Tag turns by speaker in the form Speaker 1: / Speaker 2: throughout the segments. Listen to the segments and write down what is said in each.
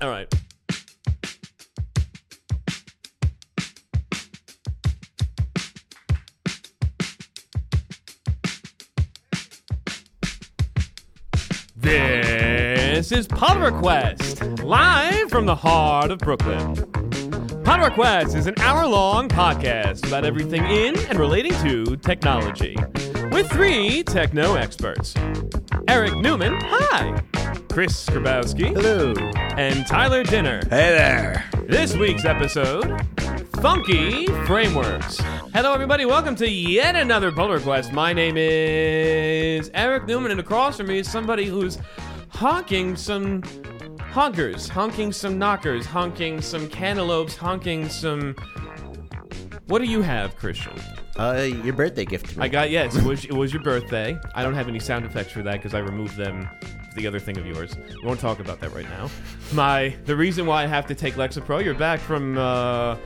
Speaker 1: All right. This is Pod Request, live from the heart of Brooklyn. Pod Request is an hour long podcast about everything in and relating to technology with three techno experts Eric Newman, hi, Chris Skrabowski,
Speaker 2: Hello.
Speaker 1: and Tyler Dinner.
Speaker 2: Hey there.
Speaker 1: This week's episode Funky Frameworks. Hello, everybody. Welcome to yet another Pull Request. My name is Eric Newman, and across from me is somebody who's honking some honkers, honking some knockers, honking some cantaloupes, honking some. What do you have, Christian?
Speaker 2: Uh, your birthday gift to me.
Speaker 1: I got yes. It was it was your birthday. I don't have any sound effects for that because I removed them. for The other thing of yours. We won't talk about that right now. My the reason why I have to take Lexapro. You're back from uh,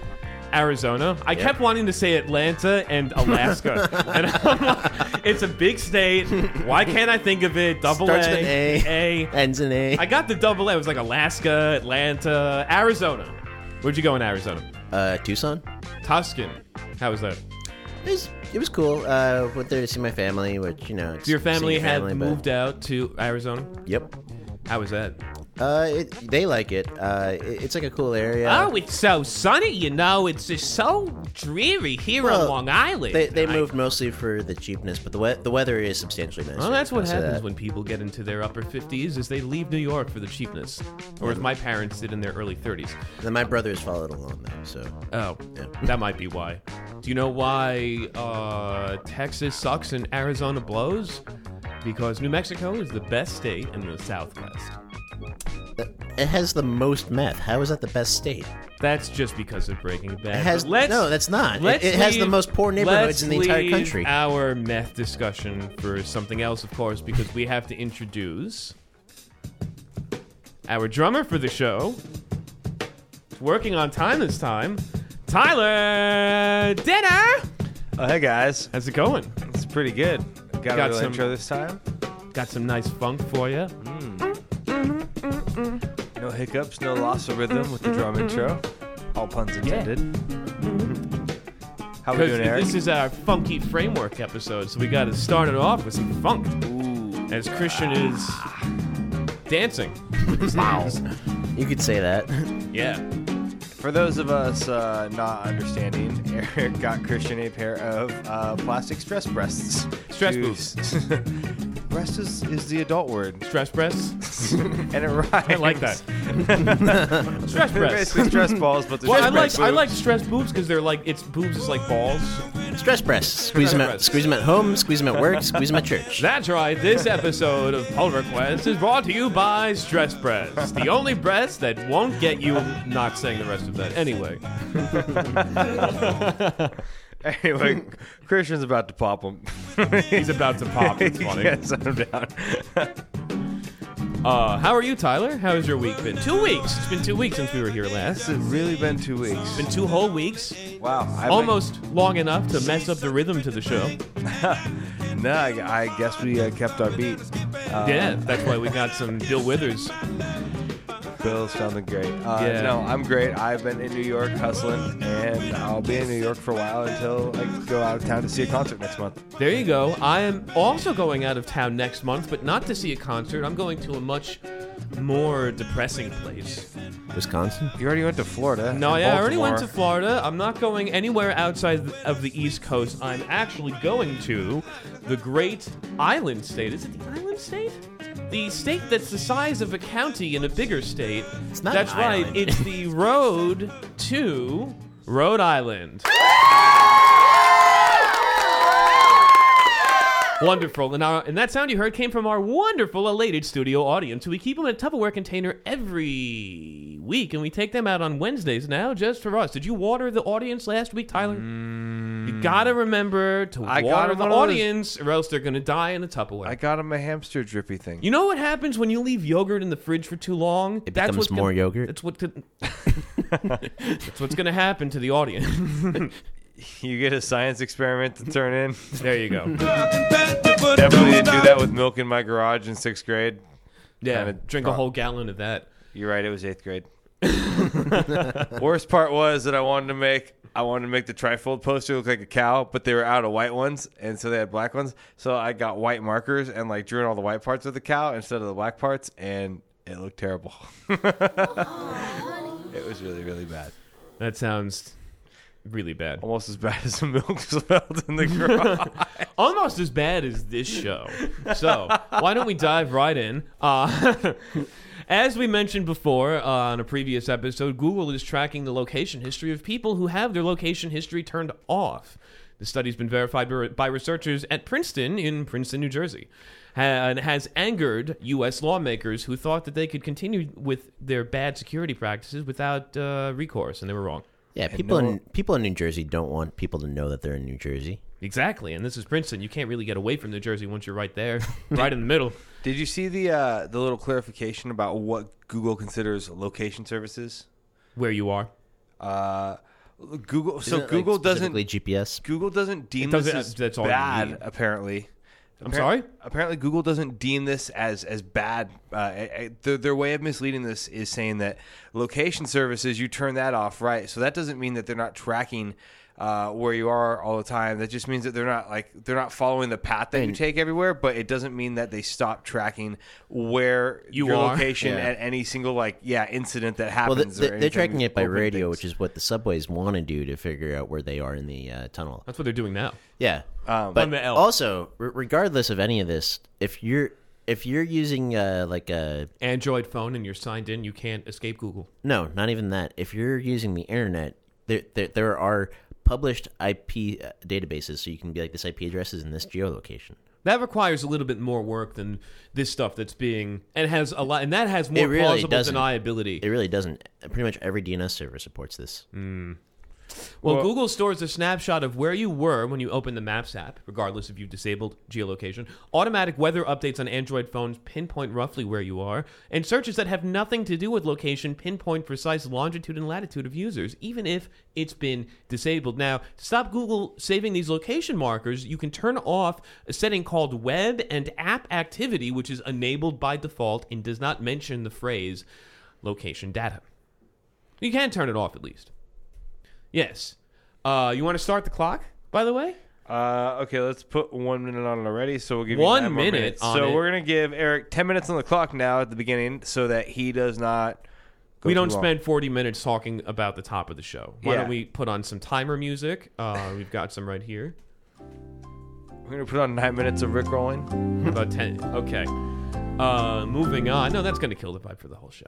Speaker 1: Arizona. I kept wanting to say Atlanta and Alaska, and I'm like, it's a big state. Why can't I think of it? Double
Speaker 2: Starts
Speaker 1: A,
Speaker 2: with an
Speaker 1: A.
Speaker 2: Ends in A.
Speaker 1: I got the double A. It was like Alaska, Atlanta, Arizona. Where'd you go in Arizona?
Speaker 2: Uh, Tucson.
Speaker 1: Tuscan. How was that?
Speaker 2: It was, it was cool. Uh, went there to see my family, which you know. It's
Speaker 1: Your family
Speaker 2: seeing
Speaker 1: had
Speaker 2: family, but-
Speaker 1: moved out to Arizona.
Speaker 2: Yep.
Speaker 1: How was that?
Speaker 2: Uh, it, they like it. Uh, it, it's like a cool area.
Speaker 1: Oh, it's so sunny, you know. It's just so dreary here on
Speaker 2: Well,
Speaker 1: Long Island.
Speaker 2: They, they
Speaker 1: I-
Speaker 2: moved mostly for the cheapness, but the we- the weather is substantially nicer. uh,
Speaker 1: Well, Oh, that's what
Speaker 2: I'll say
Speaker 1: happens
Speaker 2: that.
Speaker 1: when people get into their upper 50s is they leave New York for the cheapness. Or as my parents did in their early 30s.
Speaker 2: And then my brothers followed along though, so
Speaker 1: Oh,
Speaker 2: Yeah.
Speaker 1: that might be why. Do you know why uh, Texas sucks and Arizona blows? Because New Mexico is the best state in the Southwest.
Speaker 2: Uh, it has the most meth. How is that the best state?
Speaker 1: That's just because of Breaking Bad.
Speaker 2: It has
Speaker 1: But let's-
Speaker 2: no. That's not. It-
Speaker 1: Let's
Speaker 2: it, has the
Speaker 1: leave-
Speaker 2: most poor neighborhoods in the entire
Speaker 1: leave
Speaker 2: country.
Speaker 1: Our meth discussion for something else, of course, because we have to introduce our drummer for the show. It's working on time this time, Tyler Dinner.
Speaker 3: Oh, hey guys,
Speaker 1: How's it going?
Speaker 3: it's pretty good. Got,
Speaker 1: Got
Speaker 3: a little
Speaker 1: some-
Speaker 3: intro this time.
Speaker 1: Got some nice funk for you.
Speaker 3: No hiccups, no
Speaker 1: Mm-hmm.
Speaker 3: loss of rhythm with the drum intro. All puns intended. How we doing, Eric?
Speaker 1: this is our funky framework episode, so we got to start it off with some funk. As Christian is
Speaker 3: Ah.
Speaker 1: dancing.
Speaker 2: You could say that.
Speaker 1: Yeah.
Speaker 3: For those of us uh, not understanding, Eric got Christian a pair of uh, plastic stress breasts.
Speaker 1: Stress
Speaker 3: to-
Speaker 1: boobs.
Speaker 3: Breast is, is the adult word,
Speaker 1: Stress breasts.
Speaker 3: and it rhymes.
Speaker 1: I like that. stress
Speaker 3: They're
Speaker 1: breasts.
Speaker 3: basically stress balls, but they're
Speaker 1: Well, I
Speaker 3: stress
Speaker 1: like I
Speaker 3: boobs.
Speaker 1: like stress boobs because they're like it's boobs is like balls.
Speaker 2: Stress press. Squeeze them at
Speaker 1: breasts.
Speaker 2: squeeze them at home. Squeeze them at work. squeeze them at church.
Speaker 1: That's right. This episode of Pull Request is brought to you by Stress Breasts, the only breasts that won't get you. Not saying the rest of that anyway.
Speaker 3: Anyway, Christian's about to pop them.
Speaker 1: He's about to pop. It's funny.
Speaker 3: yes, I'm down.
Speaker 1: Uh, how are you, Tyler? How has your week been? Two weeks. It's been two weeks since we were here last.
Speaker 3: It's really been two weeks.
Speaker 1: Been two whole weeks.
Speaker 3: Wow, I've
Speaker 1: Almost long enough to mess up the rhythm to the show.
Speaker 3: Been, no, I, I guess we uh, kept our beat. Uh,
Speaker 1: Yeah, that's why we got some Bill Withers.
Speaker 3: Bill sounded great. Uh,
Speaker 1: Yeah.
Speaker 3: No, I'm great. I've been in New York hustling, and I'll be in New York for a while until I go out of town to see a concert next month.
Speaker 1: There you go. I am also going out of town next month, but not to see a concert. I'm going to a much more depressing place.
Speaker 2: Wisconsin.
Speaker 3: You already went to Florida.
Speaker 1: No,
Speaker 3: and
Speaker 1: yeah, I already went to
Speaker 3: Baltimore.
Speaker 1: Florida. I'm not going anywhere outside th- of the East Coast. I'm actually going to the great island state. Is it the island state? The state that's the size of a county in a bigger state.
Speaker 2: It's not
Speaker 1: that's
Speaker 2: an
Speaker 1: right.
Speaker 2: island.
Speaker 1: It's the road to Rhode Island. Wonderful. And, our, and that sound you heard came from our wonderful, elated studio audience. who We keep them in a Tupperware container every week, and we take them out on Wednesdays now just for us. Did you water the audience last week, Tyler? You gotta remember to
Speaker 3: I got
Speaker 1: water the
Speaker 3: one of those-
Speaker 1: audience, or else they're gonna die in a Tupperware.
Speaker 3: I got him a hamster drippy thing.
Speaker 1: you know what happens when you leave yogurt in the fridge for too long? It
Speaker 2: becomes more yogurt?
Speaker 1: That's what. Could, that's what's gonna happen to the audience.
Speaker 3: You get a science experiment to turn in.
Speaker 1: there you go.
Speaker 3: Definitely didn't do that with milk in my garage in sixth grade.
Speaker 1: Yeah,
Speaker 3: Kinda
Speaker 1: drink a
Speaker 3: drunk.
Speaker 1: whole gallon of that.
Speaker 3: You're right. It was eighth grade. Worst part was that I wanted to make I wanted to make the trifold poster look like a cow, but they were out of white ones, and so they had black ones. So I got white markers and like drew in all the white parts of the cow instead of the black parts, and it looked terrible. it was really really bad,
Speaker 1: That sounds really bad.
Speaker 3: almost as bad as the milk smelled in the garage.
Speaker 1: Almost as bad as this show. So why don't we dive right in? Uh, as we mentioned before uh, on a previous episode, Google is tracking the location history of people who have their location history turned off. The study's been verified by- by researchers at Princeton in Princeton, New Jersey, ha- and has angered U.S. lawmakers who thought that they could continue with their bad security practices without uh, recourse, and they were wrong.
Speaker 2: Yeah, people
Speaker 3: no-
Speaker 2: in people in New Jersey don't want people to know that they're in New Jersey.
Speaker 1: Exactly, and this is Princeton. You can't really get away from New Jersey once you're right there, right in the middle.
Speaker 3: Did you see the uh, the little clarification about what Google considers location services?
Speaker 1: where you are.
Speaker 3: Uh, Google. So
Speaker 2: Isn't it, like,
Speaker 3: Google doesn't
Speaker 2: specifically GPS.
Speaker 3: Google doesn't deem
Speaker 1: It doesn't-
Speaker 3: this as
Speaker 1: that's all you need.
Speaker 3: bad. Apparently, I'm
Speaker 1: sorry?
Speaker 3: Apparently, Google doesn't deem this as as bad. Uh, I- I- their, their way of misleading this is saying that location services you turn that off, right? So that doesn't mean that they're not tracking. Uh, where you are all the time. That just means that they're not like they're not following the path that you take everywhere. But it doesn't mean that they stop tracking where
Speaker 1: You
Speaker 3: your
Speaker 1: are.
Speaker 3: location
Speaker 2: Yeah.
Speaker 3: at any single like yeah incident that
Speaker 2: Well,
Speaker 3: happens.
Speaker 2: they, they,
Speaker 3: or
Speaker 2: they're
Speaker 3: anything
Speaker 2: tracking it by
Speaker 3: open
Speaker 2: radio,
Speaker 3: things.
Speaker 2: which is what the subways want to do to figure out where they are in the uh, tunnel.
Speaker 1: That's what they're doing now.
Speaker 2: Yeah,
Speaker 3: Um,
Speaker 2: but
Speaker 1: On the L.
Speaker 2: also, re- regardless of any of this, if you're if you're using uh, like a
Speaker 1: Android phone and you're signed in, you can't escape Google.
Speaker 2: no, not even that. If you're using the internet, there there, there are published IP uh, databases, so you can be like this IP address is in this geolocation.
Speaker 1: That requires a little bit more work than this stuff that's being and has a lot and that has
Speaker 2: It
Speaker 1: more
Speaker 2: really
Speaker 1: plausible
Speaker 2: doesn't.
Speaker 1: deniability.
Speaker 2: It really doesn't. Pretty much every DNS server supports this.
Speaker 1: well,
Speaker 3: Well-
Speaker 1: Google stores a snapshot of where you were when you open the Maps app, regardless if you've disabled geolocation. Automatic weather updates on Android phones pinpoint roughly where you are, and searches that have nothing to do with location pinpoint precise longitude and latitude of users, even if it's been disabled. Now, to stop Google saving these location markers, you can turn off a setting called Web and App Activity, which is enabled by default and does not mention the phrase location data. You can turn it off at least. Yes. Uh, you want to start the clock, by the way?
Speaker 3: Uh, okay, let's put one minute on it already. So we'll give
Speaker 1: One
Speaker 3: you nine more
Speaker 1: minute
Speaker 3: minutes.
Speaker 1: on
Speaker 3: so
Speaker 1: it.
Speaker 3: we're gonna give Eric ten minutes on the clock now at the beginning, so that he does not. Go
Speaker 1: we don't
Speaker 3: too long.
Speaker 1: spend 40 minutes talking about the top of the show. Why
Speaker 3: Yeah.
Speaker 1: don't we put on some timer music? Uh, we've got some right here.
Speaker 3: We're gonna put on nine minutes of Rick rolling.
Speaker 1: About 10. Okay. Uh, moving on. No, that's going to kill the vibe for the whole show.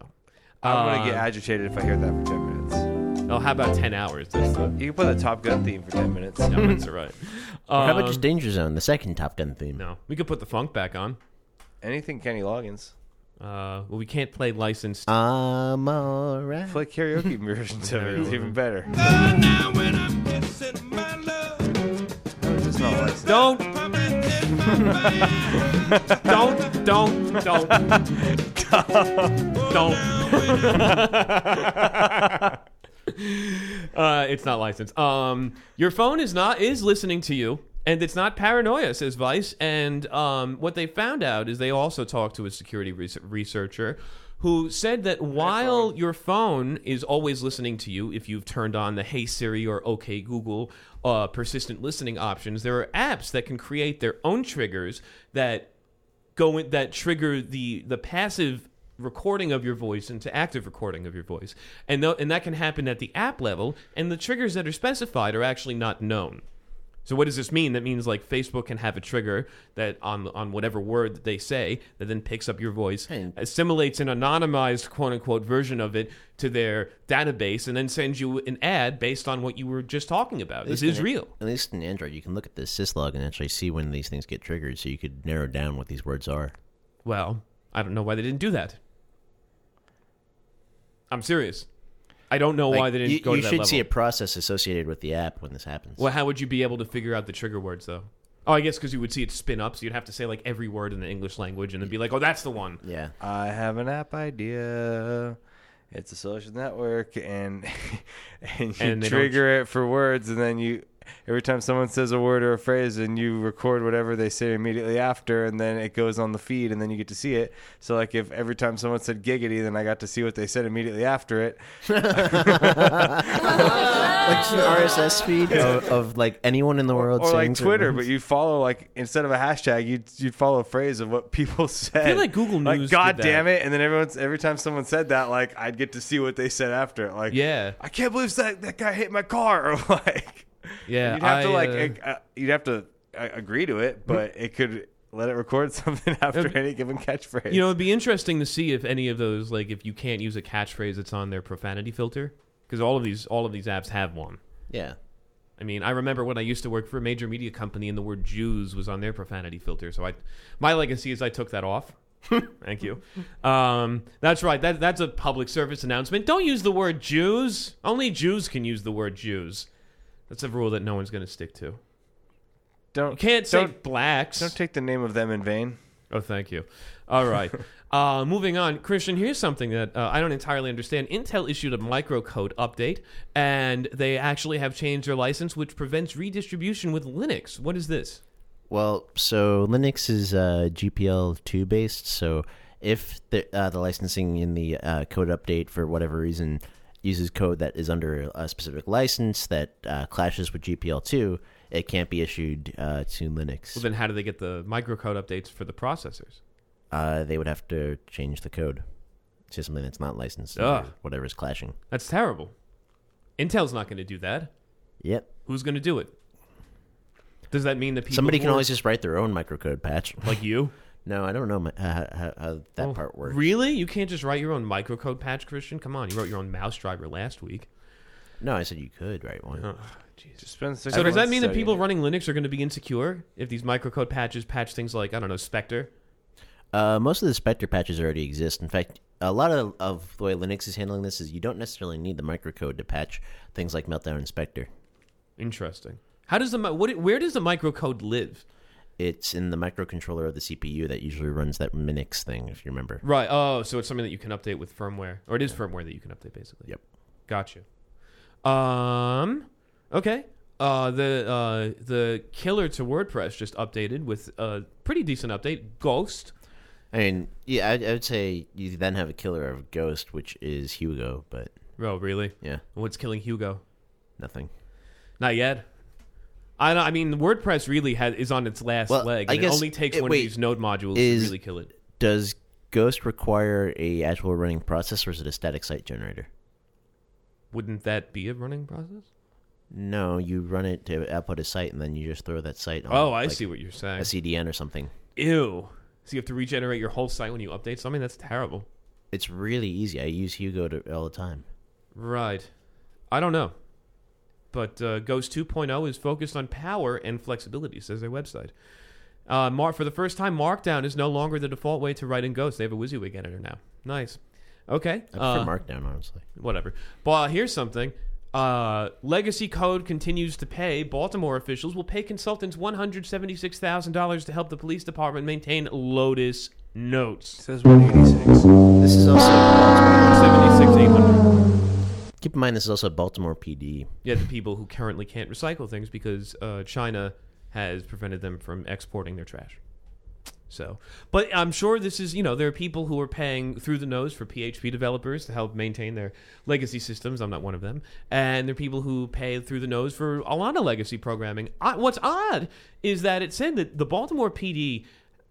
Speaker 3: I'm
Speaker 1: Uh,
Speaker 3: gonna get agitated if I hear that for ten minutes.
Speaker 1: Oh, how about 10 hours? That's the.
Speaker 3: You can play the Top Gun theme for ten minutes.
Speaker 1: No, that's all right. Um,
Speaker 2: How about just Danger Zone, the second Top Gun theme?
Speaker 1: No, we could put the funk back on.
Speaker 3: Anything Kenny Loggins.
Speaker 1: Uh, well, we can't play licensed.
Speaker 2: I'm alright.
Speaker 3: Play karaoke versions of it. It's even better. How is this not licensed?
Speaker 1: Don't, don't, don't, don't, don't. uh, it's not licensed. Um, your phone is not is listening to you, and it's not paranoia, says Vice. And um, what they found out is they also talked to a security res- researcher. Who said that while your phone is always listening to you, if you've turned on the Hey Siri or OK Google uh, persistent listening options, there are apps that can create their own triggers that go in, that trigger the the passive recording of your voice into active recording of your voice and tho- and that can happen at the app level and the triggers that are specified are actually not known so what does this mean that means like facebook can have a trigger that on on whatever word that they say that then picks up your voice
Speaker 2: Hey.
Speaker 1: assimilates an anonymized quote unquote version of it to their database and then sends you an ad based on what you were just talking about this is real
Speaker 2: At least in Android, you can look at the syslog and actually see when these things get triggered, so you could narrow down what these words are.
Speaker 1: Well, I don't know why they didn't do that. I'm serious. I don't know why
Speaker 2: Like,
Speaker 1: they didn't
Speaker 2: you,
Speaker 1: go to
Speaker 2: you
Speaker 1: that
Speaker 2: should
Speaker 1: level.
Speaker 2: see a process associated with the app when this happens.
Speaker 1: Well, how would you be able to figure out the trigger words though? Oh, I guess because you would see it spin up, so you'd have to say like every word in the English language, and then be like, "Oh, that's the one."
Speaker 2: Yeah.
Speaker 3: I have an app idea. It's a social network, and and you
Speaker 1: And they don't-
Speaker 3: trigger it for words, and then you every time someone says a word or a phrase and you record whatever they say immediately after and then it goes on the feed and then you get to see it so like if every time someone said giggity then i got to see what they said immediately after it
Speaker 2: Like just an RSS feed of, of like anyone in the world.
Speaker 3: or
Speaker 2: saying
Speaker 3: like
Speaker 2: certain
Speaker 3: twitter
Speaker 2: words.
Speaker 3: but you follow like instead of a hashtag you'd, you'd follow a phrase of what people said
Speaker 1: like Google News
Speaker 3: like
Speaker 1: did
Speaker 3: god
Speaker 1: that.
Speaker 3: damn it and then everyone's every time someone said that like i'd get to see what they said after it like
Speaker 1: Yeah.
Speaker 3: i can't believe that that guy hit my car or like
Speaker 1: Yeah,
Speaker 3: you'd have to
Speaker 1: I,
Speaker 3: like
Speaker 1: uh,
Speaker 3: ag- uh, you'd have to uh, agree to it, but it could let it record something after any given catchphrase.
Speaker 1: You know, it'd be interesting to see if any of those, like, if you can't use a catchphrase that's on their profanity filter, because all of these, all of these apps have one.
Speaker 2: yeah.
Speaker 1: I mean, I remember when I used to work for a major media company, and the word Jews was on their profanity filter. So I, my legacy is I took that off. Thank you. Um, that's right. That, that's a public service announcement. Don't use the word Jews. Only Jews can use the word Jews. That's a rule that no one's going to stick to.
Speaker 3: don't
Speaker 1: You can't say
Speaker 3: don't,
Speaker 1: blacks.
Speaker 3: don't take the name of them in vain.
Speaker 1: Oh, thank you. All right. uh, moving on, Christian. Here's something that uh, I don't entirely understand. Intel issued a microcode update, and they actually have changed their license, which prevents redistribution with Linux. What is this?
Speaker 2: Well, so Linux is uh, GPL two based. So if the uh, the licensing in the uh, code update for whatever reason uses code that is under a specific license that uh, clashes with GPL two, it can't be issued uh, to Linux.
Speaker 1: Well, then how do they get the microcode updates for the processors?
Speaker 2: uh, they would have to change the code to something that's not licensed
Speaker 1: Ugh.
Speaker 2: or whatever is clashing.
Speaker 1: That's terrible. Intel's not going to do that.
Speaker 2: Yep.
Speaker 1: Who's going to do it? Does that mean that people
Speaker 2: Somebody can
Speaker 1: who are-
Speaker 2: always just write their own microcode patch.
Speaker 1: like you?
Speaker 2: no, I don't know my, how, how, how that
Speaker 1: Oh,
Speaker 2: part works.
Speaker 1: Really? You can't just write your own microcode patch, Christian? Come on, you wrote your own mouse driver last week.
Speaker 2: no, I said you could write one.
Speaker 1: Oh.
Speaker 3: Just spend six
Speaker 1: So does that
Speaker 3: months
Speaker 1: mean that
Speaker 3: studying
Speaker 1: people
Speaker 3: it.
Speaker 1: running Linux are going to be insecure if these microcode patches patch things like I don't know Spectre?
Speaker 2: Uh, most of the Spectre patches already exist. In fact, a lot of, of the way Linux is handling this is you don't necessarily need the microcode to patch things like Meltdown and Spectre.
Speaker 1: Interesting. How does the mi- what, where does the microcode live?
Speaker 2: It's in the microcontroller of the CPU that usually runs that Minix thing, if you remember.
Speaker 1: Right. Oh, so it's something that you can update with firmware, or it is firmware that you can update basically.
Speaker 2: Yep.
Speaker 1: Gotcha. Um. Okay. Uh, the uh, the killer to WordPress just updated with a pretty decent update. Ghost.
Speaker 2: I mean, yeah, I, I would say you then have a killer of Ghost, which is Hugo, but
Speaker 1: Oh, really?
Speaker 2: yeah,
Speaker 1: What's killing Hugo?
Speaker 2: nothing.
Speaker 1: Not yet. I don't, I mean, WordPress really has, is on its last
Speaker 2: Well,
Speaker 1: leg.
Speaker 2: I
Speaker 1: And
Speaker 2: guess
Speaker 1: it only takes
Speaker 2: it-
Speaker 1: one
Speaker 2: wait,
Speaker 1: of these node modules
Speaker 2: is-
Speaker 1: to really kill it.
Speaker 2: Does Ghost require a actual running process, or is it a static site generator?
Speaker 1: Wouldn't that be a running process?
Speaker 2: No, you run it to output a site, and then you just throw that site. on
Speaker 1: Oh, I
Speaker 2: like,
Speaker 1: see what you're
Speaker 2: a
Speaker 1: saying.
Speaker 2: CDN or something.
Speaker 1: Ew. So you have to regenerate your whole site when you update something? That's terrible.
Speaker 2: It's really easy. I use Hugo to, all the time.
Speaker 1: Right. I don't know. But uh, Ghost 2.0 is focused on power and flexibility, says their website. Uh, Mar- for the first time, Markdown is no longer the default way to write in Ghost. They have a WYSIWYG editor now. Nice. Okay.
Speaker 2: I
Speaker 1: uh,
Speaker 2: prefer Markdown, honestly.
Speaker 1: whatever. But here's something. Uh, legacy code continues to pay. Baltimore officials will pay consultants $176,000 to help the police department maintain Lotus notes.
Speaker 3: says 186.
Speaker 2: This is also Baltimore.
Speaker 1: 76,800.
Speaker 2: Keep in mind, this is also Baltimore PD.
Speaker 1: Yeah, the people who currently can't recycle things because uh, China has prevented them from exporting their trash. So, but I'm sure this is, you know, there are people who are paying through the nose for PHP developers to help maintain their legacy systems. I'm not one of them. And there are people who pay through the nose for a lot of legacy programming. I, what's odd is that it said that the Baltimore PD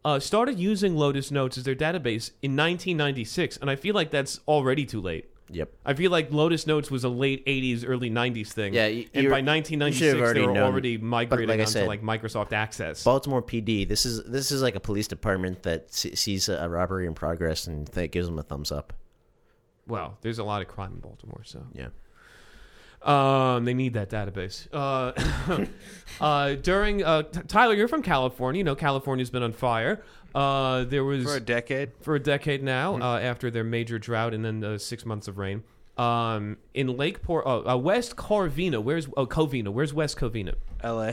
Speaker 1: uh, started using Lotus Notes as their database in 1996. And I feel like that's already too late.
Speaker 2: Yep.
Speaker 1: I feel like Lotus Notes was a late '80s, early '90s thing.
Speaker 2: Yeah, you-
Speaker 1: and
Speaker 2: you-
Speaker 1: by
Speaker 2: you should have
Speaker 1: 1996,
Speaker 2: already
Speaker 1: they were
Speaker 2: known.
Speaker 1: already
Speaker 2: But
Speaker 1: migrating
Speaker 2: like I
Speaker 1: onto
Speaker 2: said-
Speaker 1: like Microsoft Access.
Speaker 2: Baltimore PD. This is this is like a police department that se- sees a robbery in progress and that gives them a thumbs up.
Speaker 1: well, there's a lot of crime in Baltimore, so
Speaker 2: Yeah.
Speaker 1: um, they need that database. Uh, uh, during uh, T- Tyler, you're from California. You know, California's been on fire. Uh, there was
Speaker 3: For a decade,
Speaker 1: for a decade now
Speaker 2: Hmm.
Speaker 1: uh, after their major drought and then uh, six months of rain. Um, in Lakeport, uh, uh, West Corvina. Where's oh, Covina? Where's West Covina?
Speaker 3: LA,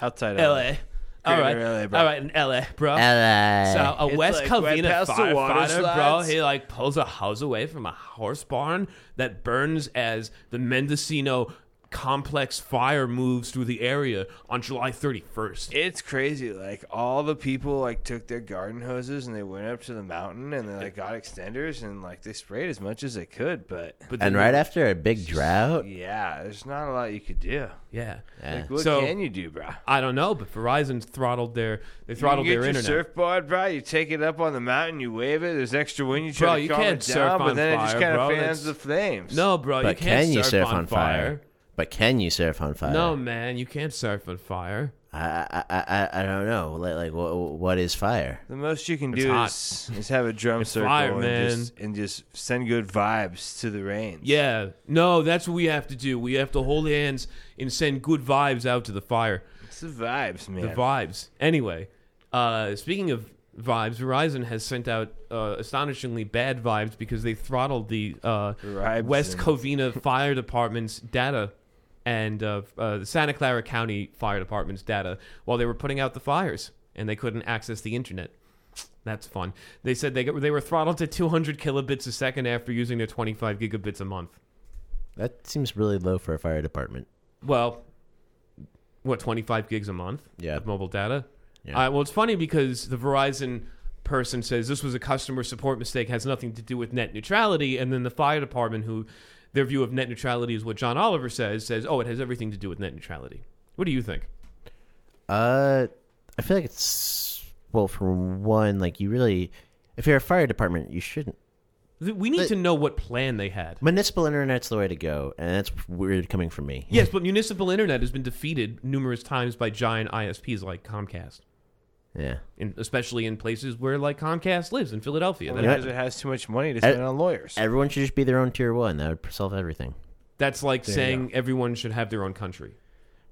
Speaker 3: outside
Speaker 1: L.A. All right,
Speaker 3: Greater LA, bro.
Speaker 1: all right, in L.A. bro.
Speaker 2: LA.
Speaker 1: So a
Speaker 3: Eh, It's
Speaker 1: West
Speaker 3: like right
Speaker 1: Covina
Speaker 3: past the water
Speaker 1: firefighter, bro,
Speaker 3: slides.
Speaker 1: he like pulls a hose away from a horse barn that burns as the Mendocino complex fire moves through the area on July 31st.
Speaker 3: It's crazy. Like all the people like took their garden hoses and they went up to the mountain and they like got extenders and like they sprayed as much as they could, but
Speaker 1: But then-
Speaker 2: And right after a big drought,
Speaker 3: yeah, there's not a lot you could do.
Speaker 1: yeah.
Speaker 2: yeah.
Speaker 3: Like what
Speaker 1: So-
Speaker 3: can you do, bro?
Speaker 1: I don't know, but Verizon throttled their they
Speaker 3: You
Speaker 1: throttled
Speaker 3: get
Speaker 1: their
Speaker 3: your
Speaker 1: internet.
Speaker 3: surfboard, bro. You take it up on the mountain, you wave it. There's extra wind. You try
Speaker 1: Bro,
Speaker 3: to
Speaker 1: you
Speaker 3: calm
Speaker 1: can't
Speaker 3: it
Speaker 1: surf
Speaker 3: down,
Speaker 1: on
Speaker 3: but then it just
Speaker 1: fire,
Speaker 3: kind
Speaker 1: bro.
Speaker 3: of
Speaker 1: That's-
Speaker 3: fans the flames.
Speaker 1: no, bro, you
Speaker 2: but
Speaker 1: can't
Speaker 2: can you
Speaker 1: surf, on, fire.
Speaker 2: But can you surf on
Speaker 3: Uh,
Speaker 2: fire?
Speaker 1: No, man, you can't surf on fire.
Speaker 2: I I I, I don't know. Like, like what, what is fire?
Speaker 3: The most you can
Speaker 1: It's
Speaker 3: do
Speaker 1: hot.
Speaker 3: is, is have a drum circle
Speaker 1: fire, man.
Speaker 3: and, just, and just send good vibes to the rain.
Speaker 1: Yeah, no, that's what we have to do. We have to hold hands and send good vibes out to the fire.
Speaker 3: It's the vibes, man.
Speaker 1: The vibes. Anyway, uh, speaking of vibes, Verizon has sent out uh, astonishingly bad vibes because they throttled the uh,
Speaker 3: Vibes
Speaker 1: West
Speaker 3: and-
Speaker 1: Covina Fire Department's data and uh, uh, the Santa Clara County Fire Department's data while they were putting out the fires, and they couldn't access the internet. That's fun. They said they, got, they were throttled to 200 kilobits a second after using their 25 gigabits a month.
Speaker 2: That seems really low for a fire department.
Speaker 1: Well, what twenty five gigs a month?
Speaker 2: Yeah.
Speaker 1: of mobile data.
Speaker 2: Yeah.
Speaker 1: Uh, well, it's funny because the Verizon person says this was a customer support mistake, has nothing to do with net neutrality, and then the fire department, who their view of net neutrality is what John Oliver says, says, oh, it has everything to do with net neutrality. What do you think?
Speaker 2: Uh, I feel like it's well, for one, like you really, if you're a fire department, you shouldn't.
Speaker 1: Th- We need
Speaker 2: But-
Speaker 1: to know what plan they had.
Speaker 2: Municipal internet's the way to go, and that's weird coming from me.
Speaker 1: Yes, but municipal internet has been defeated numerous times by giant ISPs like Comcast,
Speaker 2: Yeah.
Speaker 1: in, especially in places where like Comcast lives in Philadelphia. That-
Speaker 3: because it has too much money to spend on lawyers.
Speaker 2: Everyone should just be their own tier one. That would solve everything.
Speaker 1: That's like
Speaker 3: you
Speaker 1: saying everyone should have their own country.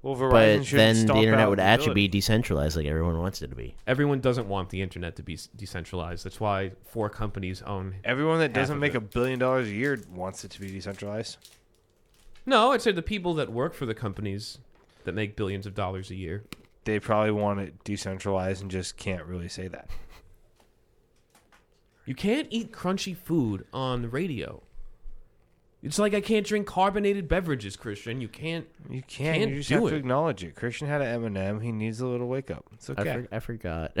Speaker 3: Well, Verizon
Speaker 2: But
Speaker 3: shouldn't
Speaker 2: then the
Speaker 3: stomp
Speaker 2: internet
Speaker 3: out
Speaker 2: would
Speaker 3: the
Speaker 2: actually be
Speaker 3: ability.
Speaker 2: decentralized, like everyone wants it to be.
Speaker 1: Everyone doesn't want the internet to be s- decentralized. That's why four companies own.
Speaker 3: Everyone that doesn't
Speaker 1: of
Speaker 3: make
Speaker 1: it.
Speaker 3: a billion dollars a year wants it to be decentralized.
Speaker 1: No, I'd say the people that work for the companies that make billions of dollars a year.
Speaker 3: They probably want it decentralized and just can't really say that.
Speaker 1: You can't eat crunchy food on the radio. It's like I can't drink carbonated beverages, Christian. You can't.
Speaker 3: You can't.
Speaker 1: Can't
Speaker 3: you just
Speaker 1: do
Speaker 3: have
Speaker 1: it.
Speaker 3: to acknowledge it. Christian had an Eminem. He needs a little wake up. It's okay.
Speaker 2: I, for- I forgot.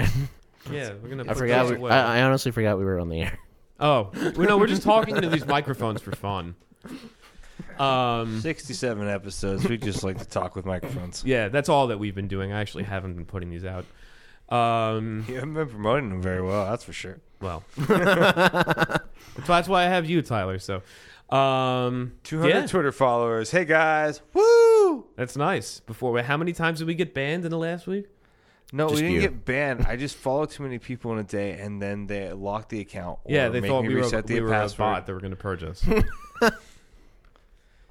Speaker 1: Yeah, we're gonna.
Speaker 2: I
Speaker 1: Put
Speaker 2: forgot.
Speaker 1: those
Speaker 2: We,
Speaker 1: away.
Speaker 2: I, I honestly forgot we were on the air.
Speaker 1: oh, well, no, we're just talking to these microphones for fun. Um.
Speaker 3: 67 episodes. We just like to talk with microphones.
Speaker 1: Yeah, that's all that we've been doing. I actually haven't been putting these out. Um.
Speaker 3: You haven't been promoting them very well, that's for sure.
Speaker 1: Well, so that's why I have you, Tyler. So, um,
Speaker 3: 200
Speaker 1: yeah,
Speaker 3: Twitter followers. Hey, guys. Woo!
Speaker 1: that's nice. Before, how many times did we get banned in the last week?
Speaker 3: No,
Speaker 2: Just
Speaker 3: we didn't
Speaker 2: you.
Speaker 3: get banned. I just followed too many people in a day, and then they locked the account. Or
Speaker 1: yeah, they
Speaker 3: made
Speaker 1: thought
Speaker 3: me
Speaker 1: we were,
Speaker 3: reset the
Speaker 1: we were a
Speaker 3: password.
Speaker 1: bot. They were going to purge us.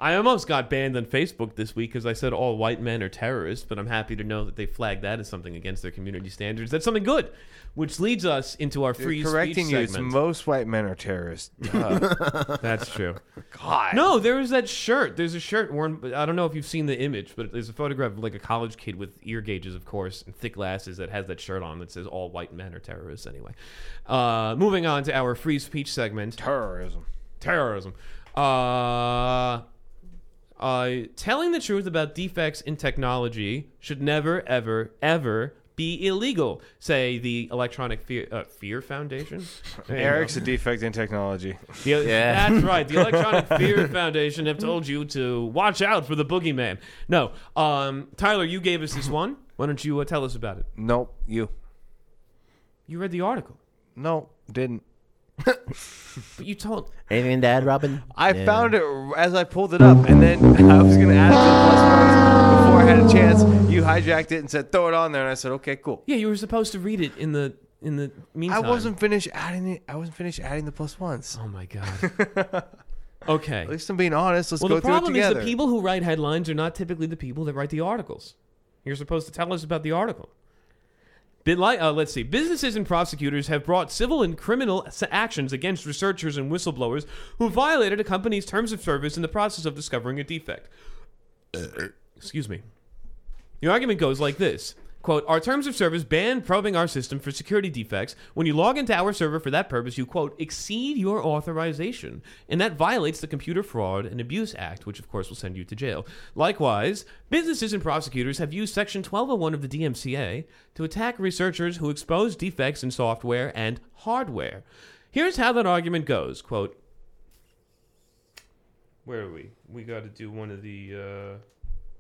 Speaker 1: I almost got banned on Facebook this week because I said all white men are terrorists, but I'm happy to know that they flagged that as something against their community standards. That's something good, which leads us into our
Speaker 3: They're
Speaker 1: free
Speaker 3: correcting
Speaker 1: speech
Speaker 3: you.
Speaker 1: segment.
Speaker 3: It's most white men are terrorists. Duh.
Speaker 1: That's true.
Speaker 3: God.
Speaker 1: No, there was that shirt. There's a shirt worn. I don't know if you've seen the image, but there's a photograph of like a college kid with ear gauges, of course, and thick glasses that has that shirt on that says "All white men are terrorists." Anyway, uh, moving on to our free speech segment,
Speaker 3: Terrorism.
Speaker 1: terrorism. Uh, uh, telling the truth about defects in technology should never, ever, ever be illegal. Say the Electronic Fear, uh, Fear Foundation. There you go.
Speaker 3: Eric's a defect in technology.
Speaker 1: The, That's right. The Electronic Fear Foundation have told you to watch out for the boogeyman. No, um, Tyler, you gave us this one. Why don't you uh, tell us about it?
Speaker 3: Nope. You.
Speaker 1: You read the article,
Speaker 3: Nope. Didn't.
Speaker 1: but you told.
Speaker 2: Anything to add, Robin?
Speaker 3: I
Speaker 2: Yeah.
Speaker 3: found it as I pulled it up, and then I was going to add some plus ones before I had a chance. You hijacked it and said, throw it on there, and I said, okay, cool.
Speaker 1: Yeah, you were supposed to read it in the in the
Speaker 3: I
Speaker 1: meantime.
Speaker 3: wasn't finished adding it. I wasn't finished adding the plus ones.
Speaker 1: Oh my god. Okay.
Speaker 3: At least I'm being honest. Let's
Speaker 1: Well,
Speaker 3: go
Speaker 1: the
Speaker 3: through it
Speaker 1: problem is
Speaker 3: together.
Speaker 1: the people who write headlines are not typically the people that write the articles. You're supposed to tell us about the article. Bit like, uh, let's see. Businesses and prosecutors have brought civil and criminal s- actions against researchers and whistleblowers who violated a company's terms of service in the process of discovering a defect. Excuse me. The argument goes like this Quote, our terms of service ban probing our system for security defects. When you log into our server for that purpose, you, quote, exceed your authorization. And that violates the Computer Fraud and Abuse Act, which, of course, will send you to jail. Likewise, businesses and prosecutors have used Section 1201 of the DMCA to attack researchers who expose defects in software and hardware. Here's how that argument goes, quote, where are we? We got to do one of the.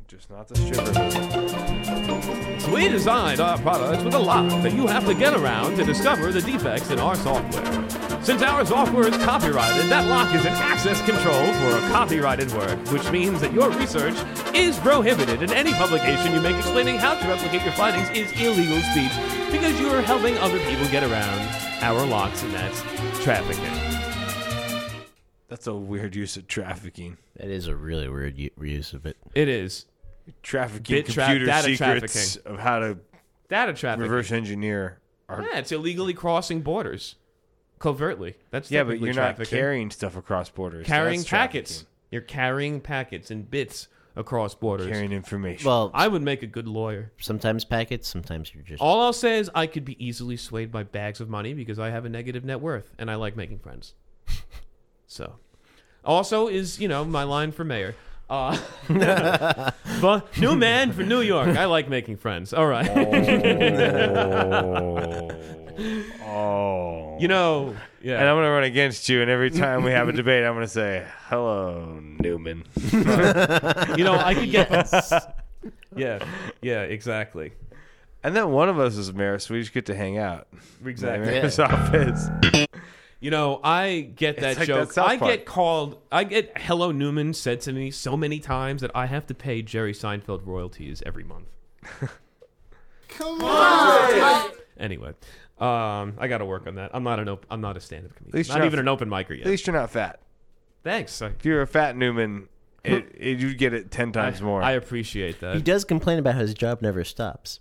Speaker 3: Just not the stripper.
Speaker 1: Uh... We designed our products with a lot that you have to get around to discover the defects in our software. Since our software is copyrighted, that lock is an access control for a copyrighted work, which means that your research is prohibited, and any publication you make explaining how to replicate your findings is illegal speech because you are helping other people get around our locks, and that's trafficking.
Speaker 3: That's a weird use of trafficking.
Speaker 2: That is a really weird u- reuse of it.
Speaker 1: It is
Speaker 3: Trafficking
Speaker 1: Bit tra-
Speaker 3: computer
Speaker 1: data
Speaker 3: secrets of how to
Speaker 1: data trafficking.
Speaker 3: reverse engineer. Our,
Speaker 1: Yeah, it's illegally crossing borders covertly. That's
Speaker 3: yeah, but
Speaker 1: technically
Speaker 3: you're not
Speaker 1: trafficking.
Speaker 3: carrying stuff across borders. so
Speaker 1: carrying
Speaker 3: that's
Speaker 1: packets.
Speaker 3: trafficking.
Speaker 1: You're carrying packets and bits across borders.
Speaker 3: Carrying information.
Speaker 2: Well,
Speaker 1: I would make a good lawyer.
Speaker 2: sometimes packets, sometimes you're just.
Speaker 1: All I'll say is I could be easily swayed by bags of money because I have a negative net worth and I like making friends. so, also is you know my line for mayor. Uh, but new man for New York. I like making friends. All right.
Speaker 3: oh.
Speaker 1: you know. Yeah.
Speaker 3: And I'm going to run against you, and every time we have a debate, I'm going to say, hello, Newman.
Speaker 1: You know, I could get. Yeah, yeah, exactly,
Speaker 3: And then one of us is mayor, so we just get to hang out.
Speaker 1: exactly.
Speaker 3: In the mayor's office.
Speaker 1: You know, I get that
Speaker 3: like
Speaker 1: joke.
Speaker 3: that South
Speaker 1: I get
Speaker 3: Park.
Speaker 1: called. I get "Hello Newman" said to me so many times that I have to pay Jerry Seinfeld royalties every month.
Speaker 4: Come on!
Speaker 1: Anyway, um, I got to work on that. I'm not an. Op- I'm not a stand-up comedian.
Speaker 3: least
Speaker 1: Not
Speaker 3: you're
Speaker 1: even
Speaker 3: not-
Speaker 1: an open micer yet.
Speaker 3: At least you're not fat.
Speaker 1: Thanks. I,
Speaker 3: If you're a fat Newman, it, it, you'd get it 10 times more.
Speaker 1: I appreciate
Speaker 2: He
Speaker 1: that.
Speaker 2: does complain about how his job never stops.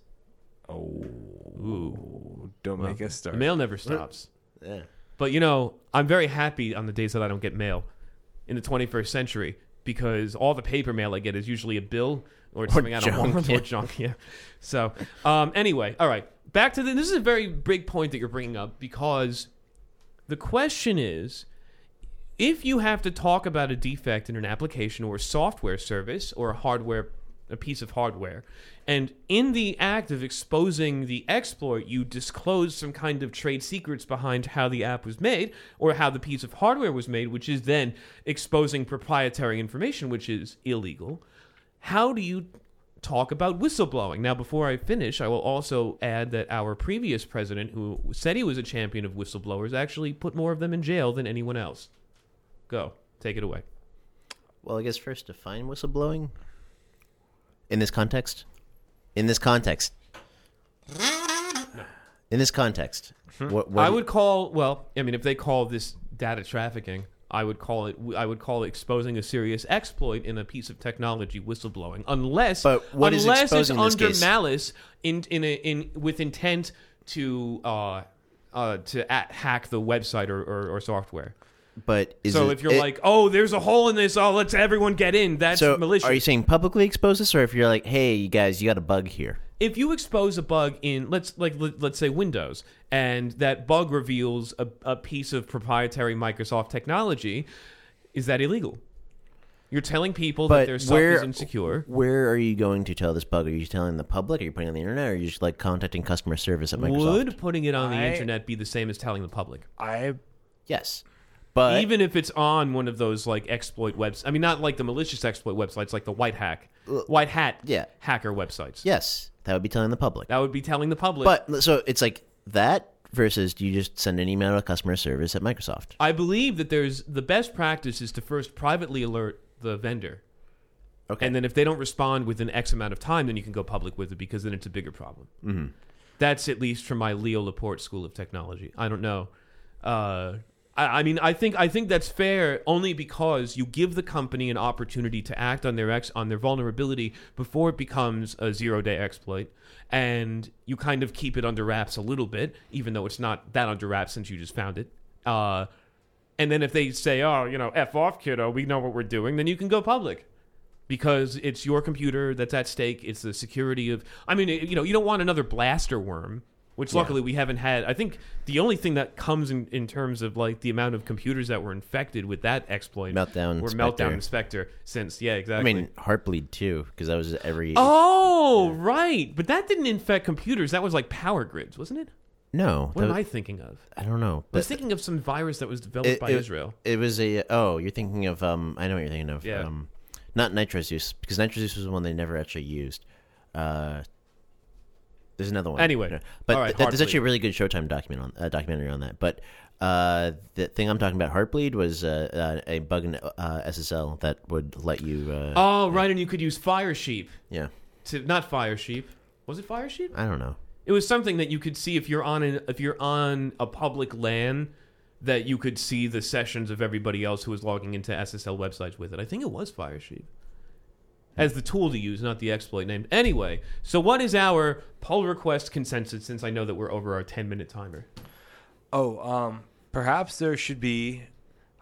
Speaker 1: Ooh,
Speaker 3: Don't make us start.
Speaker 1: the mail never stops.
Speaker 2: Yeah.
Speaker 1: But you know, I'm very happy on the days that I don't get mail in the 21st century because all the paper mail I get is usually a bill or it's something I don't
Speaker 2: junk,
Speaker 1: want
Speaker 2: yeah.
Speaker 1: or junk. Yeah. So, um, anyway, all right. Back to the. This is a very big point that you're bringing up because the question is if you have to talk about a defect in an application or a software service or a hardware a piece of hardware and in the act of exposing the exploit you disclose some kind of trade secrets behind how the app was made or how the piece of hardware was made which is then exposing proprietary information which is illegal how do you talk about whistleblowing? Now, before I finish, I will also add that our previous president, who said he was a champion of whistleblowers, actually put more of them in jail than anyone else. Go, take it away.
Speaker 2: Well, I guess first define whistleblowing. In this context? In this context. In this context. What, what
Speaker 1: Hmm. I would call, well, I mean, if they call this data trafficking, I would call it. I would call it exposing a serious exploit in a piece of technology whistleblowing, unless
Speaker 2: But what is
Speaker 1: unless it's
Speaker 2: exposing in this
Speaker 1: under
Speaker 2: case?
Speaker 1: malice in in a, in with intent to uh, uh, to at, hack the website or, or, or software.
Speaker 2: But is
Speaker 1: So
Speaker 2: it-
Speaker 1: if you're
Speaker 2: it-
Speaker 1: like, oh, there's a hole in this, oh, let's everyone get in. That's
Speaker 2: so
Speaker 1: malicious.
Speaker 2: are you saying publicly expose this, or if you're like, hey, you guys, you got a bug here?
Speaker 1: if you expose a bug in let's like let, let's say Windows, and that bug reveals a, a piece of proprietary Microsoft technology, is that illegal? You're telling people that
Speaker 2: But
Speaker 1: their stuff
Speaker 2: where
Speaker 1: is insecure.
Speaker 2: Where are you going to tell this bug? Are you telling the public? Are you putting it on the internet? Or are you just like contacting customer service at Microsoft?
Speaker 1: Would putting it on the
Speaker 3: I-
Speaker 1: internet be the same as telling the public?
Speaker 3: I
Speaker 2: Yes, but
Speaker 1: Even if it's on one of those like exploit webs, I mean, not like the malicious exploit websites, like the white hack, white hat,
Speaker 2: yeah.
Speaker 1: hacker websites.
Speaker 2: yes, that would be telling the public.
Speaker 1: That would be telling the public.
Speaker 2: But so it's like that versus do you just send an email to customer service at Microsoft?
Speaker 1: I believe that there's the best practice is to first privately alert the vendor.
Speaker 2: Okay.
Speaker 1: And then if they don't respond within X amount of time, then you can go public with it because then it's a bigger problem. Mm-hmm. That's at least from my Leo Laporte School of Technology. I don't know. Uh, I, I mean, I think I think that's fair only because you give the company an opportunity to act on their ex on their vulnerability before it becomes a zero day exploit, and you kind of keep it under wraps a little bit, even though it's not that under wraps since you just found it. Uh, and then if they say, "Oh, you know, f off, kiddo, we know what we're doing," then you can go public. because it's your computer that's at stake. It's the security of. I mean, you know, you don't want another blaster worm, which luckily we haven't had. I think the only thing that comes in, in terms of like the amount of computers that were infected with that exploit
Speaker 2: Meltdown
Speaker 1: or
Speaker 2: Spectre.
Speaker 1: meltdown inspector since yeah
Speaker 2: I
Speaker 1: exactly.
Speaker 2: mean, Heartbleed too, because that was every.
Speaker 1: oh right, but that didn't infect computers. That was like power grids, wasn't it?
Speaker 2: no,
Speaker 1: What
Speaker 2: that
Speaker 1: am I
Speaker 2: was-
Speaker 1: thinking of?
Speaker 2: I don't know.
Speaker 1: I was
Speaker 2: but
Speaker 1: thinking of some virus that was developed by Israel.
Speaker 2: It was a oh, you're thinking of um, I know what you're thinking of.
Speaker 1: Yeah.
Speaker 2: Um, not nitrous use because nitrous use was the one they never actually used. Uh, there's another one.
Speaker 1: Anyway.
Speaker 2: No. but
Speaker 1: All right,
Speaker 2: th- th- there's
Speaker 1: Heartbleed.
Speaker 2: actually a really good Showtime document on uh, documentary on that. But uh, the thing I'm talking about, Heartbleed, was uh, uh, a bug in uh, SSL that would let you. Uh,
Speaker 1: Oh, right, and you could use fire sheep
Speaker 2: Yeah,
Speaker 1: to not fire sheep. Was it fire sheep?
Speaker 2: I don't know.
Speaker 1: It was something that you could see if you're on an, if you're on a public LAN that you could see the sessions of everybody else who was logging into SSL websites with it. I think it was fire sheep as the tool to use, not the exploit named. Anyway, so what is our pull request consensus? Since I know that we're over our 10 minute timer.
Speaker 3: Oh, um, perhaps there should be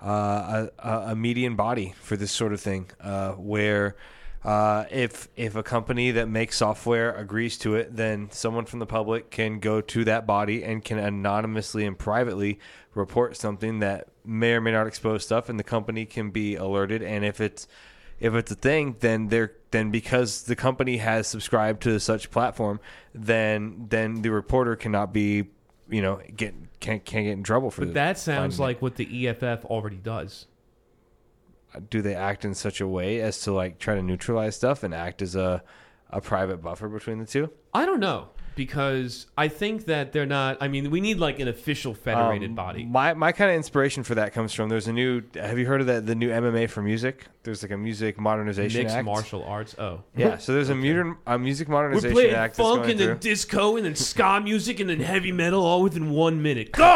Speaker 3: uh, a, a- a median body for this sort of thing, uh, where uh, if if a company that makes software agrees to it, then someone from the public can go to that body and can anonymously and privately report something that may or may not expose stuff, and the company can be alerted. And if it's if it's a thing, then they're then because the company has subscribed to such platform, then then the reporter cannot be you know get can't can't get in trouble for
Speaker 1: But that sounds like what the EFF already does.
Speaker 3: do they act in such a way as to like try to neutralize stuff and act as a a private buffer between the two
Speaker 1: I don't know because I think that they're not. I mean, we need like an official federated
Speaker 3: Um,
Speaker 1: body.
Speaker 3: my my kind of inspiration for that comes from there's a new have you heard of that the new mma for music there's like a music modernization
Speaker 1: Mixed
Speaker 3: act
Speaker 1: martial arts. Oh,
Speaker 3: yeah so there's a modern a music
Speaker 1: we're
Speaker 3: modernization
Speaker 1: playing
Speaker 3: act that's
Speaker 1: funk
Speaker 3: going
Speaker 1: and then
Speaker 3: through.
Speaker 1: disco and then ska music and then heavy metal all within one minute. Go!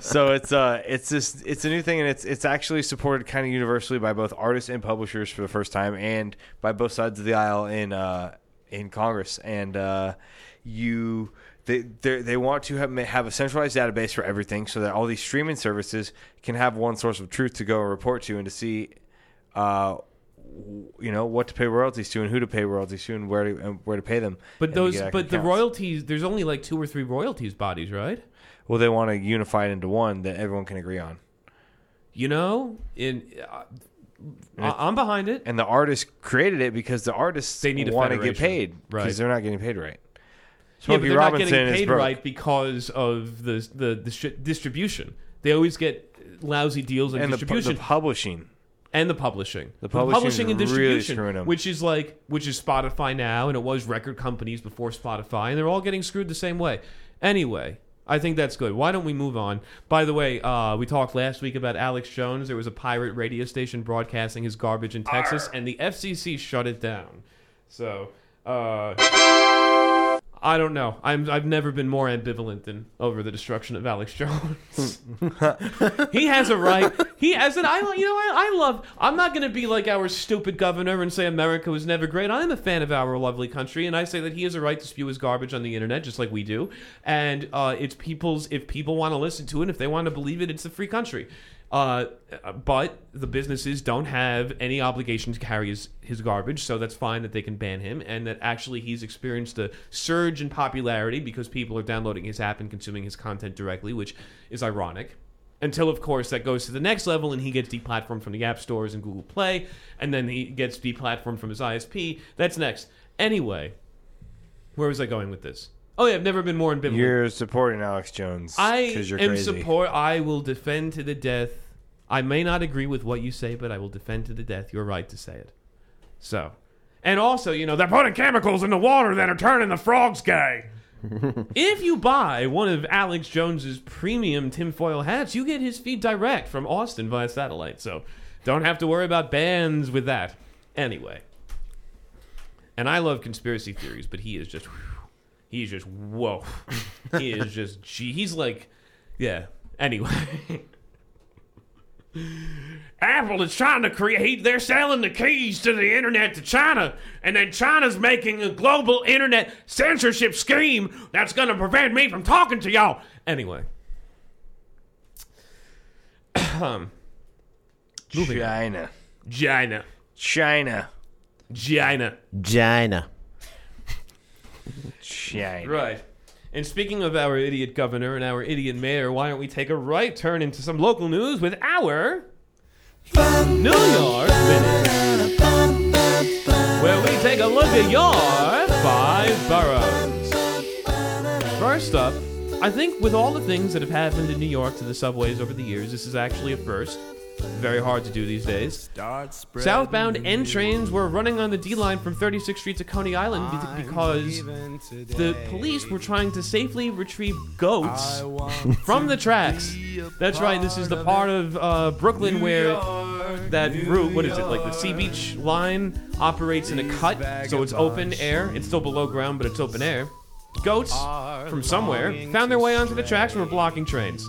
Speaker 3: so it's uh it's this it's a new thing and it's it's actually supported kind of universally by both artists and publishers for the first time and by both sides of the aisle in uh in Congress and uh you they they're- they want to have have a centralized database for everything so that all these streaming services can have one source of truth to go and report to and to see uh w- you know what to pay royalties to and who to pay royalties to and where to and where to pay them
Speaker 1: But
Speaker 3: and to
Speaker 1: those,
Speaker 3: get accurate
Speaker 1: but the
Speaker 3: counts.
Speaker 1: royalties. There's only like two or three royalties bodies, right?
Speaker 3: well they want to unify it into one that everyone can agree on
Speaker 1: You know, in uh, I, I'm behind it.
Speaker 3: and the artist created it because the artists
Speaker 1: They need a
Speaker 3: want to get
Speaker 1: federation.
Speaker 3: paid because
Speaker 1: Right.
Speaker 3: they're not getting paid
Speaker 1: Yeah,
Speaker 3: right.
Speaker 1: but
Speaker 3: Smokey
Speaker 1: they're
Speaker 3: Robinson
Speaker 1: not getting
Speaker 3: is
Speaker 1: paid
Speaker 3: broke.
Speaker 1: right because of the the, the sh- distribution. They always get lousy deals and
Speaker 3: and the, pu-
Speaker 1: distribution. Mm-hmm.
Speaker 3: the publishing.
Speaker 1: and the publishing. The
Speaker 3: publishing
Speaker 1: and
Speaker 3: is really
Speaker 1: distribution,
Speaker 3: screwing 'em.
Speaker 1: which is like which is Spotify now, and it was record companies before Spotify, and they're all getting screwed the same way. Anyway, I think that's good. Why don't we move on? By the way, uh, we talked last week about Alex Jones. There was a pirate radio station broadcasting his garbage in Texas, and the FCC shut it down. So. Uh, I don't know. I'm, I've never been more ambivalent than over the destruction of Alex Jones. he has a right. He has an. I you know I, I love. I'm not going to be like our stupid governor and say America was never great. I'm a fan of our lovely country, and I say that he has a right to spew his garbage on the internet just like we do. And uh, it's people's. If people want to listen to it, if they want to believe it, it's a free country. Uh, but the businesses don't have any obligation to carry his, his garbage, so that's fine that they can ban him, and that actually he's experienced a surge in popularity because people are downloading his app and consuming his content directly, which is ironic. Until, of course, that goes to the next level and he gets deplatformed from the app stores and Google Play, and then he gets deplatformed from his ISP. That's next. Anyway, where was I going with this? Oh, yeah, I've never been more ambivalent.
Speaker 3: You're supporting Alex Jones
Speaker 1: I
Speaker 3: because you're
Speaker 1: am
Speaker 3: crazy.
Speaker 1: support. I will defend to the death. I may not agree with what you say, but I will defend to the death your right to say it. So, and also, you know, they're putting chemicals in the water that are turning the frogs gay. if you buy one of Alex Jones's premium tinfoil hats, you get his feed direct from Austin via satellite. So, don't have to worry about bans with that. Anyway, and I love conspiracy theories, but he is just. He's just whoa. he is just gee. He's like, yeah. Anyway, Apple is trying to create. They're selling the keys to the internet to China, and then China's making a global internet censorship scheme that's going to prevent me from talking to y'all. Anyway, moving on.
Speaker 3: China.
Speaker 1: China.
Speaker 3: China.
Speaker 1: China.
Speaker 2: Gina.
Speaker 3: China.
Speaker 1: Right. And speaking of our idiot governor and our idiot mayor, why don't we take a right turn into some local news with our New York Minute, where we take a look at your five boroughs. First up, I think with all the things that have happened in New York to the subways over the years, this is actually a first. Very hard to do these days. Southbound N trains were running on the D line from 36th Street to Coney Island be- because the police were trying to safely retrieve goats from the tracks. That's right. This is the part of uh, Brooklyn where that route, what is it, like the Sea Beach line, operates in a cut, so it's open air. It's still below ground, but it's open air. Goats from somewhere found their way onto the tracks and were blocking trains.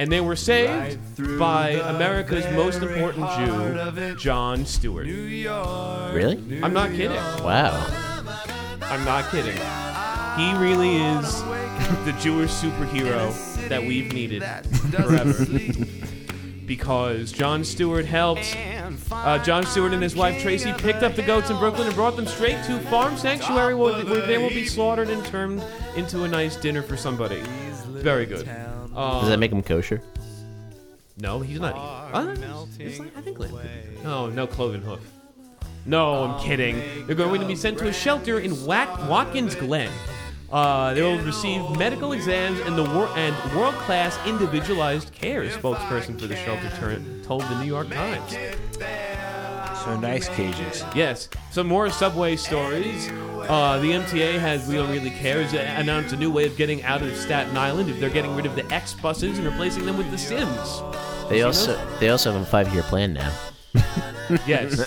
Speaker 1: And they were saved by America's most important Jew, John Stewart.
Speaker 2: Really?
Speaker 1: I'm not kidding.
Speaker 2: Wow.
Speaker 1: I'm not kidding. He really is the Jewish superhero that we've needed forever. because John Stewart helped. Uh, John Stewart and his wife Tracy picked up the goats in Brooklyn and brought them straight to farm sanctuary where, where they will be slaughtered and turned into a nice dinner for somebody. Very good. Uh,
Speaker 2: Does that make him kosher?
Speaker 1: no, he's not. Uh, it's like- I think lamb could be- No, no cloven hoof. No, I'm kidding. They're going to be sent to a shelter in Wat- Watkins Glen. Uh, they will receive medical exams and the wor- and world-class individualized care. A spokesperson for the shelter turn- told the New York Times.
Speaker 3: So nice cages.
Speaker 1: Yes. Some more subway stories. Uh, the MTA has We Don't Really Care has announced a new way of getting out of Staten Island. If they're getting rid of the X buses and replacing them with the Sims.
Speaker 2: They also they also have a five year plan now.
Speaker 1: Yes,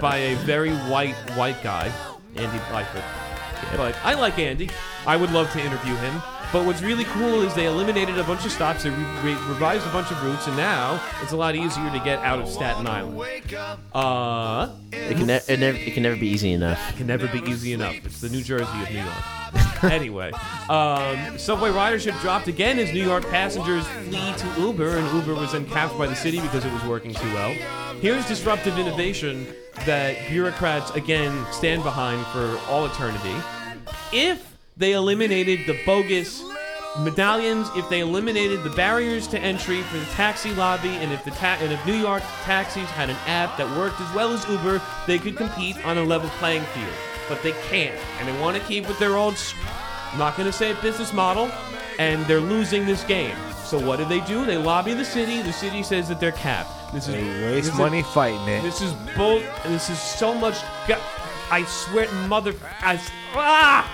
Speaker 1: by a very white white guy, Andy Byford. But I like Andy. I would love to interview him. But what's really cool is they eliminated a bunch of stops, they re- re- revised a bunch of routes, and now it's a lot easier to get out of Staten Island. Uh,
Speaker 2: It can ne- it, never, it can never be easy enough.
Speaker 1: can never be easy enough. It's the New Jersey of New York. anyway, um, subway ridership dropped again as New York passengers flee to Uber, and Uber was then capped by the city because it was working too well. Here's disruptive innovation that bureaucrats again stand behind for all eternity. If they eliminated the bogus medallions, if they eliminated the barriers to entry for the taxi lobby, and if the ta- and if New York taxis had an app that worked as well as Uber, they could compete on a level playing field. But they can't, and they want to keep with their old. s- I'm not going to say business model, and they're losing this game. So what do they do? They lobby the city. The city says that they're capped. This is
Speaker 3: They waste
Speaker 1: this is-
Speaker 3: money fighting it.
Speaker 1: this is bull. This is so much. Gu- I swear, mother. I s- ah!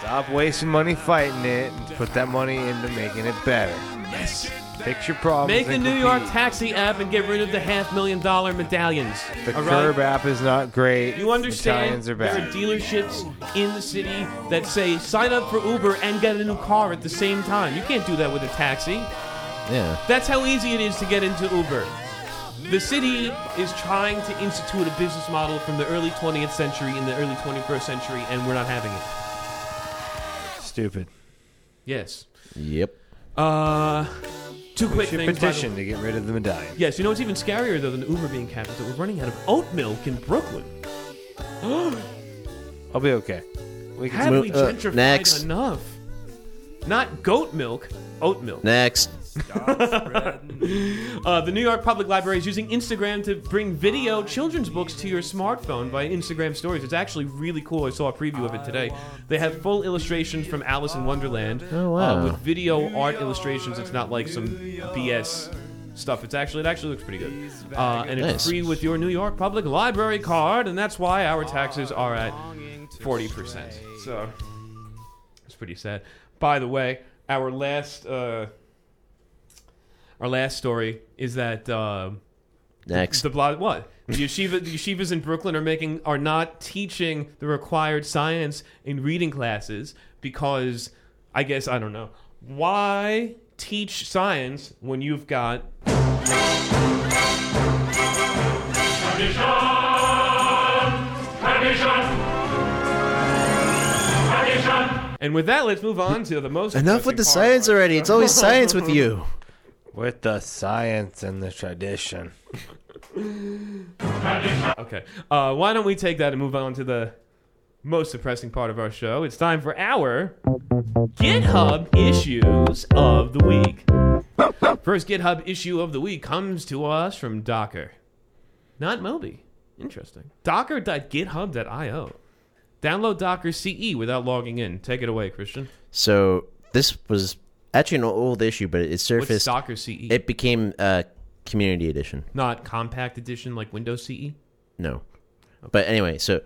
Speaker 3: Stop wasting money fighting it and put that money into making it better.
Speaker 1: Yes.
Speaker 3: Fix your problems.
Speaker 1: Make the
Speaker 3: and
Speaker 1: New York
Speaker 3: compete.
Speaker 1: taxi app and get rid of the half million dollar medallions.
Speaker 3: The
Speaker 1: all right?
Speaker 3: curb app is not great.
Speaker 1: You understand?
Speaker 3: Italians are
Speaker 1: there are
Speaker 3: bad.
Speaker 1: dealerships in the city that say sign up for Uber and get a new car at the same time. You can't do that with a taxi.
Speaker 2: Yeah.
Speaker 1: That's how easy it is to get into Uber. The city is trying to institute a business model from the early 20th century and the early 21st century, and we're not having it.
Speaker 3: Stupid.
Speaker 1: Yes.
Speaker 2: Yep.
Speaker 1: Uh, two quick
Speaker 3: Should
Speaker 1: things. by the
Speaker 3: petition to get rid of the medallion.
Speaker 1: Yes, you know what's even scarier though than Uber being capped is that we're running out of oat milk in Brooklyn.
Speaker 3: I'll be okay. We can.
Speaker 1: Have
Speaker 2: Mo-
Speaker 1: we
Speaker 2: uh,
Speaker 1: gentrified
Speaker 2: next.
Speaker 1: enough? Not goat milk, oat milk.
Speaker 2: Next.
Speaker 1: Uh, the New York Public Library is using Instagram to bring video children's books to your smartphone via Instagram Stories. It's actually really cool. I saw a preview of it today. They have full illustrations from Alice in Wonderland
Speaker 2: Oh, wow.
Speaker 1: uh, with video art illustrations. It's not like some BS stuff. It's actually it actually looks pretty good, uh, and it's
Speaker 2: Nice.
Speaker 1: free with your New York Public Library card, and that's why our taxes are at forty percent. So it's pretty sad. By the way, our last. Uh, our last story is that uh,
Speaker 2: Next.
Speaker 1: the blah, what the yeshiva the yeshivas in Brooklyn are making are not teaching the required science in reading classes because I guess I don't know why teach science when you've got and with that let's move on to the most
Speaker 2: Enough with
Speaker 1: depressing
Speaker 2: the
Speaker 1: part of
Speaker 2: science already. It's always science with you.
Speaker 3: With the science and the tradition.
Speaker 1: Okay. Uh, why don't we take that and move on to the most depressing part of our show? It's time for our GitHub issues of the week. First GitHub issue of the week comes to us from Docker, not Moby. Interesting. Docker.github.io. Download Docker CE without logging in. Take it away, Christian.
Speaker 2: So this was actually an old issue, but it
Speaker 1: What's
Speaker 2: surfaced.
Speaker 1: Docker CE?
Speaker 2: It became uh, Community Edition.
Speaker 1: not Compact Edition like Windows E? CE.
Speaker 2: No, but anyway, so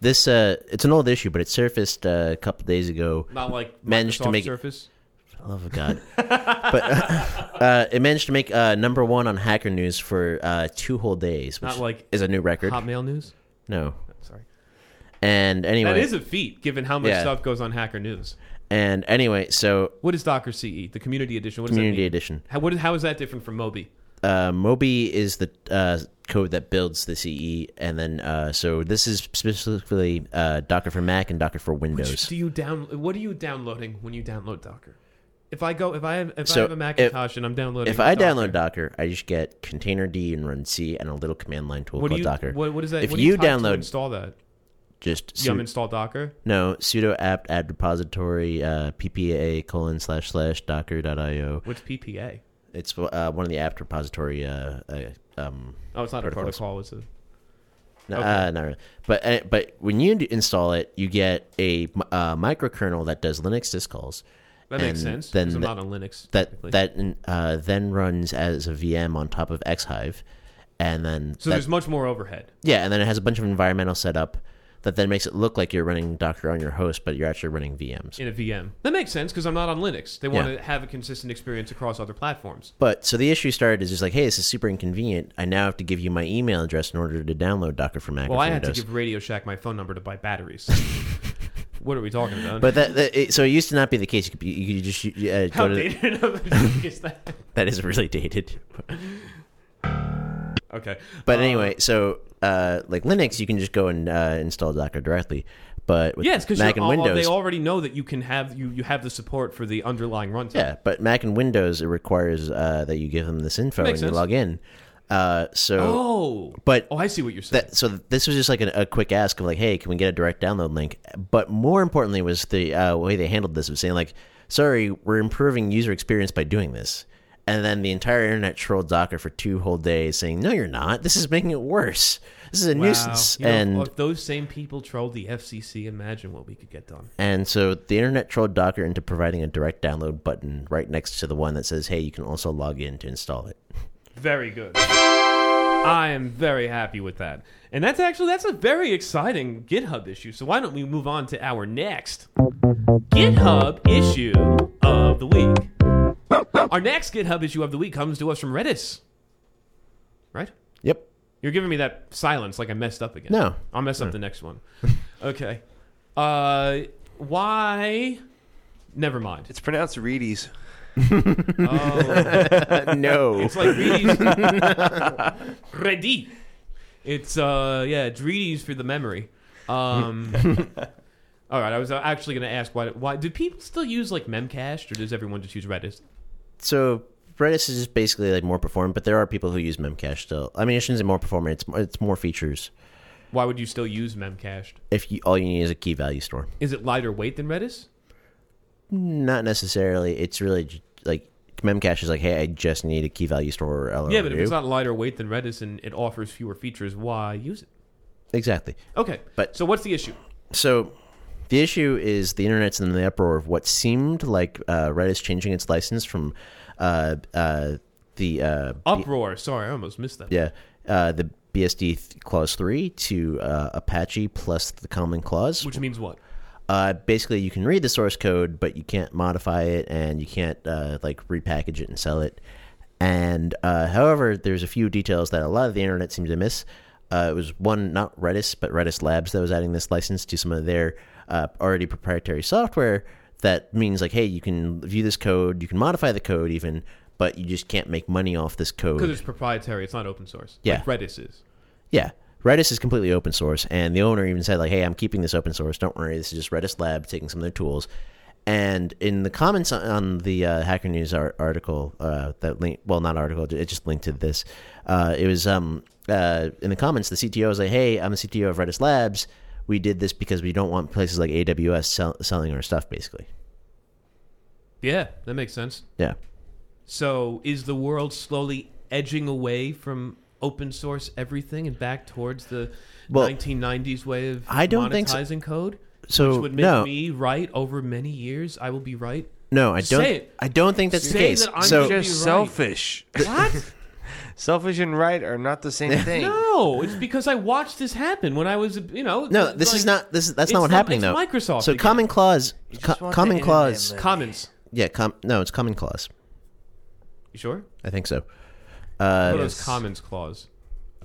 Speaker 2: this uh, it's an old issue, but it surfaced uh, a couple days ago.
Speaker 1: Not like
Speaker 2: Managed to
Speaker 1: Microsoft
Speaker 2: make it-
Speaker 1: Surface.
Speaker 2: For the love of God. but uh, it managed to make uh, number one on Hacker News for uh, two whole days, which
Speaker 1: Not like
Speaker 2: is a new record.
Speaker 1: Hotmail News.
Speaker 2: no.
Speaker 1: Sorry.
Speaker 2: And anyway,
Speaker 1: That is a feat, given how much
Speaker 2: Yeah.
Speaker 1: stuff goes on Hacker News.
Speaker 2: and anyway, so
Speaker 1: What is Docker CE? The Community Edition. What does
Speaker 2: Community
Speaker 1: that mean?
Speaker 2: Edition.
Speaker 1: How, what is, how is that different from Moby?
Speaker 2: Uh, Moby is the uh, code that builds the CE, and then uh, so this is specifically uh, Docker for Mac and Docker for Windows.
Speaker 1: Do you down? What are you downloading when you download Docker? If I go, if I have, if
Speaker 2: So,
Speaker 1: I have a
Speaker 2: if-
Speaker 1: Macintosh and I'm downloading,
Speaker 2: If I
Speaker 1: Docker,
Speaker 2: download Docker, I just get container D and run C and a little command line tool
Speaker 1: what do
Speaker 2: called
Speaker 1: you?
Speaker 2: Docker.
Speaker 1: What, what is that?
Speaker 2: If
Speaker 1: what do you,
Speaker 2: you
Speaker 1: type to
Speaker 2: download-
Speaker 1: install that,
Speaker 2: just
Speaker 1: yum
Speaker 2: su-
Speaker 1: install Docker.
Speaker 2: No, sudo apt add repository uh, ppa colon slash slash docker.io.
Speaker 1: What's PPA?
Speaker 2: It's uh, one of the apt repository. Uh, uh, um,
Speaker 1: Oh, it's not a
Speaker 2: Protocols.
Speaker 1: protocol. It's a
Speaker 2: no,
Speaker 1: Okay.
Speaker 2: uh, not really. But uh, but when you do install it, you get a uh, microkernel that does Linux syscalls.
Speaker 1: that makes
Speaker 2: And
Speaker 1: sense.
Speaker 2: then
Speaker 1: Then I'm
Speaker 2: the-
Speaker 1: not on Linux.
Speaker 2: That
Speaker 1: technically.
Speaker 2: that uh, then runs as a VM on top of XHive, and then
Speaker 1: so
Speaker 2: that-
Speaker 1: there's much more overhead.
Speaker 2: yeah, and then it has a bunch of environmental setup that then makes it look like you're running Docker on your host, but you're actually running VMs.
Speaker 1: in a VM. That makes sense because I'm not on Linux. They want
Speaker 2: Yeah.
Speaker 1: to have a consistent experience across other platforms.
Speaker 2: But so the issue started is just like, hey, this is super inconvenient. I now have to give you my email address in order to download Docker for Mac.
Speaker 1: Well,
Speaker 2: or
Speaker 1: I
Speaker 2: for
Speaker 1: had to
Speaker 2: Windows.
Speaker 1: give Radio Shack my phone number to buy batteries. what are we talking about?
Speaker 2: But that, that it, so it used to not be the case. You could, be- you could just uh,
Speaker 1: how
Speaker 2: go to
Speaker 1: dated of the- is that?
Speaker 2: that is really dated.
Speaker 1: Okay,
Speaker 2: But
Speaker 1: Uh,
Speaker 2: anyway, so uh, like Linux, you can just go and uh, install Docker directly. But with
Speaker 1: yes, because
Speaker 2: Mac and Windows,
Speaker 1: they already know that you can have you you have the support for the underlying runtime.
Speaker 2: yeah. But Mac and Windows, it requires uh, that you give them this info and
Speaker 1: Makes
Speaker 2: you
Speaker 1: sense.
Speaker 2: log in. Uh, so
Speaker 1: Oh,
Speaker 2: But-
Speaker 1: oh, I see what you're saying.
Speaker 2: that so this was just like an, a quick ask of like hey can we get a direct download link but more importantly was the uh, way they handled this was saying like sorry we're improving user experience by doing this and then the entire internet trolled docker for two whole days saying no you're not this is making it worse this is a
Speaker 1: Wow.
Speaker 2: nuisance
Speaker 1: You know,
Speaker 2: and
Speaker 1: if those same people trolled the FCC, imagine what we could get done.
Speaker 2: and so the internet trolled docker into providing a direct download button right next to the one that says hey you can also log in to install it
Speaker 1: Very good. I am very happy with that. And that's actually that's a very exciting GitHub issue. So why don't we move on to our next GitHub issue of the week? Our next GitHub issue of the week comes to us from Redis. Right?
Speaker 2: yep
Speaker 1: You're giving me that silence like I messed up again.
Speaker 2: No.
Speaker 1: I'll mess up the next one. Okay. Uh why Never mind.
Speaker 3: It's pronounced Reedies.
Speaker 1: Oh.
Speaker 2: no
Speaker 1: It's like Reedy's. Ready. It's uh yeah, it's Reedy's for the memory. Um All right, I was uh, actually going to ask why why do people still use like Memcached or does everyone just use Redis?
Speaker 2: so Redis is just basically like more performant, but there are people who use Memcache still. I mean, it shouldn't say more performant; it's more, it's more features.
Speaker 1: Why would you still use Memcached?
Speaker 2: If you, all you need is a key value store,
Speaker 1: Is it lighter weight than Redis?
Speaker 2: not necessarily. It's really j- like Memcache is like, hey, I just need a key value store. Or
Speaker 1: Yeah, but if it's not lighter weight than Redis and it offers fewer features, why use it?
Speaker 2: exactly.
Speaker 1: Okay.
Speaker 2: But-
Speaker 1: so what's the issue?
Speaker 2: So the issue is the internet's in the uproar of what seemed like uh, Redis changing its license from uh, uh, the uh,
Speaker 1: Uproar. Sorry, I almost missed that.
Speaker 2: yeah uh, the BSD th- clause three to uh, Apache plus the common clause,
Speaker 1: Which means what?
Speaker 2: uh, basically you can read the source code but you can't modify it and you can't uh, like repackage it and sell it and uh, however there's a few details that a lot of the internet seemed to miss uh, it was one not redis but redis labs that was adding this license to some of their uh, already proprietary software that means like hey you can view this code you can modify the code even but you just can't make money off this
Speaker 1: Because
Speaker 2: code
Speaker 1: it's proprietary. It's not open source.
Speaker 2: Yeah.
Speaker 1: Like Redis is.
Speaker 2: yeah redis is completely open source and the owner even said like hey i'm keeping this open source don't worry this is just redis lab taking some of their tools And in the comments on- on the uh, Hacker News ar- article uh, that link, well, not article, it just linked to this. Uh, it was um, uh, in the comments. The CTO was like, "Hey, I'm a CTO of Redis Labs. We did this because we don't want places like AWS sell- selling our stuff, basically."
Speaker 1: Yeah, that makes sense.
Speaker 2: Yeah.
Speaker 1: So, is the world slowly edging away from open source everything and back towards the
Speaker 2: Well,
Speaker 1: 1990s way of
Speaker 2: I don't think so.
Speaker 1: monetizing code?
Speaker 2: So,
Speaker 1: which would make
Speaker 2: no.
Speaker 1: me right over many years. I will be right.
Speaker 2: No, I
Speaker 1: Say
Speaker 2: don't.
Speaker 1: it.
Speaker 2: I don't think that's the
Speaker 1: Say
Speaker 2: case.
Speaker 1: that I'm
Speaker 2: so
Speaker 1: You're
Speaker 3: You're
Speaker 1: right.
Speaker 3: selfish.
Speaker 1: What?
Speaker 3: selfish and right are not the same thing.
Speaker 1: no, it's because I watched this happen when I was, you know.
Speaker 2: no,
Speaker 1: it's
Speaker 2: this
Speaker 1: like
Speaker 2: is not. This is that's not
Speaker 1: it's
Speaker 2: what
Speaker 1: not- it's
Speaker 2: happening though.
Speaker 1: Microsoft
Speaker 2: So
Speaker 1: again.
Speaker 2: common clause.
Speaker 3: just
Speaker 2: Co-
Speaker 3: want
Speaker 2: common
Speaker 3: the
Speaker 2: clause.
Speaker 3: internet,
Speaker 1: Commons.
Speaker 2: Yeah. Com- no, it's common clause.
Speaker 1: You sure?
Speaker 2: I think so.
Speaker 1: Uh,
Speaker 2: Uh,
Speaker 1: what is Commons clause?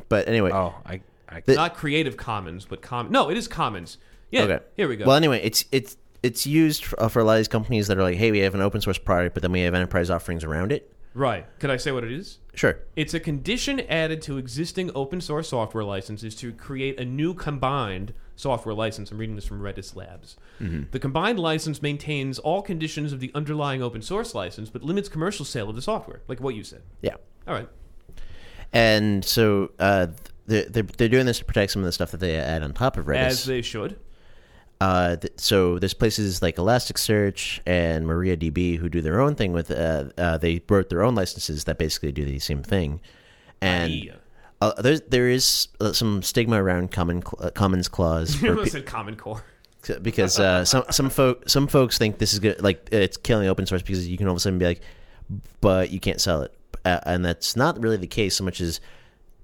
Speaker 2: But anyway,
Speaker 3: Oh, I, I
Speaker 2: The-
Speaker 1: Not Creative Commons, but com. No, it is Commons. Yeah.
Speaker 2: okay.
Speaker 1: Here we go.
Speaker 2: Well, anyway, it's it's it's used for, for a lot of these companies that are like, hey, we have an open source product, but then we have enterprise offerings around it.
Speaker 1: right. Can I say what it is?
Speaker 2: Sure.
Speaker 1: It's a condition added to existing open source software licenses to create a new combined software license. I'm reading this from Redis Labs. The combined license maintains all conditions of the underlying open source license, but limits commercial sale of the software, like what you said.
Speaker 2: Yeah.
Speaker 1: All right.
Speaker 2: And so uh, they're, they're they're doing this to protect some of the stuff that they add on top of Redis.
Speaker 1: As they should.
Speaker 2: Uh, th- so there's places like Elasticsearch and MariaDB who do their own thing with. Uh, uh, they wrote their own licenses that basically do the same thing, and
Speaker 1: Yeah.
Speaker 2: uh, there's, there is uh, some stigma around common cl- uh, commons clause
Speaker 1: You
Speaker 2: for
Speaker 1: almost said Common Core.
Speaker 2: pe- because uh, some some folk some folks think this is good like it's killing open source because you can all of a sudden be like, but you can't sell it, uh, and that's not really the case so much as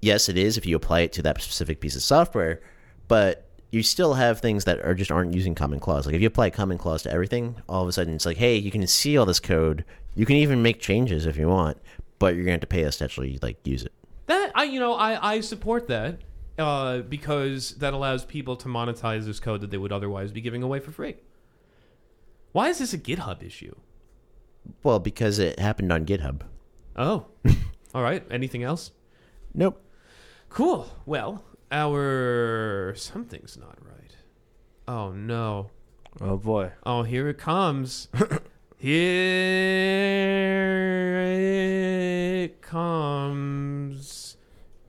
Speaker 2: yes it is if you apply it to that specific piece of software, but you still have things that are just aren't using common clause. Like if you apply common clause to everything, all of a sudden it's like hey you can see all this code, you can even make changes if you want, but you're gonna have to pay us to actually like use it.
Speaker 1: That I you know I I support that uh, because that allows people to monetize this code that they would otherwise be giving away for free. Why is this a GitHub issue?
Speaker 2: Well, because it happened on GitHub.
Speaker 1: Oh, all right. Anything else?
Speaker 2: Nope.
Speaker 1: Cool. Well, our something's not right. Oh no.
Speaker 3: Oh boy.
Speaker 1: Oh, here it comes. here it comes.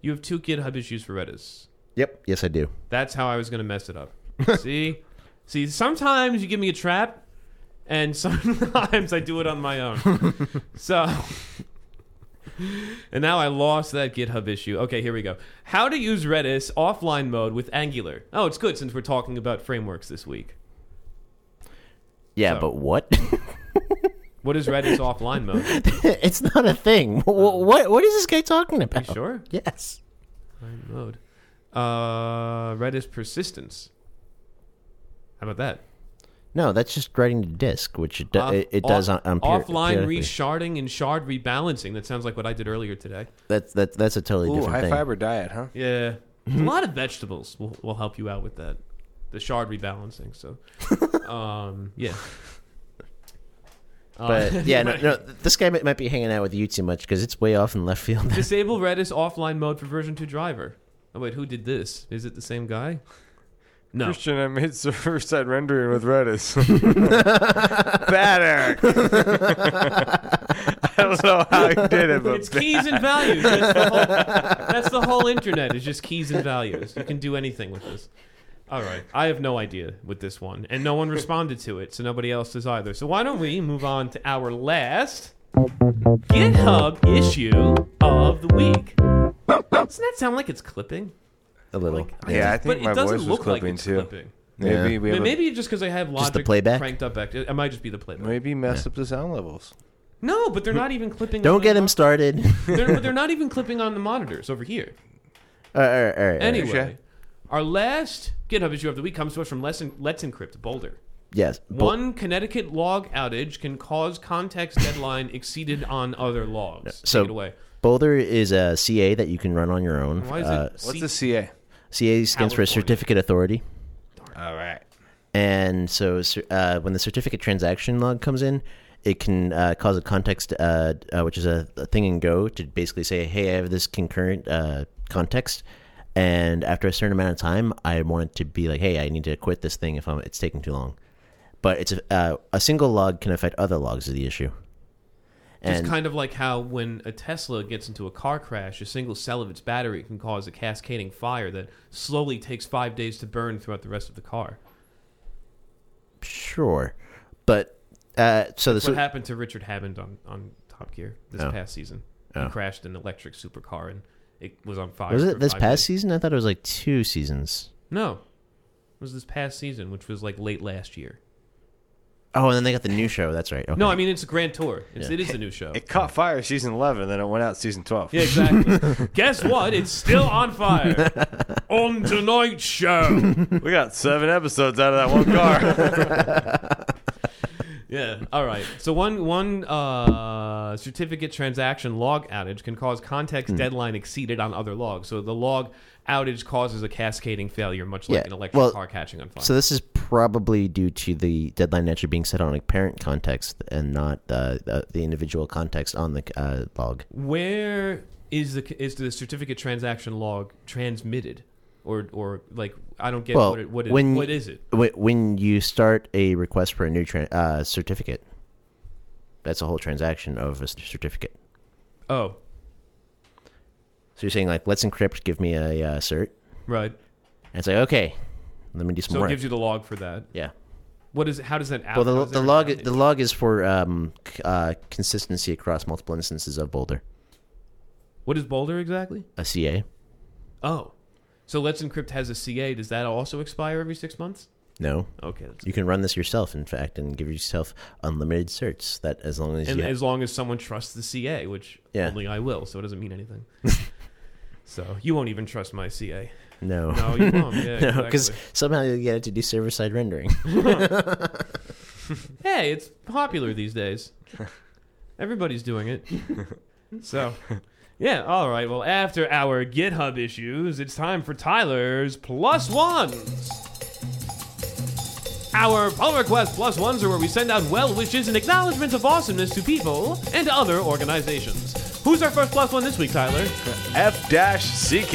Speaker 1: You have two GitHub issues for Redis.
Speaker 2: Yep. Yes, I do.
Speaker 1: That's how I was gonna mess it up. See, see, sometimes you give me a trap, and sometimes I do it on my own. so, and now I lost that GitHub issue. Okay, here we go. How to use Redis offline mode with Angular. Oh, it's good since we're talking about frameworks this week.
Speaker 2: Yeah,
Speaker 1: So-
Speaker 2: but what?
Speaker 1: What is Redis offline mode?
Speaker 2: it's not a thing. What, what what is this guy talking about?
Speaker 1: Oh. You sure?
Speaker 2: Yes.
Speaker 1: Offline mode. Uh, Redis persistence. How about that?
Speaker 2: No, that's just writing to disk, which it, do,
Speaker 1: Uh, Off-
Speaker 2: it, it does on,
Speaker 1: off-
Speaker 2: on peri-
Speaker 1: offline
Speaker 2: periodically.
Speaker 1: resharding and shard rebalancing. That sounds like what I did earlier today.
Speaker 2: That's that, that's a totally
Speaker 3: Ooh,
Speaker 2: different
Speaker 3: high
Speaker 2: thing.
Speaker 3: fiber diet, huh?
Speaker 1: Yeah, a lot of vegetables will, will help you out with that, the shard rebalancing. So, um, yeah. Uh,
Speaker 2: But yeah, no, no, this guy might, might be hanging out with you too much because it's way off in left field.
Speaker 1: disable Redis offline mode for version two driver. Oh wait, who did this? Is it the same guy? No.
Speaker 3: Christian, I made server side rendering with Redis. Bad Eric. I don't know how you did it,
Speaker 1: It's
Speaker 3: but
Speaker 1: keys and values. That's the, whole, that's the whole internet. It's just keys and values. You can do anything with this. All right. I have no idea with this one. And no one responded to it, so nobody else does either. So why don't we move on to our last GitHub issue of the week? Doesn't that sound like it's clipping?
Speaker 2: a little.
Speaker 1: Like,
Speaker 3: yeah, I
Speaker 1: But
Speaker 3: think
Speaker 1: it
Speaker 3: my
Speaker 1: doesn't
Speaker 3: voice was
Speaker 1: look like
Speaker 3: clipping
Speaker 1: it's
Speaker 3: too.
Speaker 1: clipping.
Speaker 3: Maybe we
Speaker 1: I mean,
Speaker 3: have
Speaker 1: maybe just because I have logic
Speaker 2: the playback?
Speaker 1: cranked up back. It might just be the playback.
Speaker 3: a, maybe mess up the sound levels.
Speaker 1: No, but they're not even clipping. on
Speaker 2: Don't
Speaker 1: the
Speaker 2: get him
Speaker 1: mon-
Speaker 2: started.
Speaker 1: They're, but they're not even clipping on the monitors over here.
Speaker 2: all right, all right, all right.
Speaker 1: Anyway,
Speaker 3: Touche.
Speaker 1: our last GitHub issue of the week comes to us from Let's, En- Let's Encrypt Boulder.
Speaker 2: Yes. Bo-
Speaker 1: One Connecticut log outage can cause context deadline exceeded on other logs.
Speaker 2: so-
Speaker 1: Take it away.
Speaker 2: Boulder is a CA that you can run on your own.
Speaker 1: Why is
Speaker 2: Uh,
Speaker 1: it?
Speaker 3: What's
Speaker 1: C-
Speaker 3: the CA?
Speaker 2: CA stands for
Speaker 1: California.
Speaker 2: Certificate Authority.
Speaker 3: All right.
Speaker 2: and so cer- uh, when the certificate transaction log comes in, it can uh, cause a context, uh, uh, which is a, a thing in Go, to basically say, "Hey, I have this concurrent uh, context, and after a certain amount of time, I want it to be like, hey, I need to quit this thing if I'm, it's taking too long." but it's a, uh, a single log can affect other logs is the issue.
Speaker 1: Just
Speaker 2: And
Speaker 1: kind of like how when a Tesla gets into a car crash, a single cell of its battery can cause a cascading fire that slowly takes five days to burn throughout the rest of the car.
Speaker 2: sure, but uh, so
Speaker 1: That's
Speaker 2: this
Speaker 1: what happened to Richard Hammond on, on Top Gear this
Speaker 2: Oh.
Speaker 1: past season. He
Speaker 2: Oh.
Speaker 1: crashed an electric supercar and it was on fire.
Speaker 2: was
Speaker 1: for
Speaker 2: it this
Speaker 1: five
Speaker 2: past
Speaker 1: days.
Speaker 2: season? I thought it was like two seasons.
Speaker 1: No, it was this past season, which was like late last year.
Speaker 2: Oh, and then they got the new show. That's right. Okay.
Speaker 1: No, I mean it's a grand tour. It's, It is a new show.
Speaker 3: It caught fire season 11, then it went out season 12.
Speaker 1: Yeah, exactly. Guess what? It's still on fire. on tonight's show.
Speaker 3: We got seven episodes out of that one car.
Speaker 1: Yeah. All right. So one one uh, certificate transaction log outage can cause
Speaker 2: Hmm.
Speaker 1: context deadline exceeded on other logs. So the log outage causes a cascading failure, much like
Speaker 2: Yeah,
Speaker 1: an electric
Speaker 2: well,
Speaker 1: car catching on fire.
Speaker 2: So this is probably due to the deadline actually being set on a parent context and not uh, the, the individual context on the uh, log.
Speaker 1: Where is the is the certificate transaction log transmitted, or or like I don't get
Speaker 2: Well,
Speaker 1: what it, what, it,
Speaker 2: when-
Speaker 1: what is it?
Speaker 2: Wh- When you start a request for a new tran uh, certificate, that's a whole transaction of a c- certificate.
Speaker 1: Oh,
Speaker 2: So you're saying like, let's encrypt, give me a uh, cert,
Speaker 1: right.
Speaker 2: and it's like, okay, let me do some
Speaker 1: So it
Speaker 2: work.
Speaker 1: gives you the log for that.
Speaker 2: yeah.
Speaker 1: What is how does that? out-
Speaker 2: Well,
Speaker 1: how
Speaker 2: the,
Speaker 1: does
Speaker 2: the
Speaker 1: that
Speaker 2: log
Speaker 1: out?
Speaker 2: the log is for um, c- uh, consistency across multiple instances of Boulder,
Speaker 1: what is Boulder exactly?
Speaker 2: a CA.
Speaker 1: Oh, so Let's Encrypt has a CA. Does that also expire every six months?
Speaker 2: No,
Speaker 1: Okay. That's
Speaker 2: You can run this yourself, in fact, and give yourself unlimited certs. That as long as
Speaker 1: and
Speaker 2: you
Speaker 1: as long as someone trusts the CA, which
Speaker 2: Yeah.
Speaker 1: only I will, so it doesn't mean anything. so you won't even trust my CA.
Speaker 2: no,
Speaker 1: No, you won't. Yeah,
Speaker 2: no, because
Speaker 1: exactly.
Speaker 2: somehow you get it to do server side rendering.
Speaker 1: hey, it's popular these days. Everybody's doing it. So, yeah, all right. Well, after our GitHub issues, it's time for Tyler's plus ones. Our pull request plus ones are where we send out well wishes and acknowledgments of awesomeness to people and other organizations. Who's our first plus one this week, Tyler?
Speaker 3: F CK.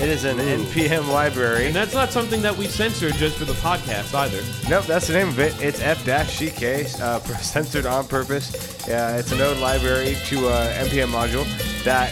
Speaker 3: It is an NPM library.
Speaker 1: And that's not something that we censor just for the podcast either.
Speaker 3: Nope, that's the name of it. It's F CK, uh, censored on purpose. Uh, it's a node library to uh, NPM module that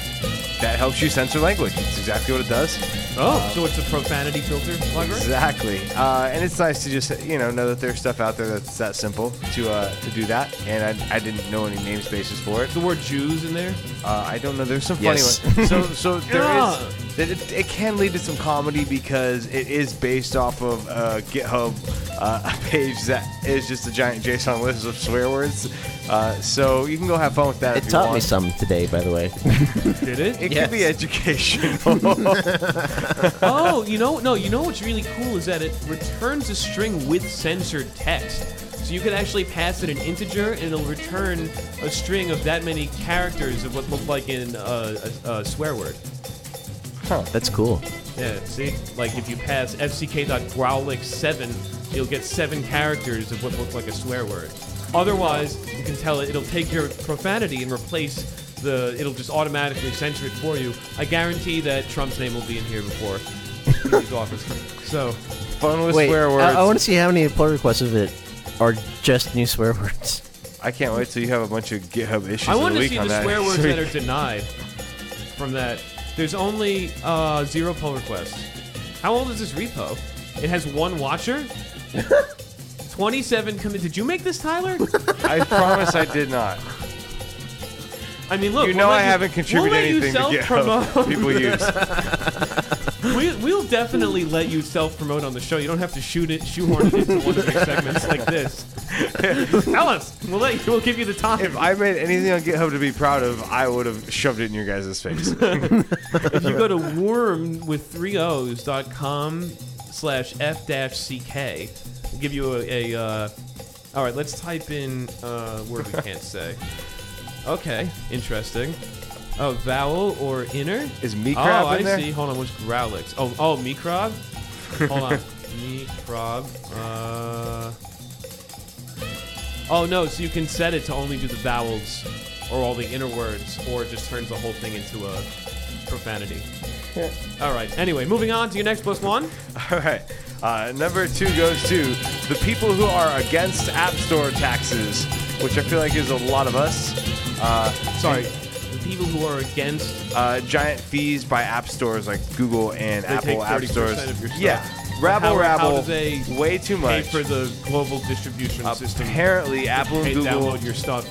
Speaker 3: that helps you censor language. It's exactly what it does.
Speaker 1: Oh, so it's a profanity filter library?
Speaker 3: Exactly, uh, and it's nice to just you know know that there's stuff out there that's that simple to uh, to do that. And I, I didn't know any namespaces for it.
Speaker 1: The word Jews in there?
Speaker 3: Uh, I don't know. There's some funny
Speaker 2: Yes.
Speaker 3: ones. So so there
Speaker 1: Yeah.
Speaker 3: is. It, it, it can lead to some comedy because it is based off of uh, GitHub uh, a page that is just a giant JSON list of swear words. Uh, so you can go have fun with that.
Speaker 2: it
Speaker 3: if you
Speaker 2: taught me
Speaker 3: want.
Speaker 2: some today, by the way.
Speaker 1: Did it?
Speaker 3: It
Speaker 2: Yes.
Speaker 3: could be educational.
Speaker 1: Oh, you know, no, you know what's really cool is that it returns a string with censored text. So you can actually pass it an integer, and it'll return a string of that many characters of what look like in uh, a, a swear word.
Speaker 2: That's cool.
Speaker 1: Yeah, see, like if you pass fck.growlix7, you'll get seven characters of what look like a swear word. Otherwise, you can tell it it'll take your profanity and replace the. It'll just automatically censor it for you. I guarantee that Trump's name will be in here before he leaves office. So,
Speaker 3: fun with
Speaker 2: Wait,
Speaker 3: swear
Speaker 2: I-
Speaker 3: words.
Speaker 2: I, want to see how many pull requests of it are just new swear words.
Speaker 3: I can't wait till you have a bunch of GitHub issues.
Speaker 1: I
Speaker 3: of
Speaker 1: want
Speaker 3: the
Speaker 1: to
Speaker 3: week
Speaker 1: see
Speaker 3: on
Speaker 1: the
Speaker 3: that.
Speaker 1: swear words
Speaker 3: So
Speaker 1: that are denied from that. There's only uh, zero pull requests. How old is this repo? It has one watcher. 27 commit. Did you make this, Tyler?
Speaker 3: I promise I did not.
Speaker 1: I mean, look.
Speaker 3: You
Speaker 1: we'll
Speaker 3: know
Speaker 1: let
Speaker 3: I haven't contributed
Speaker 1: we'll let
Speaker 3: anything
Speaker 1: you self
Speaker 3: to GitHub. People use.
Speaker 1: We, we'll definitely let you self-promote on the show. You don't have to shoot it, shoehorn it into one of your segments like this. Tell us. We'll let you. We'll give you the time.
Speaker 3: If I made anything on GitHub to be proud of, I would have shoved it in your guys' face.
Speaker 1: If you go to worm with three O's dot com slash f dash ck, we'll give you a. a uh, all right, let's type in uh, word we can't say. Okay, interesting. Oh, vowel or inner?
Speaker 3: Is Mekrov
Speaker 1: Oh, I
Speaker 3: in there?
Speaker 1: see. Hold on, what's Growlix? Oh, oh, Mekrov. Hold on, Mekrov. Uh. Oh no, so you can set it to only do the vowels or all the inner words, or it just turns the whole thing into a profanity. All right. Anyway, moving on to your next plus one.
Speaker 3: All right. Uh, number two goes to the people who are against App Store taxes, which I feel like is a lot of us. Uh,
Speaker 1: Sorry. The people who are against.
Speaker 3: uh, giant fees by app stores like Google and
Speaker 1: They
Speaker 3: Apple
Speaker 1: take
Speaker 3: app
Speaker 1: 30%
Speaker 3: stores.
Speaker 1: of your stuff.
Speaker 3: Yeah, rabble
Speaker 1: how,
Speaker 3: rabble.
Speaker 1: How do they
Speaker 3: way too
Speaker 1: pay
Speaker 3: much. Uh,
Speaker 1: for the global distribution system?
Speaker 3: Apparently, Apple and
Speaker 1: They
Speaker 3: Google,
Speaker 1: download your stuff.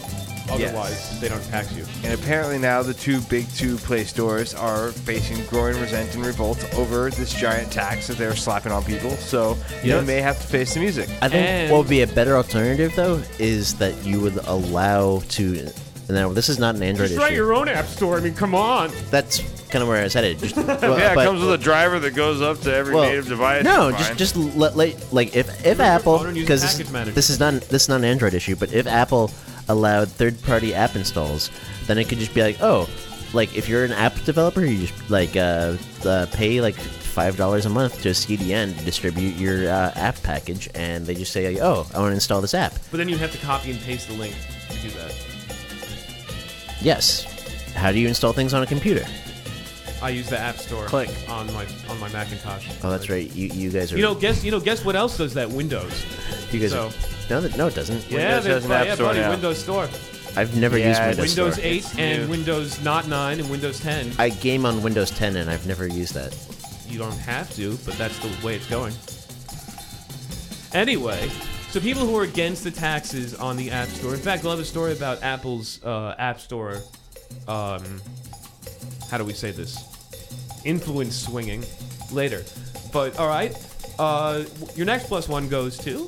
Speaker 1: Otherwise, they don't tax you.
Speaker 3: and apparently now the two big two Play stores are facing growing resent and revolt over this giant tax that they're slapping on people. So
Speaker 1: Yes.
Speaker 3: they may have to face the music.
Speaker 2: I think
Speaker 1: And-
Speaker 2: what would be a better alternative, though, is that you would allow to. And now this is not an Android issue.
Speaker 1: own app store. I mean, come on.
Speaker 2: That's kind of where I was headed. Just, well,
Speaker 3: yeah,
Speaker 2: but-
Speaker 3: it comes with a driver that goes up to every
Speaker 2: well,
Speaker 3: native device.
Speaker 2: No,
Speaker 3: It's
Speaker 2: just
Speaker 3: fine.
Speaker 2: just let, let like if if
Speaker 1: your
Speaker 2: Apple
Speaker 1: phone and use the
Speaker 2: because
Speaker 1: package manager.
Speaker 2: this, this is not this is not an Android issue, but if Apple allowed third party app installs, then it could just be like, oh, like if you're an app developer, you just like uh, uh pay like five dollars a month to a CDN to distribute your uh, app package, and they just say, oh, I want to install this app.
Speaker 1: But then you have to copy and paste the link to do that.
Speaker 2: Yes. How do you install things on a computer?
Speaker 1: I use the App Store
Speaker 2: Click.
Speaker 1: on my on my Macintosh.
Speaker 2: Oh, that's right. You you guys are
Speaker 1: You know, guess you know, guess what else does that? Windows.
Speaker 2: you guys
Speaker 1: so-
Speaker 2: are, no that- no it doesn't.
Speaker 1: yeah, there's
Speaker 3: has an App
Speaker 1: yeah,
Speaker 3: Store
Speaker 1: buddy,
Speaker 3: now.
Speaker 1: Windows Store.
Speaker 2: I've never
Speaker 3: Yeah,
Speaker 2: used
Speaker 3: it's-
Speaker 2: Windows.
Speaker 1: Windows 8
Speaker 2: Store.
Speaker 1: and
Speaker 3: new.
Speaker 1: Windows not 9 and Windows 10.
Speaker 2: I game on Windows 10 and I've never used that.
Speaker 1: You don't have to, but that's the way it's going. Anyway, so people who are against the taxes on the App Store. In fact, I'll have a story about Apple's uh, App Store. Um, how do we say this? Influence swinging later. But all right, uh, w- your next plus one goes to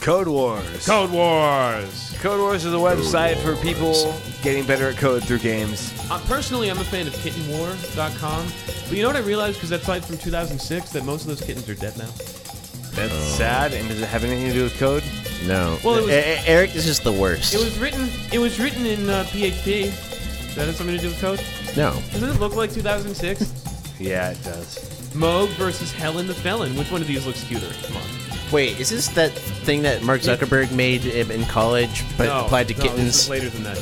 Speaker 3: Code Wars.
Speaker 1: Code Wars.
Speaker 3: Code Wars is a website for people getting better at code through games.
Speaker 1: Uh, personally, I'm a fan of KittenWar.com, but you know what I realized because that site from 2006 that most of those kittens are dead now.
Speaker 3: That's sad. And does it have anything to do with code?
Speaker 2: No.
Speaker 1: Well, it was-
Speaker 2: E- E- Eric is just the worst.
Speaker 1: It was written. It was written in uh, PHP. Does that have something to do with code?
Speaker 2: no.
Speaker 1: Doesn't it look like 2006?
Speaker 3: Yeah, it does.
Speaker 1: Moog versus Helen the Felon. Which one of these looks cuter? Come on.
Speaker 2: Wait, is this that thing that Mark Zuckerberg made i- in college but
Speaker 1: no,
Speaker 2: applied to
Speaker 1: no, This
Speaker 2: kittens?
Speaker 1: is later than that.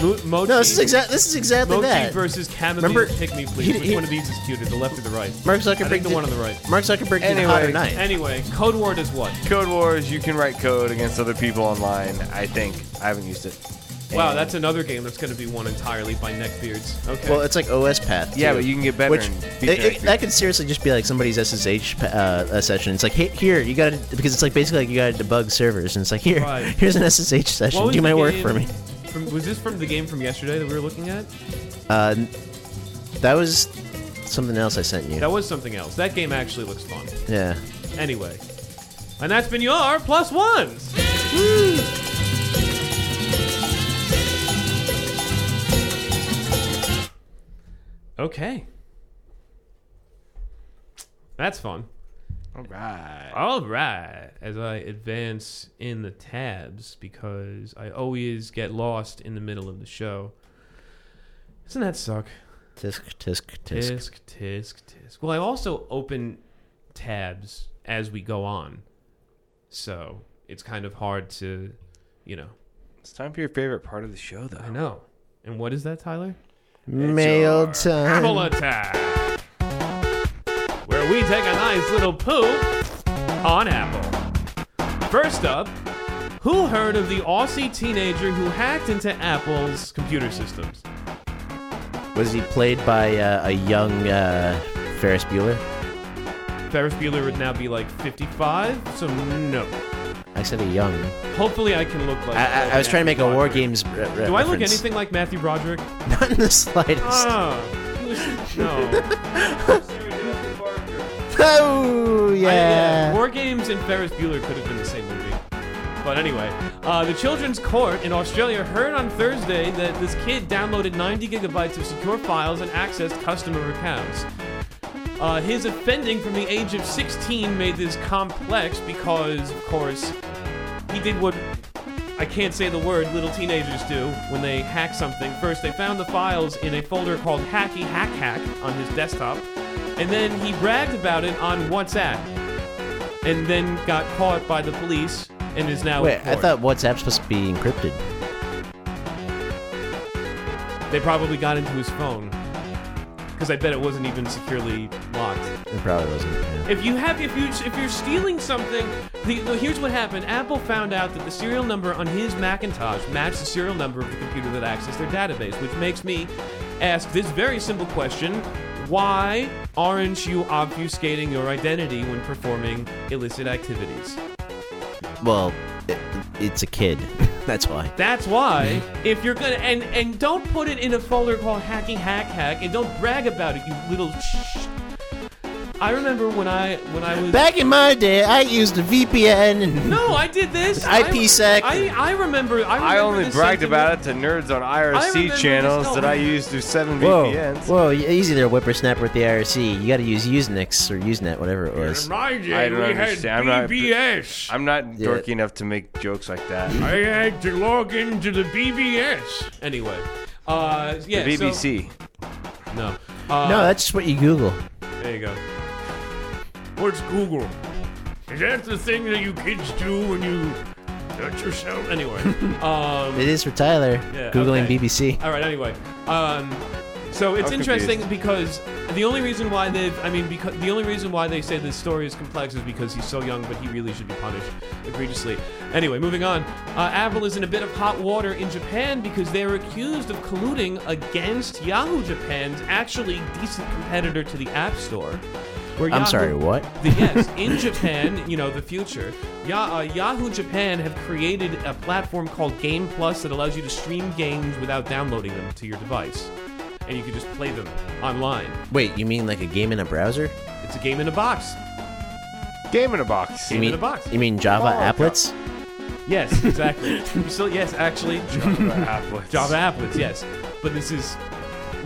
Speaker 1: Mo- Mochi,
Speaker 2: no, this is exact. This is exactly
Speaker 1: Mochi
Speaker 2: that.
Speaker 1: versus Chamomile
Speaker 2: Remember-
Speaker 1: Pick Me Please.
Speaker 2: he-
Speaker 1: Which
Speaker 2: he-
Speaker 1: one of these is cuter? The left or the right?
Speaker 2: Mark Zuckerberg.
Speaker 1: I think the
Speaker 2: did-
Speaker 1: one on the right.
Speaker 2: Mark Zuckerberg did
Speaker 3: Anyway,
Speaker 2: Hot or Not.
Speaker 1: Anyway, Code War does what?
Speaker 3: Code Wars, you can write code against other people online, I think. I haven't used it.
Speaker 1: Wow,
Speaker 3: And-
Speaker 1: that's another game that's going to be won entirely by neckbeards. Okay.
Speaker 2: Well, it's like OS Path.
Speaker 3: Yeah,
Speaker 2: too,
Speaker 3: but you can get better
Speaker 2: Which
Speaker 3: and beat
Speaker 2: it- it-
Speaker 3: Eric.
Speaker 2: that could seriously just be like somebody's SSH pa- uh, session. It's like hey, here you got to because it's like basically like you got to debug servers and it's like here
Speaker 1: Right.
Speaker 2: here's an SSH
Speaker 1: What
Speaker 2: session.
Speaker 1: was
Speaker 2: Do my
Speaker 1: the
Speaker 2: work
Speaker 1: game-
Speaker 2: for me.
Speaker 1: From, was this from the game from yesterday that we were looking at?
Speaker 2: Uh, that was something else I sent you.
Speaker 1: That was something else. That game actually looks fun.
Speaker 2: yeah.
Speaker 1: Anyway. And that's been your plus ones. Okay. That's fun.
Speaker 3: All right.
Speaker 1: All right. As I advance in the tabs, because I always get lost in the middle of the show. Doesn't that suck?
Speaker 2: Tisk tisk tisk.
Speaker 1: Tisk, tisk, tisk. Well, I also open tabs as we go on. So it's kind of hard to, you know.
Speaker 3: It's time for your favorite part of the show, though.
Speaker 1: I know. And what is that, Tyler?
Speaker 2: Mail
Speaker 3: HR.
Speaker 2: time.
Speaker 1: Apple time. Where we take a nice little poop on Apple. First up, who heard of the Aussie teenager who hacked into Apple's computer systems?
Speaker 2: Was he played by uh, a young uh, Ferris Bueller?
Speaker 1: Ferris Bueller would now be like 55, so no.
Speaker 2: I said a young.
Speaker 1: Hopefully, I can look like.
Speaker 2: I, I, I was trying to make a War
Speaker 1: Roderick.
Speaker 2: Games. Re- re-
Speaker 1: Do I look
Speaker 2: reference.
Speaker 1: anything Ah. like Matthew Broderick?
Speaker 2: Not in the slightest.
Speaker 1: Oh, no.
Speaker 2: oh
Speaker 1: I-
Speaker 2: yeah.
Speaker 1: War Games and Ferris Bueller could have been the same movie. But anyway, uh, the Children's Court in Australia heard on Thursday that this kid downloaded 90 gigabytes of secure files and accessed customer accounts. Uh, his offending from the age of 16 made this complex because, of course, he did what I can't say the word little teenagers do when they hack something. First, they found the files in a folder called Hacky Hack Hack on his desktop, and then he bragged about it on WhatsApp, and then got caught by the police and is now. in
Speaker 2: Wait, I
Speaker 1: court.
Speaker 2: thought WhatsApp's supposed to be encrypted.
Speaker 1: they probably got into his phone. because I bet it wasn't even securely locked.
Speaker 2: It probably wasn't. yeah.
Speaker 1: If you have, if you if you're stealing something, the, the- here's what happened. Apple found out that the serial number on his Macintosh matched the serial number of the computer that accessed their database, which makes me ask this very simple question: Why aren't you obfuscating your identity when performing illicit activities?
Speaker 2: Well, it, it's a kid. That's why.
Speaker 1: That's why if you're gonna and and don't put it in a folder called hacking hack hack and don't brag about it, you little. Sh- I remember when I when I was
Speaker 2: Back in my day, I used a VPN and
Speaker 1: No, I did this.
Speaker 2: IPsec.
Speaker 1: I, I remember. I, remember
Speaker 3: I only
Speaker 1: this
Speaker 3: bragged
Speaker 1: sentiment.
Speaker 3: about it to nerds on
Speaker 1: I remember
Speaker 3: IRC
Speaker 1: this-
Speaker 3: channels that I
Speaker 1: no.
Speaker 3: used through seven
Speaker 2: Whoa,
Speaker 3: VPNs.
Speaker 2: whoa, y- easy there, whippersnapper at the IRC. You got to use Usenix or Usenet, whatever it was.
Speaker 5: In my day,
Speaker 3: I don't
Speaker 5: we
Speaker 3: understand. I'm not-
Speaker 5: had BBS.
Speaker 3: I'm not
Speaker 2: Yeah.
Speaker 3: dorky enough to make jokes like that.
Speaker 5: I had to log into the BBS.
Speaker 1: Anyway, uh, yeah.
Speaker 3: the
Speaker 1: so-
Speaker 3: BBC.
Speaker 1: no. Uh,
Speaker 2: No, that's just what you Google.
Speaker 1: There you go.
Speaker 5: What's Google? Is that the thing that you kids do when you touch yourself?
Speaker 1: Anyway.
Speaker 2: It is for Tyler.
Speaker 1: Yeah,
Speaker 2: Googling
Speaker 1: okay. Uh,
Speaker 2: BBC.
Speaker 1: All right. Anyway, um, so it's
Speaker 3: I'm
Speaker 1: interesting because the only reason why they've, I mean, because the only reason why they say this story is complex is because he's so young, but he really should be punished egregiously. Anyway, moving on. Uh, Apple is in a bit of hot water in Japan because they're accused of colluding against Yahoo Japan's actually decent competitor to the App Store. where
Speaker 2: I'm
Speaker 1: Yahoo-
Speaker 2: sorry, what?
Speaker 1: the yes in Japan, you know, the future. Ya- uh, Yahoo Japan have created a platform called Game Plus that allows you to stream games without downloading them to your device, and you can just play them online.
Speaker 2: Wait, you mean like a game in a browser?
Speaker 1: It's a game in a box.
Speaker 3: Game in a box.
Speaker 1: Game
Speaker 2: mean,
Speaker 1: in a box.
Speaker 2: You mean Java
Speaker 3: Oh,
Speaker 2: applets?
Speaker 1: yes, exactly. You still yes, actually,
Speaker 3: Applets.
Speaker 1: Java applets. Yes, but this is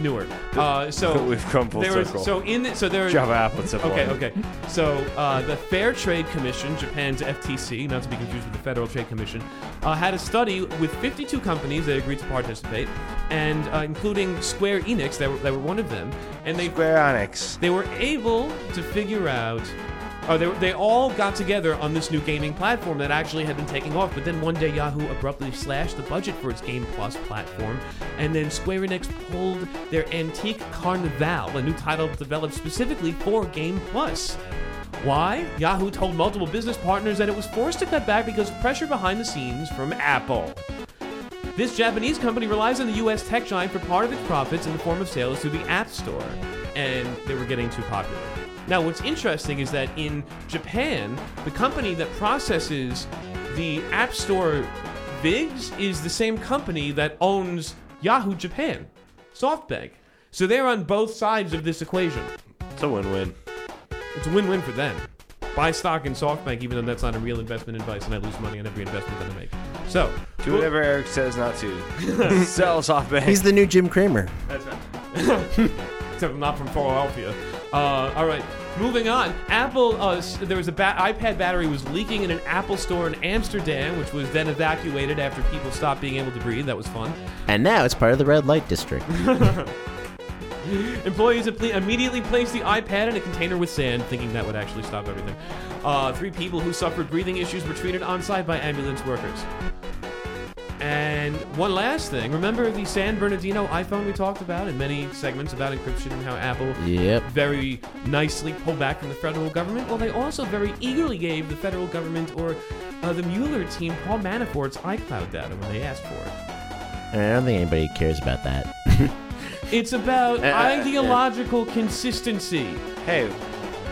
Speaker 1: newer. Uh, so
Speaker 3: We've come full
Speaker 1: there was-
Speaker 3: circle.
Speaker 1: so in the, so there
Speaker 3: Java applets. have
Speaker 1: Okay,
Speaker 3: won.
Speaker 1: okay. So uh, the Fair Trade Commission, Japan's FTC, not to be confused with the Federal Trade Commission, uh, had a study with 52 companies that agreed to participate, and uh, including Square Enix, that were, that were one of them, and they
Speaker 3: Square Enix.
Speaker 1: they were able to figure out. Or they, they all got together on this new gaming platform that actually had been taking off, but then one day Yahoo abruptly slashed the budget for its Game Plus platform, and then Square Enix pulled their Antique Carnival, a new title developed specifically for Game Plus. Why? Yahoo told multiple business partners that it was forced to cut back because of pressure behind the scenes from Apple. This Japanese company relies on the U.S. tech giant for part of its profits in the form of sales through the App Store, and they were getting too popular. Now, what's interesting is that in Japan, the company that processes the App Store VIGs is the same company that owns Yahoo Japan, SoftBank. So they're on both sides of this equation.
Speaker 3: It's a win-win.
Speaker 1: It's a win-win for them. Buy stock in SoftBank, even though that's not a real investment advice, and I lose money on every investment that I make. So,
Speaker 3: Do whatever Eric says not to. Sell off bank.
Speaker 2: He's the new Jim Cramer.
Speaker 1: That's right. Except I'm not from Philadelphia. Uh, all right, moving on. Apple. Uh, s- there was a ba- iPad battery was leaking in an Apple store in Amsterdam, which was then evacuated after people stopped being able to breathe. That was fun.
Speaker 2: And now it's part of the red light district.
Speaker 1: Employees imple- immediately placed the iPad in a container with sand, thinking that would actually stop everything. Uh, three people who suffered breathing issues were treated on site by ambulance workers. And one last thing, remember the San Bernardino iPhone we talked about in many segments about encryption and how Apple
Speaker 2: Yep.
Speaker 1: very nicely pulled back from the federal government. Well, they also very eagerly gave the federal government or uh, the Mueller team Paul Manafort's iCloud data when they asked for it.
Speaker 2: I don't think anybody cares about that.
Speaker 1: It's about
Speaker 3: uh, uh.
Speaker 1: ideological consistency.
Speaker 3: Hey,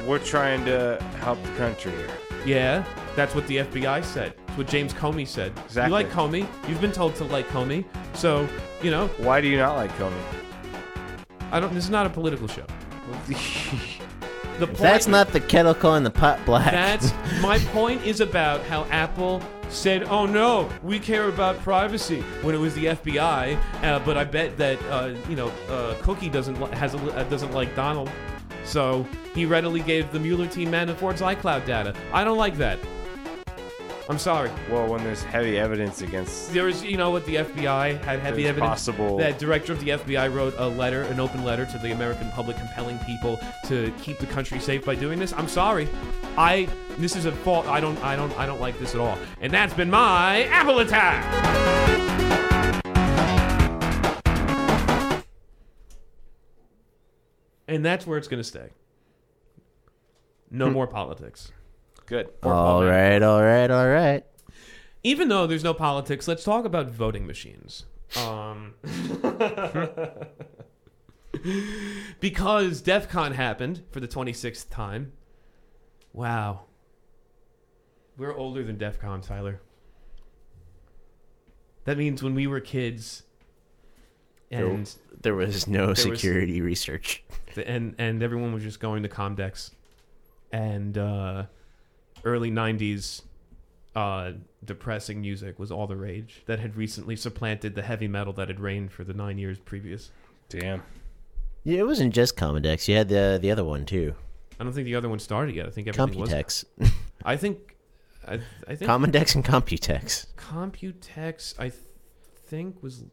Speaker 3: we're trying to help the country here.
Speaker 1: Yeah, that's what the FBI said. It's what James Comey said.
Speaker 3: Exactly.
Speaker 1: You like Comey? You've been told to like Comey. So, you know,
Speaker 3: Why do you not like Comey?
Speaker 1: I don't. This is not a political show. The point,
Speaker 2: That's not the kettle calling the pot black.
Speaker 1: That's my point is about how Apple said, "Oh no, we care about privacy." When it was the FBI, uh, but I bet that uh, you know uh, Cookie doesn't li- has a, li- uh, doesn't like Donald, so he readily gave the Mueller team Manafort's iCloud data. I don't like that. I'm sorry.
Speaker 3: Well, when there's heavy evidence against.
Speaker 1: There was, you know, what the FBI had heavy
Speaker 3: There's
Speaker 1: evidence.
Speaker 3: possible-
Speaker 1: That director of the FBI wrote a letter, an open letter to the American public, compelling people to keep the country safe by doing this. I'm sorry, I. This is a fault. I don't. I don't. I don't like this at all. And that's been my Apple attack. and that's where it's going to stay. No more politics.
Speaker 3: Good.
Speaker 1: Uh,
Speaker 2: all right, all right, all right.
Speaker 1: Even though there's no politics, let's talk about voting machines. Um, because DEF CON happened for the 26th time. Wow. We're older than DEF CON, Tyler. That means when we were kids and
Speaker 2: There was no
Speaker 1: was-
Speaker 2: security research.
Speaker 1: the- and and everyone was just going to Comdex, and uh, early '90s uh, depressing music was all the rage that had recently supplanted the heavy metal that had reigned for the nine years previous.
Speaker 3: Damn.
Speaker 2: Yeah, it wasn't just Comedex. You had the the other one too,
Speaker 1: I don't think the other one started yet. I think everything was.
Speaker 2: Computex.
Speaker 1: I think, I, I think
Speaker 2: Comedex and Computex.
Speaker 1: Computex. I th- think was.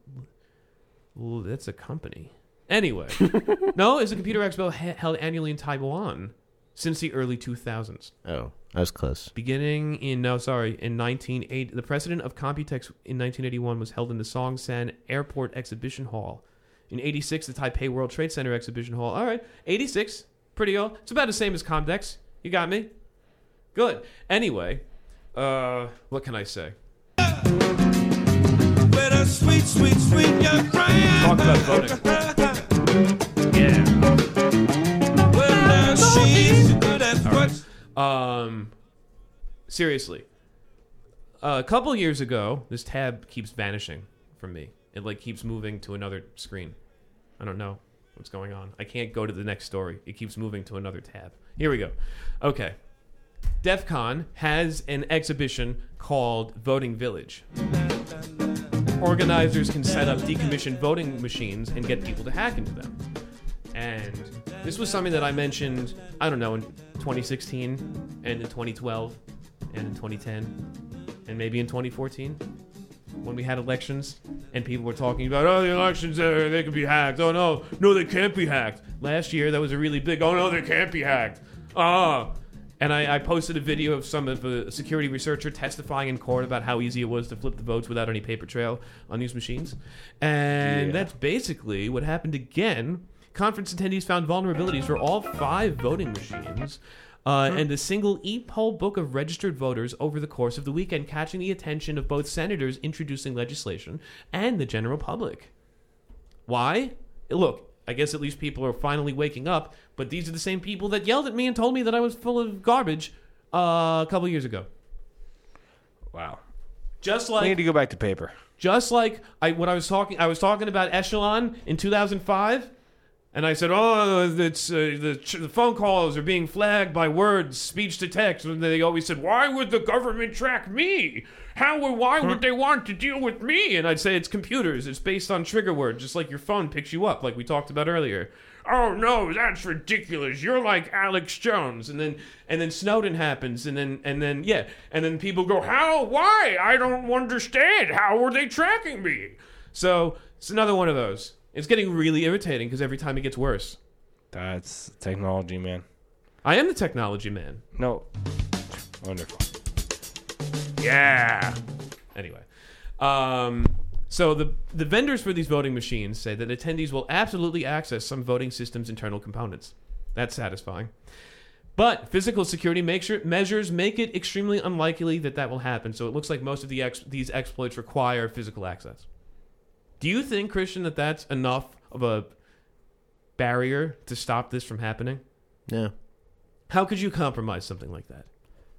Speaker 1: Well, that's a company. Anyway, no, it's a computer expo he- held annually in Taiwan since the early 2000s.
Speaker 2: Oh, I was close.
Speaker 1: Beginning in no, sorry, in 1980, the president of Computex in 1981 was held in the Songsan Airport Exhibition Hall. In 86, the Taipei World Trade Center Exhibition Hall. All right, 86, pretty old. It's about the same as Comdex. You got me. Good. Anyway, uh, what can I say?
Speaker 6: With a sweet, sweet, sweet young friend.
Speaker 1: Talk about voting.
Speaker 6: Well, now she's good at what
Speaker 1: Um, seriously, a couple years ago, this tab keeps vanishing from me. It like keeps moving to another screen. I don't know what's going on. I can't go to the next story. It keeps moving to another tab. Here we go. Okay. DEF CON has an exhibition called Voting Village. Organizers can set up decommissioned voting machines and get people to hack into them. And this was something that I mentioned, I don't know, in 2016 and in 2012 and in 2010 and maybe in 2014 when we had elections and people were talking about, oh, the elections, uh, they could be hacked. Oh, no, no, they can't be hacked. Last year, that was a really big, oh, no, they can't be hacked. Ah. And I, I posted a video of some of a security researcher testifying in court about how easy it was to flip the votes without any paper trail on these machines. And that's basically what happened again. Conference attendees found vulnerabilities for all five voting machines. Uh, and a single e-poll book of registered voters over the course of the weekend, catching the attention of both senators introducing legislation and the general public. Why? Look, I guess at least people are finally waking up, but these are the same people that yelled at me and told me that I was full of garbage uh, a couple years ago.
Speaker 3: Wow.
Speaker 1: Just
Speaker 3: We need
Speaker 1: like
Speaker 3: to go back to paper.
Speaker 1: just like I when I was talking I was talking about Echelon in 2005 and I said, "Oh, it's uh, the, ch- the phone calls are being flagged by words, speech to text." And they always said, "Why would the government track me? How would why would they want to deal with me?" And I'd say, "It's computers. It's based on trigger words, just like your phone picks you up, like we talked about earlier." Oh no, that's ridiculous. You're like Alex Jones, and then and then Snowden happens, and then and then yeah, and then people go, "How? Why? I don't understand. How are they tracking me?" So it's another one of those. It's getting really irritating because every time it gets worse.
Speaker 3: That's technology, man.
Speaker 1: I am the technology man.
Speaker 3: No. Wonderful.
Speaker 1: Yeah. Anyway, um, so the the vendors for these voting machines say that attendees will absolutely access some voting system's internal components. That's satisfying. But physical security make sure, measures make it extremely unlikely that that will happen. So it looks like most of the ex, these exploits require physical access. Do you think, Christian, that that's enough of a barrier to stop this from happening?
Speaker 2: No.
Speaker 1: How could you compromise something like that?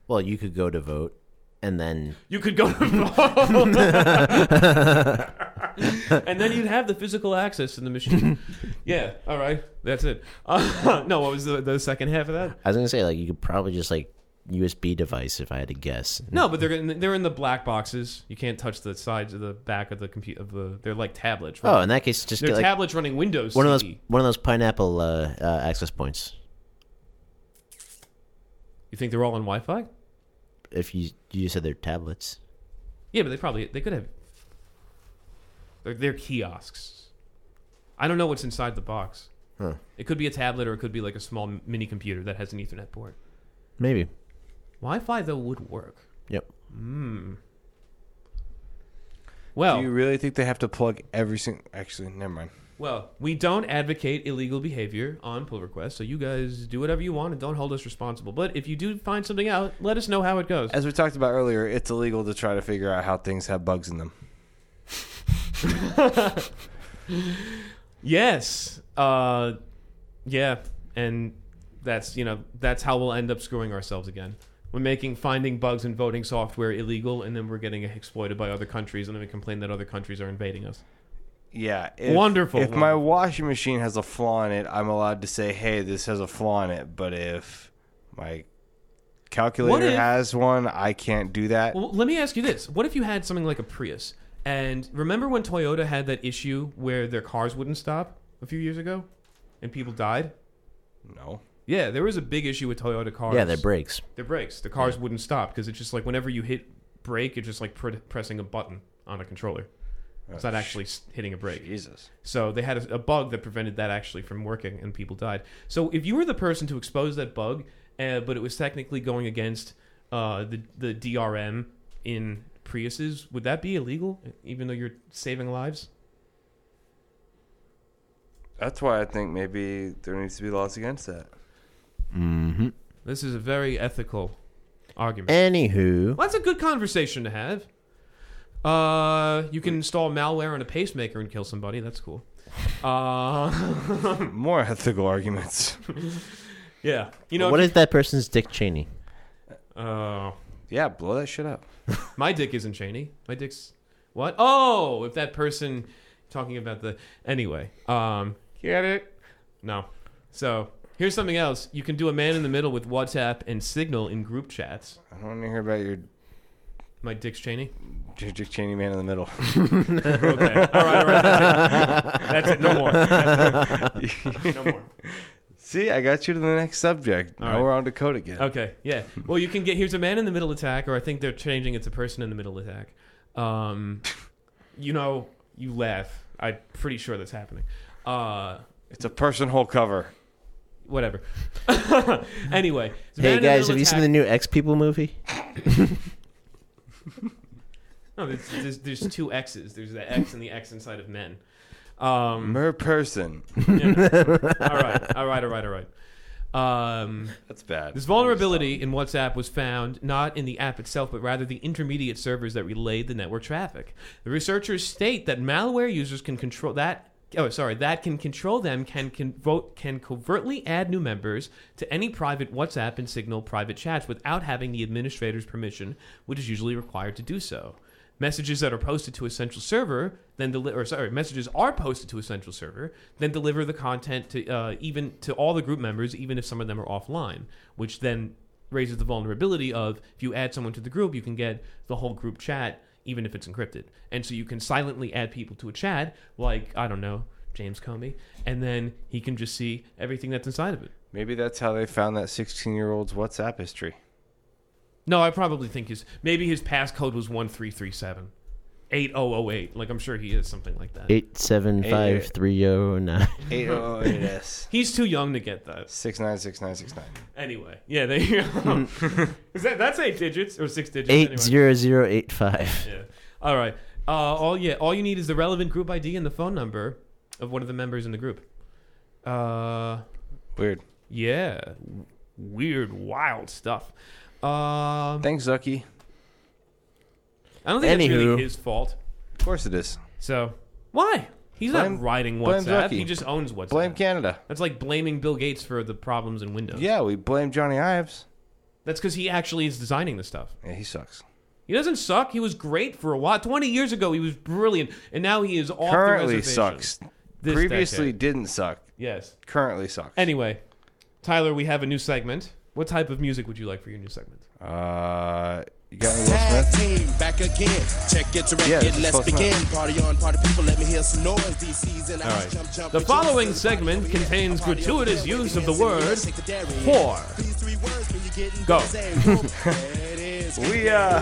Speaker 2: Well, you could go to vote, and then
Speaker 1: You could go to vote. and then you'd have the physical access to the machine. yeah, all right. That's it. Uh, no, what was the, the second half of that?
Speaker 2: I was gonna say like you could probably just like USB device if I had to guess.
Speaker 1: No, but they're in, they're in the black boxes. You can't touch the sides of the back of the computer of the they're like tablets.
Speaker 2: Oh,
Speaker 1: Right?
Speaker 2: in that case, just
Speaker 1: they're
Speaker 2: get like
Speaker 1: tablets running Windows.
Speaker 2: one of those
Speaker 1: CE.
Speaker 2: one of those pineapple uh, uh, access points.
Speaker 1: You think they're all on Wi-Fi?
Speaker 2: If you you said they're tablets,
Speaker 1: Yeah, but they probably they could have. They're, they're kiosks. I don't know what's inside the box.
Speaker 2: Huh.
Speaker 1: It could be a tablet or it could be like a small mini computer that has an Ethernet port.
Speaker 2: maybe.
Speaker 1: Wi-Fi though would work.
Speaker 2: Yep.
Speaker 1: Well,
Speaker 3: Do you really think they have to plug every single? Actually, never mind.
Speaker 1: Well, we don't advocate illegal behavior on pull requests, so you guys do whatever you want and don't hold us responsible. But if you do find something out, let us know how it goes.
Speaker 3: As we talked about earlier, it's illegal to try to figure out how things have bugs in them.
Speaker 1: Yes. Uh, yeah, and that's you know that's how we'll end up screwing ourselves again. We're making finding bugs in voting software illegal, and then we're getting exploited by other countries, and then we complain that other countries are invading us.
Speaker 3: Yeah. If,
Speaker 1: Wonderful,
Speaker 3: If my
Speaker 1: wonderful.
Speaker 3: washing machine has a flaw in it, I'm allowed to say, hey, this has a flaw in it. But if my
Speaker 1: What
Speaker 3: calculator
Speaker 1: if-
Speaker 3: has one, I can't do that.
Speaker 1: Well, let me ask you this: What if you had something like a Prius? And remember when Toyota had that issue where their cars wouldn't stop a few years ago, and people died?
Speaker 3: No.
Speaker 1: Yeah, there was a big issue with Toyota cars.
Speaker 2: Yeah, their brakes.
Speaker 1: Their brakes. The cars wouldn't stop because it's just like whenever you hit brake, it's just like pr- pressing a button on a controller. It's not actually s- hitting a brake.
Speaker 3: Jesus.
Speaker 1: So they had a, a bug that prevented that actually from working, and people died. So if you were the person to expose that bug, uh, but it was technically going against uh, the the DRM in Priuses, would that be illegal? Even though you're saving lives,
Speaker 3: That's why I think maybe there needs to be laws against that.
Speaker 1: this is a very ethical argument.
Speaker 2: Anywho,
Speaker 1: Well, that's a good conversation to have. Uh, you can install malware on a pacemaker and kill somebody. That's cool. Uh,
Speaker 3: More ethical arguments.
Speaker 1: yeah. You know,
Speaker 2: what
Speaker 1: if
Speaker 2: is that person's Dick Cheney?
Speaker 1: you- Oh.
Speaker 3: yeah, blow that shit up.
Speaker 1: My dick isn't Cheney. My dick's what? Oh, if that person talking about the anyway. Um, get it? No. So here's something else. You can do a man in the middle with WhatsApp and Signal in group chats.
Speaker 3: I don't want to hear about your
Speaker 1: My dick's Cheney.
Speaker 3: J- Dick Cheney man in the middle.
Speaker 1: Okay. all right. All right. That's it. That's it. No more. That's it. No more.
Speaker 3: See, I got you to the next subject. now
Speaker 1: right.
Speaker 3: we're on to code again.
Speaker 1: Okay, yeah. Well, you can get here's a man in the middle attack, or I think they're changing it to person in the middle attack. Um, you know, you laugh. I'm pretty sure that's happening. Uh,
Speaker 3: It's a person whole cover.
Speaker 1: whatever. anyway, it's a man
Speaker 2: Hey
Speaker 1: in the
Speaker 2: guys,
Speaker 1: middle
Speaker 2: have you seen
Speaker 1: attack-
Speaker 2: the new X People movie?
Speaker 1: No, there's, there's, there's two X's. There's the X and the X inside of men. Um,
Speaker 3: Mer person.
Speaker 1: all right, all right, all right, all right. Um,
Speaker 3: That's bad.
Speaker 1: This vulnerability in WhatsApp was found not in the app itself, but rather the intermediate servers that relayed the network traffic. The researchers state that malware users can control that. Oh, sorry, that can control them can can vote can covertly add new members to any private WhatsApp and Signal private chats without having the administrator's permission, which is usually required to do so. Messages that are posted to a central server, then deli- or sorry, messages are posted to a central server, then deliver the content to uh, even to all the group members, even if some of them are offline, which then raises the vulnerability of if you add someone to the group, you can get the whole group chat, even if it's encrypted, and so you can silently add people to a chat, like I don't know James Comey, and then he can just see everything that's inside of it.
Speaker 3: Maybe that's how they found that 16 year old's WhatsApp history.
Speaker 1: No, I probably think his maybe his passcode was one three three seven. 8008 like i'm sure he is something like that
Speaker 2: Eight seven five three zero nine.
Speaker 3: 808S.
Speaker 1: He's too young to get that.
Speaker 3: 696969.
Speaker 1: Anyway, yeah, there you go. Is that that's eight digits or six digits? anyway.
Speaker 2: Eight zero zero eight five.
Speaker 1: Yeah. All right. Uh, all yeah. All you need is the relevant group ID and the phone number of one of the members in the group. Uh,
Speaker 3: Weird.
Speaker 1: yeah. Weird, wild stuff. Um,
Speaker 3: Thanks, Zucky.
Speaker 1: I don't think it's
Speaker 2: Anywho.
Speaker 1: really his fault.
Speaker 3: Of course it is.
Speaker 1: So why? He's
Speaker 3: Blame-
Speaker 1: not writing
Speaker 3: blame
Speaker 1: WhatsApp.
Speaker 3: Zucky.
Speaker 1: He just owns WhatsApp.
Speaker 3: Blame Canada.
Speaker 1: That's like blaming Bill Gates for the problems in Windows.
Speaker 3: Yeah, we blame Johnny Ives.
Speaker 1: That's because he actually is designing this stuff.
Speaker 3: Yeah, he sucks.
Speaker 1: He doesn't suck. He was great for a while. Twenty years ago, he was brilliant, and now he is off the
Speaker 3: Currently
Speaker 1: reservation.
Speaker 3: sucks.
Speaker 1: This
Speaker 3: Previously
Speaker 1: decade.
Speaker 3: didn't suck.
Speaker 1: yes.
Speaker 3: Currently sucks.
Speaker 1: Anyway, Tyler, we have a new segment. What type of music would you like for your new segment?
Speaker 3: Uh, you got any Will
Speaker 4: Tag
Speaker 3: Smith?
Speaker 4: team, back again. Check it, direct
Speaker 3: Yeah,
Speaker 4: it,
Speaker 3: this is
Speaker 4: let's
Speaker 3: Will Smith.
Speaker 4: begin. Party on, party people, let me hear some noise. DC's and
Speaker 1: All right.
Speaker 4: jump, jump.
Speaker 1: The
Speaker 4: with
Speaker 1: following
Speaker 4: your sisters.
Speaker 1: segment
Speaker 4: Party over here,
Speaker 1: contains
Speaker 4: party over
Speaker 1: gratuitous
Speaker 4: there,
Speaker 1: use
Speaker 4: wave
Speaker 1: of the
Speaker 4: your hands in
Speaker 1: word
Speaker 4: shake the dairy.
Speaker 1: whore.
Speaker 4: These three words when you get in
Speaker 1: Go.
Speaker 4: the same room. There it is.
Speaker 3: We uh,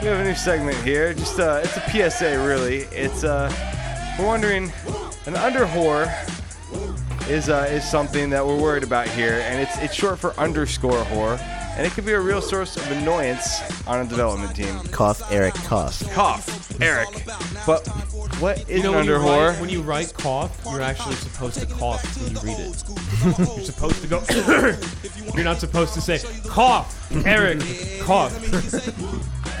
Speaker 3: we have a new segment here. Just uh, it's a PSA, really. It's uh, we're wondering, an under whore is uh, is something that we're worried about here, and it's it's short for underscore whore, and it could be a real source of annoyance on a development team.
Speaker 2: Cough Eric cough.
Speaker 3: Cough, Eric. But What is
Speaker 1: You know,
Speaker 3: an
Speaker 1: when you,
Speaker 3: under
Speaker 1: write,
Speaker 3: whore?
Speaker 1: when you write cough, you're actually supposed to cough when you read it.
Speaker 4: You're
Speaker 1: Supposed to go. you're not supposed to say cough, Eric, cough.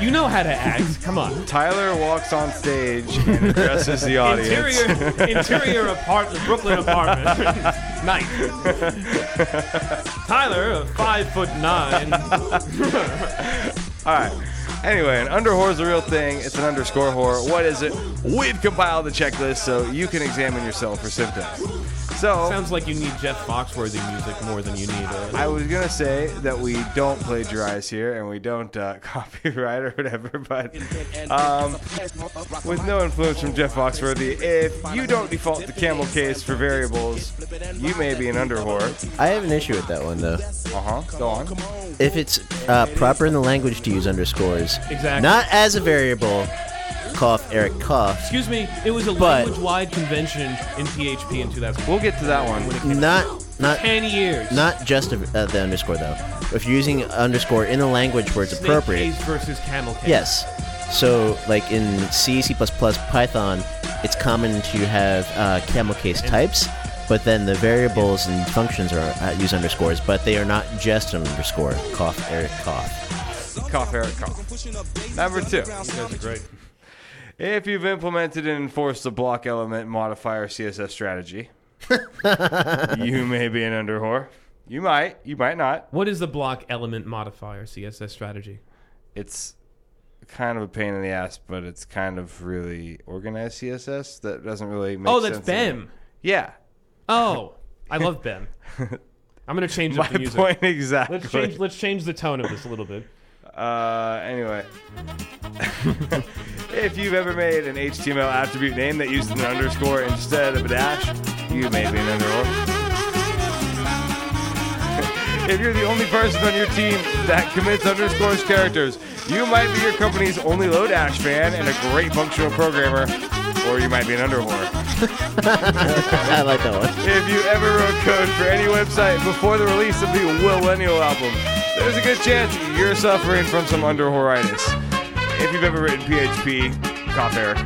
Speaker 1: you know how to act. Come on.
Speaker 3: Tyler walks on stage and addresses the audience.
Speaker 1: Interior, interior apartment, Brooklyn apartment. Night. Tyler, five foot nine.
Speaker 3: All right. Anyway, an under whore is a real thing. It's an underscore whore. What is it? We've compiled the checklist so you can examine yourself for symptoms. So
Speaker 1: Sounds like you need Jeff Foxworthy music more than you need. Uh,
Speaker 3: I was gonna say that we don't plagiarize here and we don't uh, copyright or whatever, but um, with no influence from Jeff Foxworthy, if you don't default to camel case for variables, you may be an under whore.
Speaker 2: I have an issue with that one though.
Speaker 3: Uh huh. Go on.
Speaker 2: If it's uh, proper in the language to use underscores,
Speaker 1: Exactly.
Speaker 2: not as a variable, cough Eric cough,
Speaker 1: Excuse me, it was a
Speaker 2: But-
Speaker 1: language wide convention in PHP in 2000.
Speaker 3: We'll get to that one.
Speaker 2: not not
Speaker 1: 10 years.
Speaker 2: not just a, uh, the underscore though. If you're using underscore in a language where it's
Speaker 1: Snake
Speaker 2: appropriate,
Speaker 1: case versus camel case.
Speaker 2: Yes. So, like in C, C++, Python, it's common to have uh, camel case types, but then the variables and functions are uh, use underscores, but they are not just an underscore. Cough, Eric, cough.
Speaker 3: Cough, Eric, cough. Number two.
Speaker 1: Great.
Speaker 3: If you've implemented and enforced the block element modifier CSS strategy, you may be an under whore. You might, you might not.
Speaker 1: What is the block element modifier CSS strategy?
Speaker 3: It's kind of a pain in the ass, but it's kind of really organized CSS that doesn't really make
Speaker 1: Oh,
Speaker 3: sense.
Speaker 1: that's BEM.
Speaker 3: Yeah.
Speaker 1: Oh, I love BEM. I'm gonna change up
Speaker 3: My
Speaker 1: the music.
Speaker 3: point exactly.
Speaker 1: Let's change. Let's change the tone of this a little bit.
Speaker 3: Uh, anyway. if you've ever made an HTML attribute name that used an underscore instead of a dash, you may be an underscore. if you're the only person on your team that commits underscores characters, you might be your company's only low dash fan and a great functional programmer, or you might be an underwhore.
Speaker 2: I like that one.
Speaker 3: If you ever wrote code for any website before the release of the Millennial album, there's a good chance you're suffering from some underhoritis. If you've ever written PHP, cough air,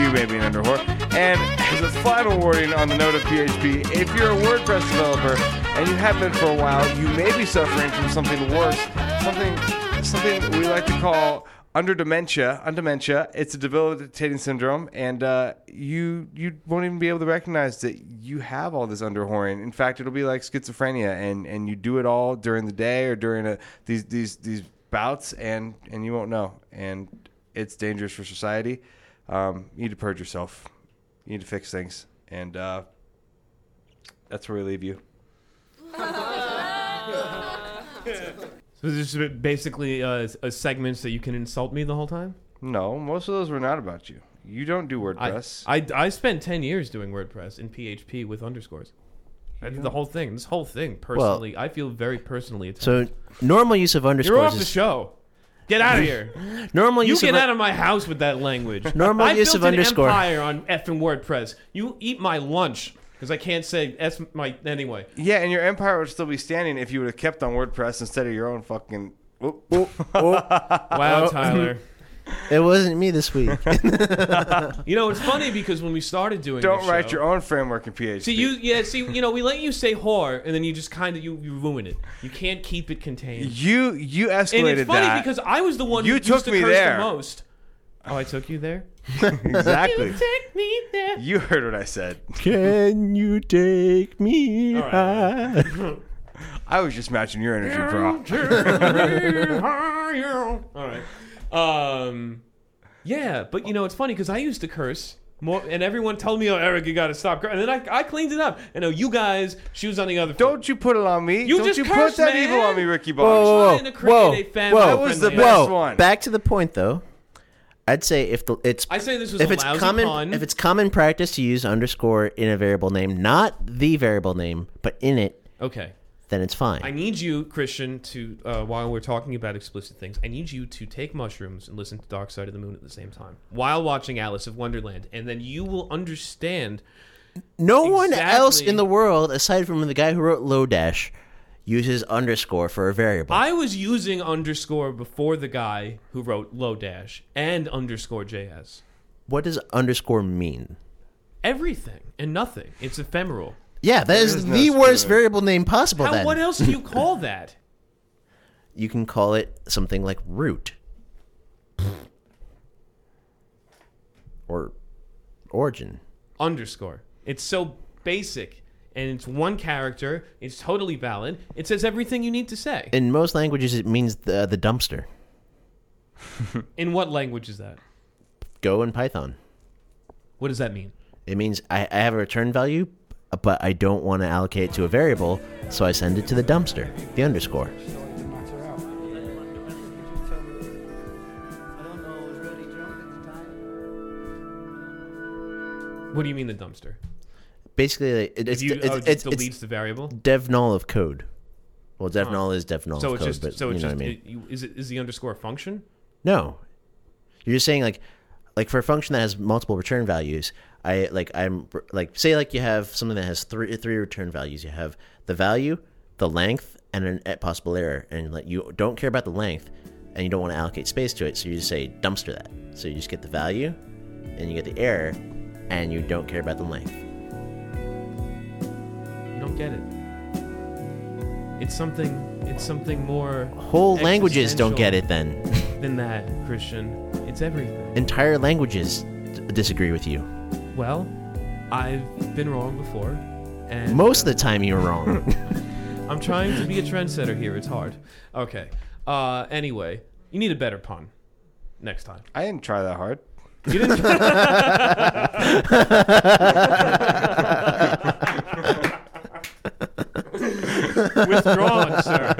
Speaker 3: you may be an underwhore. And as a final warning on the note of PHP, if you're a WordPress developer and you have been for a while, you may be suffering from something worse, something something we like to call under dementia, under dementia, it's a debilitating syndrome, and uh, you you won't even be able to recognize that you have all this underhorn. In fact, it'll be like schizophrenia, and and you do it all during the day or during a, these these these bouts, and and you won't know, and it's dangerous for society. Um, you need to purge yourself. You need to fix things, and uh, that's where we leave you.
Speaker 1: So this is basically uh, a segment so you can insult me the whole time.
Speaker 3: No, most of those were not about you. You don't do
Speaker 1: I,
Speaker 3: WordPress.
Speaker 1: I, I spent 10 years doing WordPress in PHP with underscores. I did the whole thing. This whole thing, personally, I feel very personally attacked.
Speaker 2: So, normal use of
Speaker 1: You're off
Speaker 2: underscores
Speaker 1: the
Speaker 2: is
Speaker 1: show. Get out of here.
Speaker 2: normal
Speaker 1: you
Speaker 2: use
Speaker 1: get
Speaker 2: of
Speaker 1: out of my house with that language.
Speaker 2: Normal
Speaker 1: I
Speaker 2: use
Speaker 1: built
Speaker 2: of
Speaker 1: an
Speaker 2: underscore.
Speaker 1: empire on effing WordPress. You eat my lunch because I can't say that's my anyway.
Speaker 3: Yeah, and your empire would still be standing if you would have kept on WordPress instead of your own fucking. Oop.
Speaker 2: Uh,
Speaker 1: Wow,
Speaker 2: oh.
Speaker 1: Tyler.
Speaker 2: it wasn't me this week.
Speaker 1: You know it's funny because when we started doing
Speaker 3: Don't
Speaker 1: this
Speaker 3: write
Speaker 1: show-
Speaker 3: your own framework in PHP.
Speaker 1: See you, yeah. See, you know, we let you say whore, and then you just kind of you, you ruin it. You can't keep it contained.
Speaker 3: you you escalated
Speaker 1: And it's funny
Speaker 3: that
Speaker 1: because I was the one
Speaker 3: You
Speaker 1: who
Speaker 3: took
Speaker 1: used to
Speaker 3: me
Speaker 1: curse the
Speaker 3: there.
Speaker 1: most. Oh, I took you there.
Speaker 3: exactly.
Speaker 1: Take me there.
Speaker 3: You heard what I said.
Speaker 2: Can you take me
Speaker 1: All right.
Speaker 3: I was just matching your energy, bro.
Speaker 1: All right. Um, yeah, but you know it's funny because I used to curse more, and everyone told me, "Oh, Eric, you got to stop." cur-" And then I, I cleaned it up. And oh, you guys, she was on the other. foot.
Speaker 3: Don't you put it on me.
Speaker 1: You
Speaker 3: Don't
Speaker 1: just
Speaker 3: you
Speaker 1: cursed,
Speaker 3: put that
Speaker 1: man.
Speaker 3: evil on me, Ricky Bobby.
Speaker 2: whoa,
Speaker 1: trying to
Speaker 2: whoa,
Speaker 1: create
Speaker 2: whoa,
Speaker 1: a
Speaker 2: whoa,
Speaker 1: family That
Speaker 3: was the
Speaker 2: whoa.
Speaker 3: best one.
Speaker 2: Back to the point, though. I'd say if the it's
Speaker 1: I say this was
Speaker 2: if
Speaker 1: a
Speaker 2: it's
Speaker 1: lousy
Speaker 2: common
Speaker 1: pun.
Speaker 2: if it's common practice to use underscore in a variable name, not the variable name, but in it,
Speaker 1: okay.
Speaker 2: then it's fine.
Speaker 1: I need you, Christian, to uh, while we're talking about explicit things, I need you to take mushrooms and listen to Dark Side of the Moon at the same time while watching Alice of Wonderland, and then you will understand.
Speaker 2: no one else
Speaker 1: Exactly.
Speaker 2: in the world, aside from the guy who wrote Lodash, uses underscore for a variable.
Speaker 1: I was using underscore before the guy who wrote Lodash and underscore JS.
Speaker 2: what does underscore mean?
Speaker 1: Everything and nothing. It's ephemeral.
Speaker 2: Yeah, that is
Speaker 3: is no
Speaker 2: the
Speaker 3: screw
Speaker 2: worst
Speaker 3: it.
Speaker 2: variable name possible.
Speaker 1: How,
Speaker 2: then
Speaker 1: what else do you call that?
Speaker 2: you can call it something like root, or origin.
Speaker 1: Underscore. It's so basic. And it's one character. It's totally valid. It says everything you need to say.
Speaker 2: In most languages, it means the the dumpster.
Speaker 1: In what language is that?
Speaker 2: Go in Python.
Speaker 1: What does that mean?
Speaker 2: It means I, I have a return value, but I don't want to allocate it to a variable, so I send it to the dumpster, the underscore.
Speaker 1: What do you mean the dumpster?
Speaker 2: Basically, like, it, it's,
Speaker 1: you,
Speaker 2: it's,
Speaker 1: oh, it
Speaker 2: it's,
Speaker 1: just deletes
Speaker 2: it's
Speaker 1: the variable.
Speaker 2: dev null of code. Well, dev null is dev null
Speaker 1: So
Speaker 2: of
Speaker 1: it's
Speaker 2: code,
Speaker 1: just
Speaker 2: but
Speaker 1: so
Speaker 2: you know
Speaker 1: it's
Speaker 2: what I
Speaker 1: just
Speaker 2: mean.
Speaker 1: it- you- is it is the underscore a function?
Speaker 2: No, you're just saying like, like for a function that has multiple return values, I like I'm like say like you have something that has three three return values. You have the value, the length, and an a possible error, and like you don't care about the length, and you don't want to allocate space to it, so you just say dumpster that. So you just get the value, and you get the error, and you don't care about the length.
Speaker 1: You don't get it. It's something. It's something more.
Speaker 2: Whole languages don't get it
Speaker 1: existential
Speaker 2: then.
Speaker 1: Than that, Christian. It's everything.
Speaker 2: Entire languages d- disagree with you.
Speaker 1: Well, I've been wrong before, and
Speaker 2: Most of the time you're wrong.
Speaker 1: I'm trying to be a trendsetter here. It's hard. Okay. Uh. Anyway, you need a better pun next time.
Speaker 3: I didn't try that hard.
Speaker 1: You didn't. Withdrawn, sir.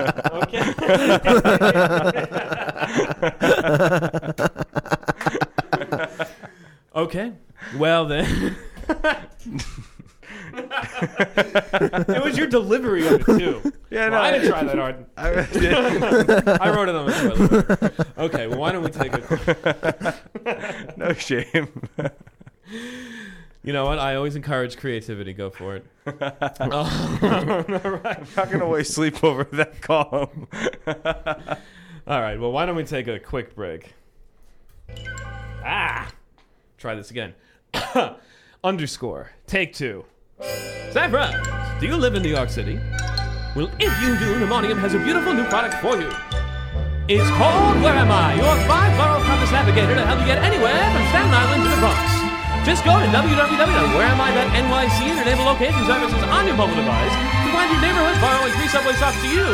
Speaker 1: Okay. Well then. it was your delivery of it too.
Speaker 3: Yeah,
Speaker 1: Well, I didn't try that hard. I wrote it on the toilet. Okay. Well, why don't we take a?
Speaker 3: no shame.
Speaker 1: You know what? I always encourage creativity. Go for it. Uh,
Speaker 3: Not gonna waste sleep over that column.
Speaker 1: All right. Well, why don't we take a quick break? Ah, try this again. Underscore. Take two. San Fran, do you live in New York City? Well, if you do, Pneumonium has a beautiful new product for you. It's called Where Am I? Your five borough compass navigator to help you get anywhere from Staten Island to the Bronx. Just go to www.whereami.nyc and enable location services on your mobile device to find your neighborhood borough and three subway stops to you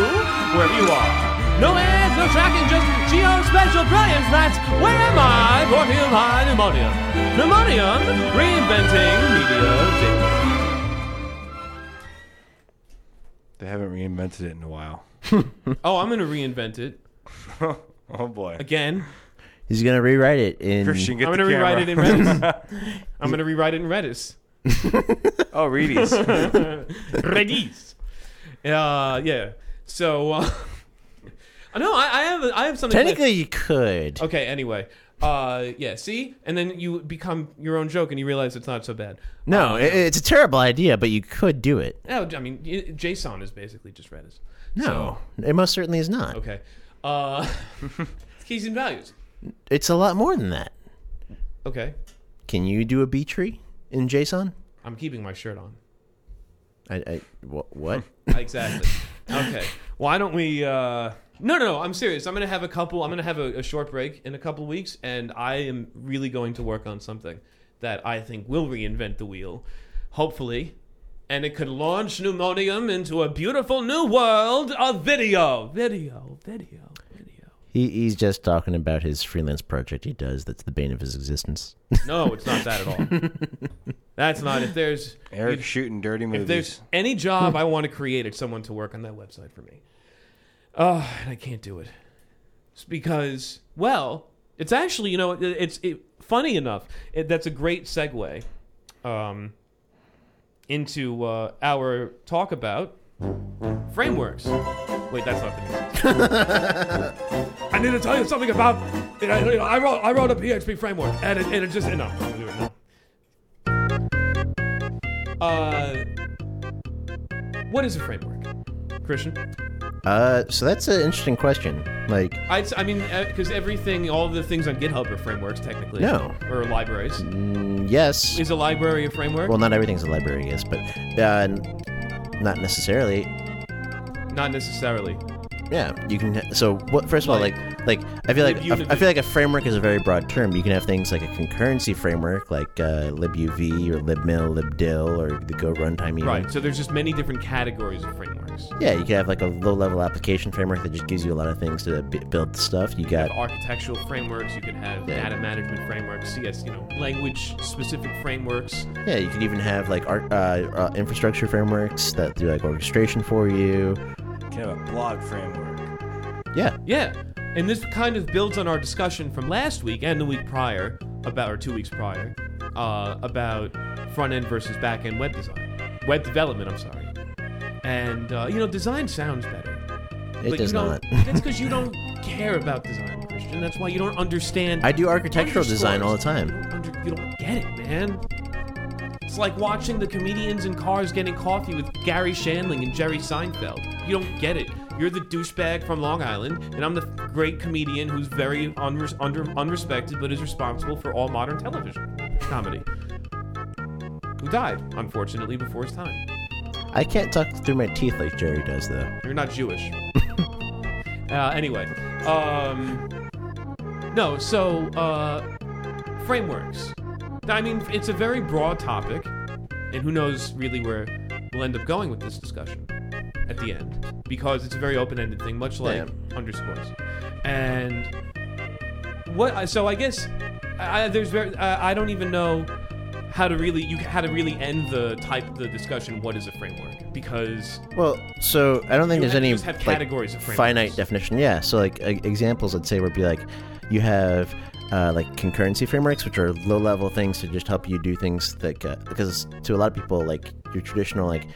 Speaker 1: wherever you are. No ads, no tracking, just geo special brilliance. That's Where Am I? Brought to you by Pneumonium. Pneumonium, reinventing media daily.
Speaker 3: They haven't reinvented it in a while.
Speaker 1: Oh, I'm going to reinvent it
Speaker 3: Oh boy,
Speaker 1: again.
Speaker 2: He's gonna rewrite it in
Speaker 3: Christian, get
Speaker 1: I'm
Speaker 3: the
Speaker 1: going to
Speaker 3: camera.
Speaker 1: rewrite it in Redis. I'm going to rewrite it in Redis.
Speaker 3: oh, Reedies.
Speaker 1: Redis. Uh, yeah. So, uh, no, I, I have I have something.
Speaker 2: Technically, you could.
Speaker 1: Okay. Anyway. Uh, yeah. See, and then you become your own joke, and you realize it's not so bad.
Speaker 2: No, i it's a terrible idea, but you could do it.
Speaker 1: Oh, I mean, y- JSON is basically just Redis.
Speaker 2: No, it most certainly is not.
Speaker 1: Okay. Uh, keys and values.
Speaker 2: It's a lot more than that.
Speaker 1: Okay.
Speaker 2: Can you do a B tree in JSON?
Speaker 1: I'm keeping my shirt on.
Speaker 2: I, I wha- what?
Speaker 1: Hmm. Exactly. okay. Why don't we? Uh... No, no, no. I'm serious. I'm gonna have a couple. I'm gonna have a, a short break in a couple weeks, and I am really going to work on something that I think will reinvent the wheel, hopefully, and it could launch Pneumonium into a beautiful new world of video, video, video, video.
Speaker 2: he, he's just talking about his freelance project he does. That's the bane of his existence.
Speaker 1: No, it's not that at all. That's not. If there's
Speaker 3: Eric shooting dirty
Speaker 1: If
Speaker 3: movies.
Speaker 1: there's any job I want to create, it's someone to work on that website for me. Oh, and I can't do it. It's because, well, it's actually, you know, it, it's it, funny enough. It, that's a great segue um, into uh, our talk about frameworks. Wait, that's not the music. I need to tell you something about. You know, you know, I wrote I wrote a PHP framework, and it, and it just no. I'm not gonna do it now. Uh, what is a framework, Christian?
Speaker 2: Uh, so that's an interesting question. Like,
Speaker 1: I'd, si mean, because everything, all the things on GitHub are frameworks technically.
Speaker 2: No.
Speaker 1: Or libraries.
Speaker 2: yes.
Speaker 1: Is a library a framework?
Speaker 2: Well, not everything's a library, I guess, but uh, n- not necessarily.
Speaker 1: Not necessarily.
Speaker 2: Yeah, you can. ha- So, what? First of all, like,
Speaker 1: Like-
Speaker 2: like I feel like
Speaker 1: libuv-
Speaker 2: a, I feel like a framework is a very broad term. You can have things like a concurrency framework, like uh, libuv or libmil, libdil, or the Go runtime. Even.
Speaker 1: Right. So there's just many different categories of frameworks.
Speaker 2: Yeah, you could have like a low-level application framework that just gives you a lot of things to b- build stuff. You got
Speaker 1: Architectural frameworks. You can have
Speaker 2: Yeah.
Speaker 1: data management frameworks. CS, you know, language-specific frameworks.
Speaker 2: yeah, you could even have like art, uh, uh, infrastructure frameworks that do like orchestration for you.
Speaker 3: Kind of a blog framework.
Speaker 2: Yeah,
Speaker 1: Yeah. And this kind of builds on our discussion from last week and the week prior about, or two weeks prior, uh, about front end versus back end web design, web development. I'm sorry. And uh, you know, design sounds better.
Speaker 2: it
Speaker 1: but
Speaker 2: does
Speaker 1: you
Speaker 2: not.
Speaker 1: don't- that's because you don't care about design, Christian. That's why you don't understand.
Speaker 2: I do architectural design all the
Speaker 1: underscores.
Speaker 2: time.
Speaker 1: You don't, under- you don't get it, man. It's like watching the comedians in cars getting coffee with Gary Shandling and Jerry Seinfeld. You don't get it. You're the douchebag from Long Island, and I'm the great comedian who's very unres- under- unrespected but is responsible for all modern television comedy. Who died, unfortunately, before his time.
Speaker 2: I can't talk through my teeth like Jerry does, though.
Speaker 1: You're not Jewish. uh, anyway, um, no. So uh, frameworks. I mean, it's a very broad topic, and who knows really where we'll end up going with this discussion at the end because it's a very open-ended thing, much like underscores. And what? So I guess I, I- there's very. I, I don't even know how to really you how to really end the type the discussion. What is a framework? Because
Speaker 2: Well, so I don't think
Speaker 1: You
Speaker 2: there's
Speaker 1: have to
Speaker 2: any
Speaker 1: just have
Speaker 2: like,
Speaker 1: categories of frameworks.
Speaker 2: finite definition. Yeah, so like e- examples, I'd say would be like you have uh, like concurrency frameworks, which are low-level things to just help you do things that uh, because to a lot of people, like your traditional like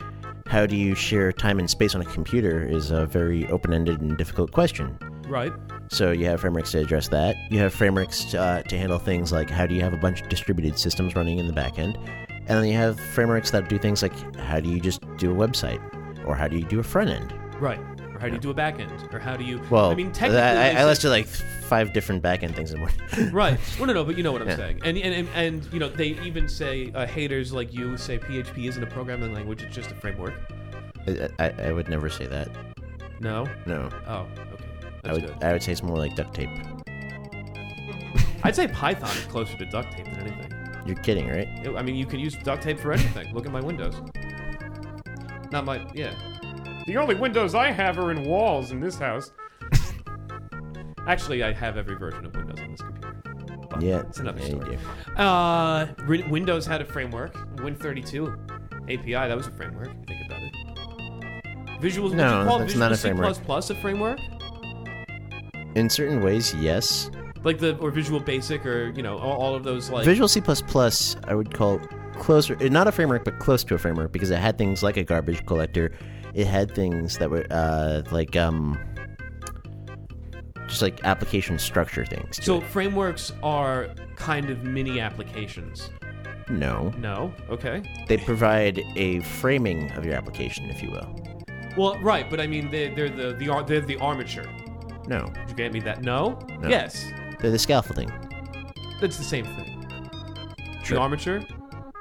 Speaker 2: how do you share time and space on a computer is a very open-ended and difficult question.
Speaker 1: right.
Speaker 2: So you have frameworks to address that. You have frameworks uh, to handle things like how do you have a bunch of distributed systems running in the back end, and then you have frameworks that do things like how do you just do a website, or how do you do a front end.
Speaker 1: Right. Or how do you do a back end? Or how do you?
Speaker 2: Well,
Speaker 1: I mean, technically,
Speaker 2: I,
Speaker 1: they
Speaker 2: I
Speaker 1: say-
Speaker 2: listed like five different back end things in one.
Speaker 1: right. Well, no, no, but you know what I'm saying. And, and and and you know, they even say uh, haters like you say PHP isn't a programming language; it's just a framework.
Speaker 2: I, I, I would never say that.
Speaker 1: No.
Speaker 2: No,
Speaker 1: Oh, okay.
Speaker 2: I
Speaker 1: That's
Speaker 2: would
Speaker 1: good.
Speaker 2: I would say it's more like duct tape.
Speaker 1: I'd say Python is closer to duct tape than anything.
Speaker 2: You're kidding, right?
Speaker 1: It- I mean, you can use duct tape for anything. Look at my windows. Not my yeah.
Speaker 5: The only windows I have are in walls in this house.
Speaker 1: Actually, I have every version of Windows on this computer. But
Speaker 2: Yeah,
Speaker 1: it's another
Speaker 2: yeah, you
Speaker 1: story.
Speaker 2: do.
Speaker 1: Uh, Ri- Windows had a framework, Win32 API. That was a framework. Think about it. Visuals. would
Speaker 2: No,
Speaker 1: you call
Speaker 2: that's
Speaker 1: Visual
Speaker 2: not a
Speaker 1: C++
Speaker 2: framework.
Speaker 1: a framework,
Speaker 2: In certain ways, yes.
Speaker 1: like the or Visual Basic or you know all, all of those like
Speaker 2: Visual C++, I would call closer, eh, not a framework, but close to a framework because it had things like a garbage collector. It had things that were uh, like um, just like application structure things. to
Speaker 1: So
Speaker 2: it.
Speaker 1: frameworks are kind of mini applications.
Speaker 2: no,
Speaker 1: No. Okay.
Speaker 2: they provide a framing of your application, if you will.
Speaker 1: Well, right, but I mean they, they're the the ar- they're the armature.
Speaker 2: No,
Speaker 1: Did you grant me that? No.
Speaker 2: No.
Speaker 1: Yes.
Speaker 2: they're the scaffolding.
Speaker 1: That's the same thing.
Speaker 2: Sure.
Speaker 1: The armature.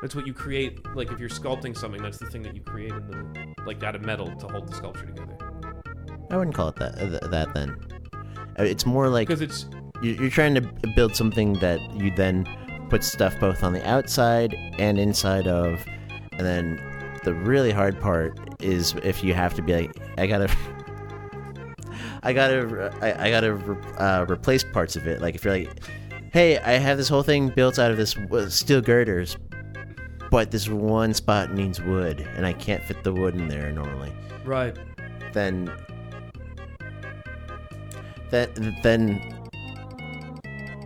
Speaker 1: That's what you create. Like if you're sculpting something, that's the thing that you create in the like out of metal to hold the sculpture together.
Speaker 2: I wouldn't call it that. Uh, th- that then, Uh, it's more like
Speaker 1: Because it's
Speaker 2: you- you're trying to build something that you then put stuff both on the outside and inside of and then the really hard part is if you have to be like i gotta i gotta i, I gotta re- uh, replace parts of it like if you're like hey i have this whole thing built out of this w- steel girders but this one spot needs wood and i can't fit the wood in there normally
Speaker 1: right.
Speaker 2: then that then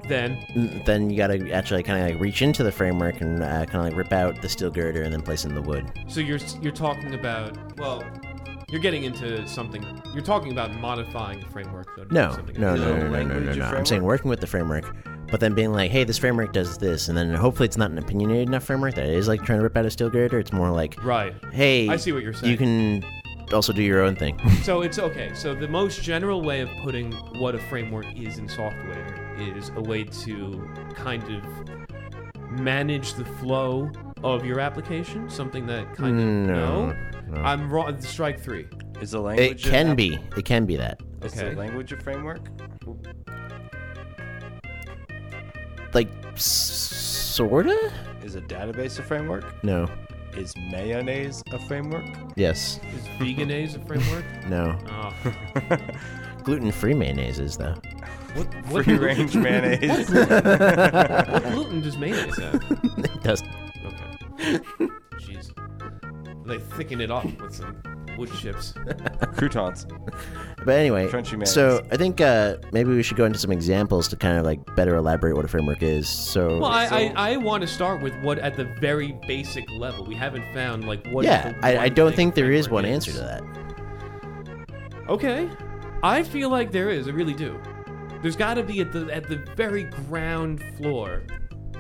Speaker 1: Then
Speaker 2: then you gotta actually kind of like reach into the framework and uh, kind of like rip out the steel girder and then place it in the wood.
Speaker 1: so you're you're talking about well, you're getting into something. You're talking about modifying a framework. though, to do
Speaker 2: No,
Speaker 1: something
Speaker 2: no, no,
Speaker 1: else.
Speaker 2: no, no, no, no,
Speaker 3: language
Speaker 2: no,
Speaker 3: of
Speaker 2: no. I'm
Speaker 3: framework?
Speaker 2: saying working with the framework, but then being like, hey, this framework does this, and then hopefully it's not an opinionated enough framework that is like trying to rip out a steel girder. It's more like,
Speaker 1: Right.
Speaker 2: hey,
Speaker 1: I see what you're saying.
Speaker 2: You can also do your own thing.
Speaker 1: So it's okay. So the most general way of putting what a framework is in software is a way to kind of manage the flow of your application. Something that kind of no, I'm wrong. Strike three.
Speaker 3: Is the
Speaker 2: it
Speaker 3: language
Speaker 2: can
Speaker 3: of,
Speaker 2: be. It can be that.
Speaker 3: Is
Speaker 1: Okay.
Speaker 3: the language a framework?
Speaker 2: Like, s- sorta?
Speaker 3: Is a database a framework?
Speaker 2: No.
Speaker 3: Is mayonnaise a framework?
Speaker 2: Yes.
Speaker 1: Is veganase a framework?
Speaker 2: No.
Speaker 1: Oh.
Speaker 2: Gluten free mayonnaise is, though.
Speaker 1: What, what,
Speaker 3: Free range mayonnaise.
Speaker 1: what gluten does mayonnaise have?
Speaker 2: It does.
Speaker 1: Okay. Jeez. They thicken it up with some wood chips.
Speaker 3: Croutons.
Speaker 2: But anyway,
Speaker 3: Crunchy mayonnaise.
Speaker 2: so I think uh, maybe we should go into some examples to kind of like better elaborate what a framework is. So,
Speaker 1: Well, I, I, I want to start with what at the very basic level. We haven't found like what. is
Speaker 2: yeah,
Speaker 1: the
Speaker 2: I,
Speaker 1: one
Speaker 2: I don't
Speaker 1: thing
Speaker 2: think there is
Speaker 1: framework
Speaker 2: one answer to that.
Speaker 1: Okay, I feel like there is. I really do. There's got to be at the at the very ground floor.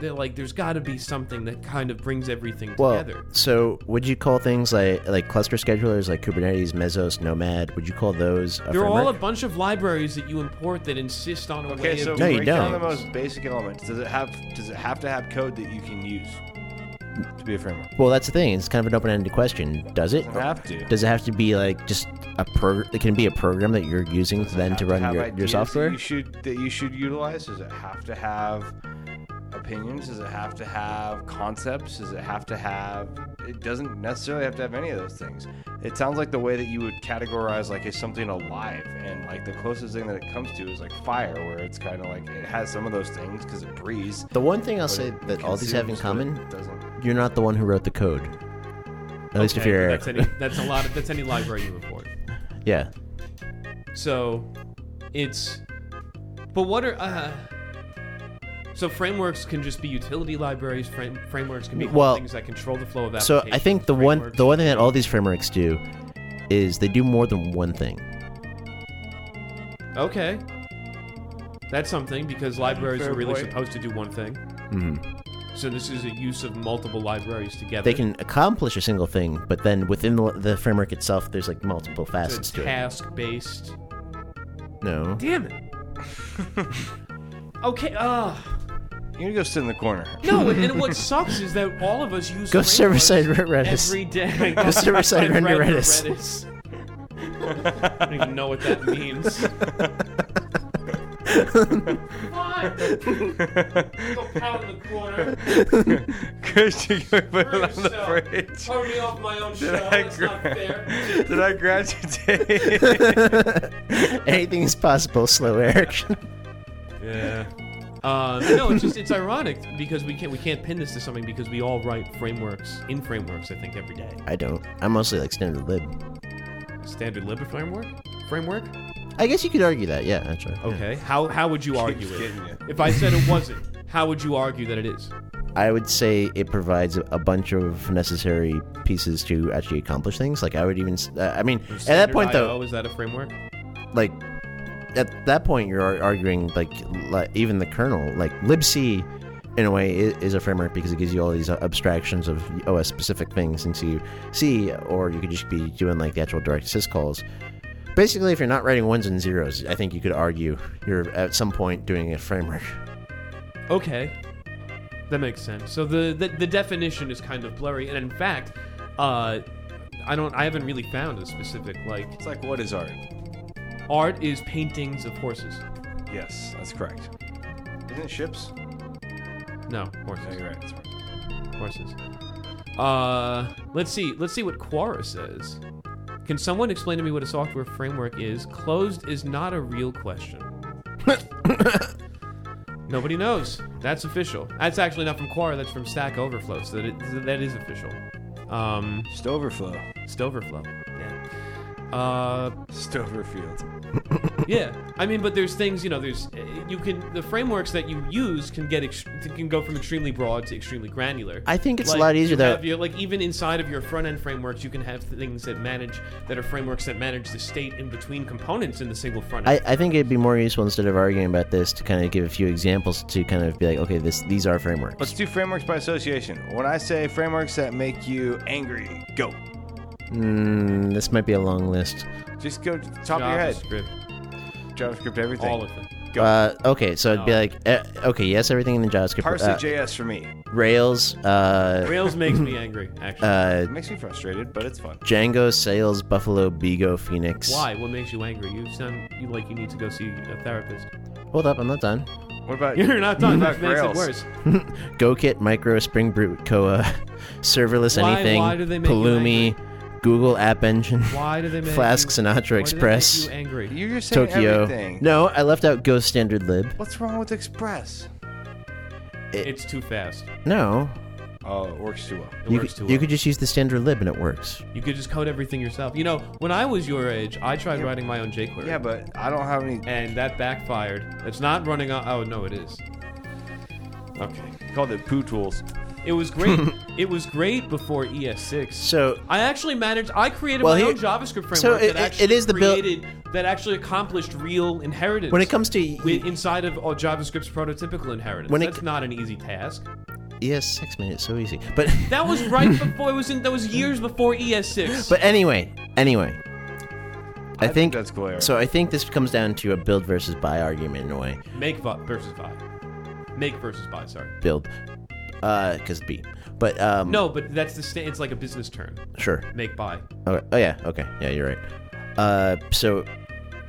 Speaker 1: That like there's got to be something that kind of brings everything
Speaker 2: Well,
Speaker 1: together.
Speaker 2: so would you call things like like cluster schedulers, like Kubernetes, Mesos, Nomad? Would you call those a
Speaker 1: They're all a
Speaker 2: framework?
Speaker 1: bunch of libraries that you import that insist on a way
Speaker 3: Okay, so
Speaker 1: of
Speaker 2: No,
Speaker 1: doing
Speaker 2: you
Speaker 3: break down the
Speaker 2: don't.
Speaker 3: most basic elements. Does it have does it have to have code that you can use to be a framework?
Speaker 2: well, that's the thing. It's kind of an open-ended question. Does it?
Speaker 3: Doesn't have to.
Speaker 2: Does it have to be like just a pro? It can be a program that you're using then
Speaker 3: Have
Speaker 2: to run
Speaker 3: have
Speaker 2: your, your
Speaker 3: ideas That
Speaker 2: software.
Speaker 3: you should that you should utilize. Does it have to have opinions? Does it have to have concepts? Does it have to have? It doesn't necessarily have to have any of those things. It sounds like the way that you would categorize like is something alive, and like the closest thing that it comes to is like fire, where it's kind of like it has some of those things because it breathes.
Speaker 2: The one thing I'll say
Speaker 3: but it
Speaker 2: that all these have in
Speaker 3: consumes, but it
Speaker 2: common:
Speaker 3: doesn't.
Speaker 2: you're not the one who wrote the code. At least if
Speaker 1: Okay,
Speaker 2: you're
Speaker 1: that's any that's a lot of that's any library you import.
Speaker 2: yeah.
Speaker 1: So it's but what are uh so frameworks can just be utility libraries. Frame, frameworks can be
Speaker 2: Well,
Speaker 1: things that control the flow of applications.
Speaker 2: So I think the one
Speaker 1: frameworks-
Speaker 2: the one thing that all these frameworks do is they do more than one thing.
Speaker 1: okay, that's something because libraries
Speaker 3: Fair
Speaker 1: are really
Speaker 3: point.
Speaker 1: supposed to do one thing. Mm-hmm. So this is a use of multiple libraries together.
Speaker 2: Hmm. They can accomplish a single thing, but then within the, the framework itself, there's like multiple
Speaker 1: so
Speaker 2: facets
Speaker 1: it's
Speaker 2: to it.
Speaker 1: task based.
Speaker 2: No,
Speaker 1: Damn it. okay. Uh,
Speaker 3: You're gonna go sit in the corner.
Speaker 1: no. And what sucks is that all of us use
Speaker 2: Go server-side
Speaker 1: frameworks
Speaker 2: Redis.
Speaker 1: every day. Go
Speaker 2: server-side
Speaker 1: I've
Speaker 2: render
Speaker 1: read the
Speaker 2: Redis.
Speaker 1: Redis. I don't even know what that means. Fine. Go pound the corner.
Speaker 3: Christian, you're
Speaker 1: Hurry
Speaker 3: putting on the
Speaker 1: yourself.
Speaker 3: fridge.
Speaker 1: Pour me off my own shell.
Speaker 3: I
Speaker 1: That's not
Speaker 3: cry?
Speaker 1: fair.
Speaker 3: Did I graduate?
Speaker 2: anything is possible. Slow Eric.
Speaker 1: Yeah. Um, no, it's just it's ironic because we can't we can't pin this to something because we all write frameworks in frameworks. I think every day.
Speaker 2: I don't. I'm mostly like standard lib.
Speaker 1: Standard lib framework. Framework.
Speaker 2: I guess you could argue that. Yeah, that's right.
Speaker 1: Okay. How how would you argue it?
Speaker 3: getting ya.
Speaker 1: If I said it wasn't, how would you argue that it is?
Speaker 2: I would say it provides a, a bunch of necessary pieces to actually accomplish things. Like I would even. s- Uh, I mean, at that
Speaker 1: Standard
Speaker 2: point though,
Speaker 1: IO, is that a framework?
Speaker 2: like at that point you're ar- arguing like li- even the kernel like libc in a way i- is a framework because it gives you all these uh, abstractions of os specific things into c or you could just be doing like the actual direct syscalls basically if you're not writing ones and zeros i think you could argue you're at some point doing a framework
Speaker 1: Okay. That makes sense. So the, the the definition is kind of blurry, and in fact, uh, I don't I haven't really found a specific like
Speaker 3: It's like, what is art?
Speaker 1: art is paintings of horses.
Speaker 3: Yes, that's correct. Isn't it ships?
Speaker 1: No horses.
Speaker 3: No, you're right. That's right.
Speaker 1: horses. Uh, let's see. Let's see what Quora says. Can someone explain to me what a software framework is? Closed is not a real question. Nobody knows. That's official. That's actually not from Quora. That's from Stack Overflow. So that, it, that is official. Um,
Speaker 3: Stoverflow.
Speaker 1: Stoverflow. Yeah. Uh,
Speaker 3: Stoverfield.
Speaker 1: yeah. I mean, but there's things you know. There's uh, you can the frameworks that you use can get ex- can go from extremely broad to extremely granular.
Speaker 2: i think it's
Speaker 1: Like,
Speaker 2: a lot easier
Speaker 1: you
Speaker 2: though
Speaker 1: have your- like even inside of your front end frameworks, you can have things that manage that are frameworks that manage the state in between components in the single front
Speaker 2: I,
Speaker 1: end.
Speaker 2: I think it'd be more useful instead of arguing about this to kind of give a few examples to kind of be like okay this these are frameworks
Speaker 3: Let's do frameworks by association. When I say frameworks that make you angry, go.
Speaker 2: Mm, this might be a long list.
Speaker 3: Just go to the top of your head.
Speaker 1: JavaScript,
Speaker 3: JavaScript everything.
Speaker 1: all of it.
Speaker 2: Uh, okay, so it'd be
Speaker 1: No.
Speaker 2: like eh, okay, yes, everything in the JavaScript.
Speaker 3: Parse
Speaker 2: uh,
Speaker 3: the JS for me.
Speaker 2: Rails, uh,
Speaker 1: Rails makes me angry. Actually,
Speaker 2: uh,
Speaker 3: It makes me frustrated, but it's fun.
Speaker 2: Django, Sales, Buffalo, Bigo, Phoenix.
Speaker 1: why? What makes you angry? You sound you like you need to go see a therapist.
Speaker 2: Hold up, I'm not done.
Speaker 3: What about
Speaker 1: You're not done.
Speaker 3: What
Speaker 1: That
Speaker 3: about
Speaker 1: makes it
Speaker 3: Rails?
Speaker 1: worse.
Speaker 2: GoKit, Micro, Spring Boot, Koa, Serverless
Speaker 1: Why-
Speaker 2: Anything,
Speaker 1: why do they make you
Speaker 2: Pulumi, Google App Engine,
Speaker 1: Why do they make
Speaker 2: Flask,
Speaker 1: you,
Speaker 2: Sinatra
Speaker 1: why do they make
Speaker 2: Express.
Speaker 1: you angry?
Speaker 3: You're just saying
Speaker 2: Tokyo.
Speaker 3: everything.
Speaker 2: No, I left out Go Standard Lib.
Speaker 3: What's wrong with Express?
Speaker 1: It's too fast.
Speaker 2: No,
Speaker 3: Oh, it works too well.
Speaker 1: It
Speaker 2: you,
Speaker 1: works
Speaker 2: could,
Speaker 1: too
Speaker 2: you
Speaker 1: well.
Speaker 2: could just use the standard lib and it works.
Speaker 1: You could just code everything yourself. You know, when I was your age, I tried writing my own jQuery.
Speaker 3: Yeah, but I don't have any.
Speaker 1: And that backfired. It's not running on. Oh, no, it is. Okay.
Speaker 3: Called it poo tools.
Speaker 1: It was great. it was great before ES6.
Speaker 2: So-
Speaker 1: I actually managed. I created
Speaker 2: Well,
Speaker 1: my
Speaker 2: here-
Speaker 1: own JavaScript framework
Speaker 2: so it-
Speaker 1: that actually
Speaker 2: it is the buil-
Speaker 1: created that actually accomplished real inheritance.
Speaker 2: When it comes to-
Speaker 1: with, inside of all JavaScript's prototypical inheritance,
Speaker 2: When it
Speaker 1: that's
Speaker 2: c-
Speaker 1: not an easy task.
Speaker 2: Yes, six minutes, so easy. But
Speaker 1: That was right before it was in. That was years before E ES6.
Speaker 2: but anyway, anyway, I,
Speaker 3: think that's cool, Eric.
Speaker 2: So I think this comes down to a build versus buy argument in a way.
Speaker 1: make vi- versus buy. Make versus buy. Sorry.
Speaker 2: Build, uh, cause B. But um,
Speaker 1: No, but that's the sta- it's like a business term.
Speaker 2: sure.
Speaker 1: Make buy.
Speaker 2: Oh, oh yeah, okay, yeah, you're right. Uh, so.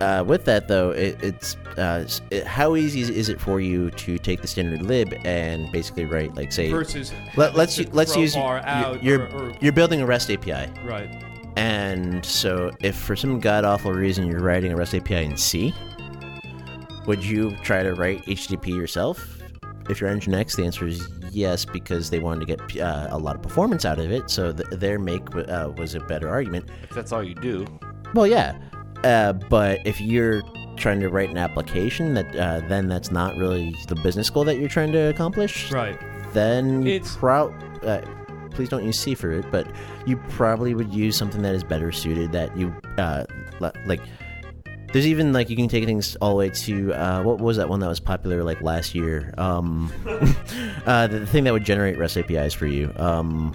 Speaker 2: Uh, with that though, it, it's uh, s- it, how easy is- is it for you to take the standard lib and basically write like say
Speaker 1: Versus.
Speaker 2: let, let's
Speaker 1: having
Speaker 2: u-
Speaker 1: to
Speaker 2: let's use
Speaker 1: crowbar
Speaker 2: you're
Speaker 1: out
Speaker 2: you're,
Speaker 1: or- or-
Speaker 2: you're building a REST API,
Speaker 1: right.
Speaker 2: and so if for some god awful reason you're writing a REST API in C, would you try to write HTTP yourself? If you're Nginx, the answer is yes because they wanted to get uh, a lot of performance out of it, so th- their make w- uh, was a better argument.
Speaker 3: If that's all you do.
Speaker 2: Well, yeah, uh, but if you're trying to write an application that uh, then that's not really the business goal that you're trying to accomplish,
Speaker 1: Right.
Speaker 2: then you
Speaker 1: It's-
Speaker 2: prob- uh, please don't use C for it, but you probably would use something that is better suited that you uh, li- like. There's even like you can take things all the way to uh, what was that one that was popular like last year? Um, uh, the, the thing that would generate REST APIs for you um,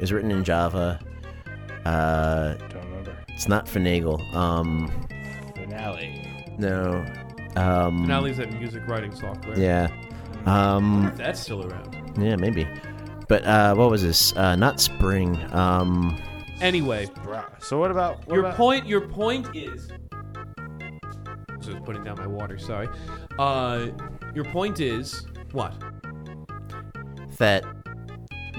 Speaker 2: is written in Java. Uh,
Speaker 3: Don't remember.
Speaker 2: it's not Finagle. Um,
Speaker 3: Finale.
Speaker 2: no. Um,
Speaker 1: Now leaves that music writing software.
Speaker 2: Yeah. Um,
Speaker 1: That's still around.
Speaker 2: Yeah, maybe. But uh, what was this? Uh, not spring. Um,
Speaker 1: Anyway,
Speaker 3: Bruh. So what about what
Speaker 1: your
Speaker 3: about-
Speaker 1: point. Your point is. So I was putting down my water. Sorry. Uh, your point is what?
Speaker 2: that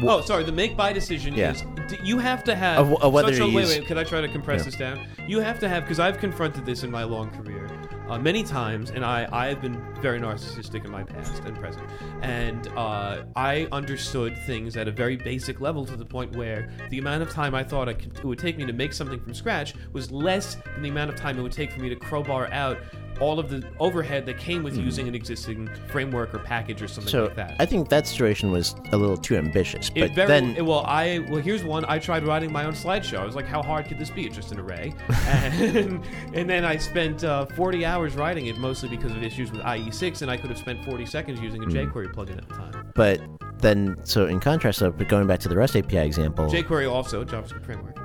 Speaker 1: Oh, sorry. The make buy decision
Speaker 2: Yeah.
Speaker 1: is d- you have to have.
Speaker 2: Of- of whether
Speaker 1: so, so,
Speaker 2: you
Speaker 1: wait,
Speaker 2: use-
Speaker 1: wait. Can I try to compress
Speaker 2: Yeah.
Speaker 1: this down? You have to have because I've confronted this in my long career uh, many times, and I I have been very narcissistic in my past and present, and uh, I understood things at a very basic level to the point where the amount of time I thought I could, it would take me to make something from scratch was less than the amount of time it would take for me to crowbar out. All of the overhead that came with using an existing framework or package or something
Speaker 2: Hmm. so
Speaker 1: like that.
Speaker 2: I think that situation was a little too ambitious. But
Speaker 1: It very
Speaker 2: then
Speaker 1: it- well. I well. Here's one. I tried writing my own slideshow. I was like, "How hard could this be? It's just an array." and, and then I spent uh, 40 hours writing it, mostly because of issues with IE6, and I could have spent 40 seconds using a
Speaker 2: Hmm.
Speaker 1: jQuery plugin at the time.
Speaker 2: but then so in contrast though, but going back to the REST API example,
Speaker 1: jQuery also JavaScript framework.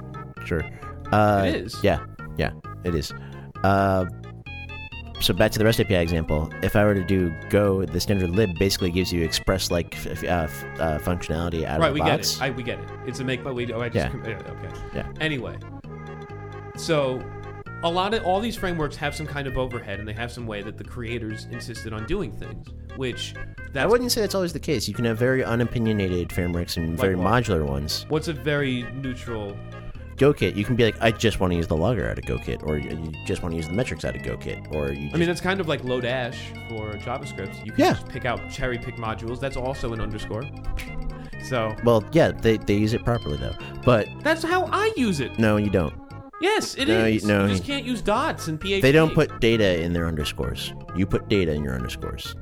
Speaker 2: sure. Uh,
Speaker 1: It is.
Speaker 2: Yeah, yeah, it is. Uh, so back to the REST API example. If I were to do Go, the standard lib basically gives you express like f- f- uh, f- uh, functionality out
Speaker 1: right,
Speaker 2: of
Speaker 1: we
Speaker 2: the box.
Speaker 1: get it. I, we get it. It's a make, but we. Oh, I just.
Speaker 2: Yeah.
Speaker 1: okay.
Speaker 2: Yeah.
Speaker 1: Anyway, so a lot of all these frameworks have some kind of overhead, and they have some way that the creators insisted on doing things, which that's
Speaker 2: I wouldn't say that's always the case. You can have very unopinionated frameworks and very
Speaker 1: what?
Speaker 2: modular ones.
Speaker 1: what's a very neutral
Speaker 2: GoKit, you can be like, I just want to use the logger out of GoKit, or you just want to use the metrics out of GoKit, or you. Just,
Speaker 1: I mean, that's kind of like Lodash for JavaScript. You can
Speaker 2: Yeah.
Speaker 1: just pick out cherry pick modules. That's also an underscore. So
Speaker 2: well, yeah, they, they use it properly though, but
Speaker 1: that's how I use it.
Speaker 2: no, you don't.
Speaker 1: Yes, it is.
Speaker 2: No, you- no,
Speaker 1: you just
Speaker 2: you-
Speaker 1: can't use dots and PHP.
Speaker 2: They don't put data in their underscores. You put data in your underscores.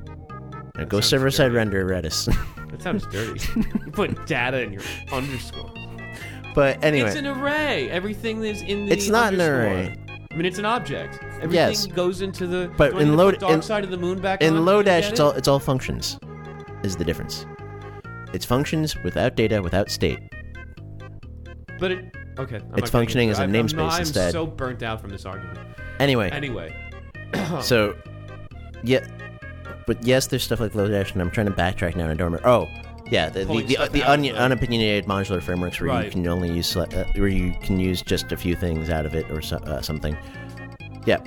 Speaker 2: Now go
Speaker 1: sounds
Speaker 2: server side render Redis.
Speaker 1: That sounds dirty. you put data in your underscore.
Speaker 2: but anyway,
Speaker 1: It's an array. Everything is in the.
Speaker 2: It's not an
Speaker 1: underscore.
Speaker 2: array.
Speaker 1: I mean, it's an object. Everything
Speaker 2: Yes.
Speaker 1: goes into the.
Speaker 2: But
Speaker 1: do I
Speaker 2: in
Speaker 1: need to
Speaker 2: Lod-
Speaker 1: put dark
Speaker 2: in-
Speaker 1: side of the moon back
Speaker 2: in
Speaker 1: on to
Speaker 2: Lodash,
Speaker 1: get
Speaker 2: it's
Speaker 1: it?
Speaker 2: all it's all functions, is the difference. It's functions without data, without state.
Speaker 1: But it, Okay. I'm
Speaker 2: It's
Speaker 1: not getting
Speaker 2: functioning
Speaker 1: into
Speaker 2: as
Speaker 1: it.
Speaker 2: a
Speaker 1: I'm-
Speaker 2: namespace
Speaker 1: I'm, not- I'm
Speaker 2: instead.
Speaker 1: so burnt out from this argument.
Speaker 2: Anyway,
Speaker 1: Anyway,
Speaker 2: so yeah, but yes, there's stuff like Lodash, and I'm trying to backtrack now. And I don't remember. Oh, yeah, the the,
Speaker 1: Pulling
Speaker 2: the,
Speaker 1: stuff
Speaker 2: the
Speaker 1: out of
Speaker 2: un,
Speaker 1: the-
Speaker 2: unopinionated modular frameworks where
Speaker 1: Right.
Speaker 2: you can only use sele- uh, where you can use just a few things out of it or so, uh, something. Yeah,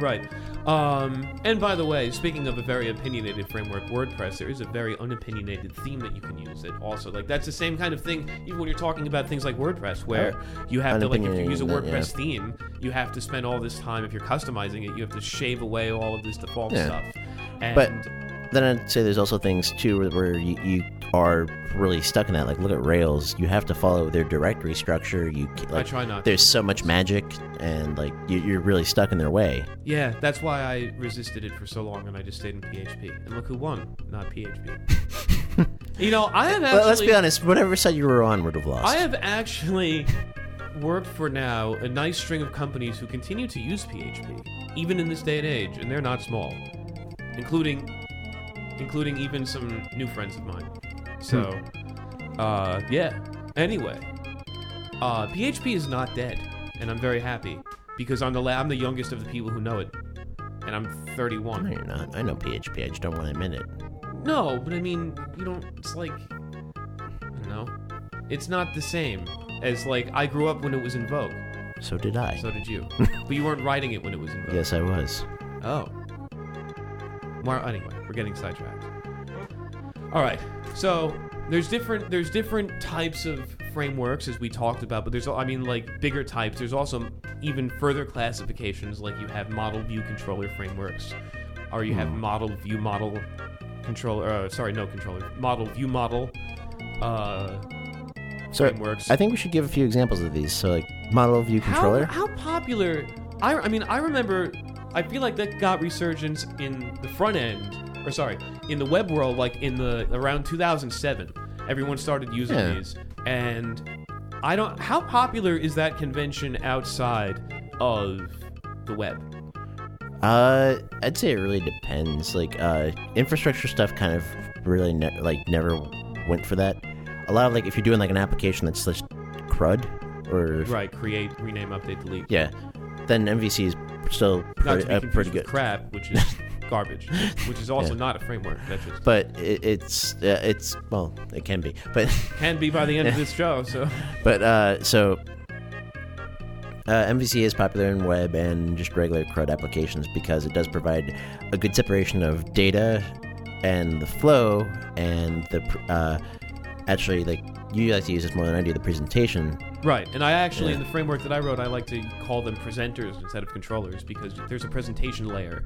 Speaker 1: right. Um, and by the way, speaking of a very opinionated framework, WordPress, there is a very unopinionated theme that you can use. It also like that's the same kind of thing. Even when you're talking about things like WordPress, where
Speaker 2: Oh.
Speaker 1: you have to like if you use a
Speaker 2: Unopinionated, yeah.
Speaker 1: WordPress theme, you have to spend all this time. If you're customizing it, you have to shave away all of this default
Speaker 2: Yeah.
Speaker 1: stuff. And
Speaker 2: but then I'd say there's also things too where, where you, you are really stuck in that. Like look at Rails, you have to follow their directory structure. You ca- like,
Speaker 1: try not to.
Speaker 2: There's so much magic, and like you, you're really stuck in their way.
Speaker 1: yeah, that's why I resisted it for so long, and I just stayed in PHP. And look who won, not PHP. you know, I have actually.
Speaker 2: But let's be honest, whatever side you were on would have lost.
Speaker 1: I have actually worked for now a nice string of companies who continue to use PHP, even in this day and age, and they're not small, including including even some new friends of mine. So, uh, yeah. Anyway, uh, PHP is not dead, and I'm very happy because I'm the la- I'm the youngest of the people who know it, and I'm 31.
Speaker 2: No, you're not. I know PHP. I just don't want to admit it.
Speaker 1: No, but I mean, you don't. It's like, I don't know. It's not the same as like I grew up when it was in vogue.
Speaker 2: So did I.
Speaker 1: So did you, but you weren't writing it when it was in vogue.
Speaker 2: yes, I was.
Speaker 1: Oh. Well, anyway, we're getting sidetracked. All right. So there's different there's different types of frameworks as we talked about, but there's I mean like bigger types. There's also even further classifications like you have model view controller frameworks, or you have model view model controller. Uh, sorry, no controller. Model view model. Uh,
Speaker 2: So
Speaker 1: Frameworks.
Speaker 2: I think we should give a few examples of these. So like model view controller.
Speaker 1: How, how popular? I, I mean, I remember. I feel like that got resurgence in the front end, or sorry, in the web world, like in the around 2007. Everyone started using
Speaker 2: Yeah.
Speaker 1: these, and I don't. How popular is that convention outside of the web?
Speaker 2: Uh, I'd say it really depends. Like uh, infrastructure stuff kind of really ne- like never went for that. A lot of like if you're doing like an application that's just crud or
Speaker 1: Right. Create, rename, update, delete.
Speaker 2: yeah, then MVC is still
Speaker 1: Not
Speaker 2: pretty,
Speaker 1: to be
Speaker 2: uh,
Speaker 1: confused
Speaker 2: pretty
Speaker 1: with
Speaker 2: good.
Speaker 1: crap, which is garbage, which is also not a framework. That just
Speaker 2: But it, it's uh, it's well, it can be, but.
Speaker 1: can be by the end of this show. So
Speaker 2: But uh, so uh, MVC is popular in web and just regular CRUD applications because it does provide a good separation of data and the flow and the pr- uh, actually like you guys use this more than I do the presentation.
Speaker 1: Right, and I actually, in
Speaker 2: Yeah.
Speaker 1: the framework that I wrote, I like to call them presenters instead of controllers because there's a presentation layer,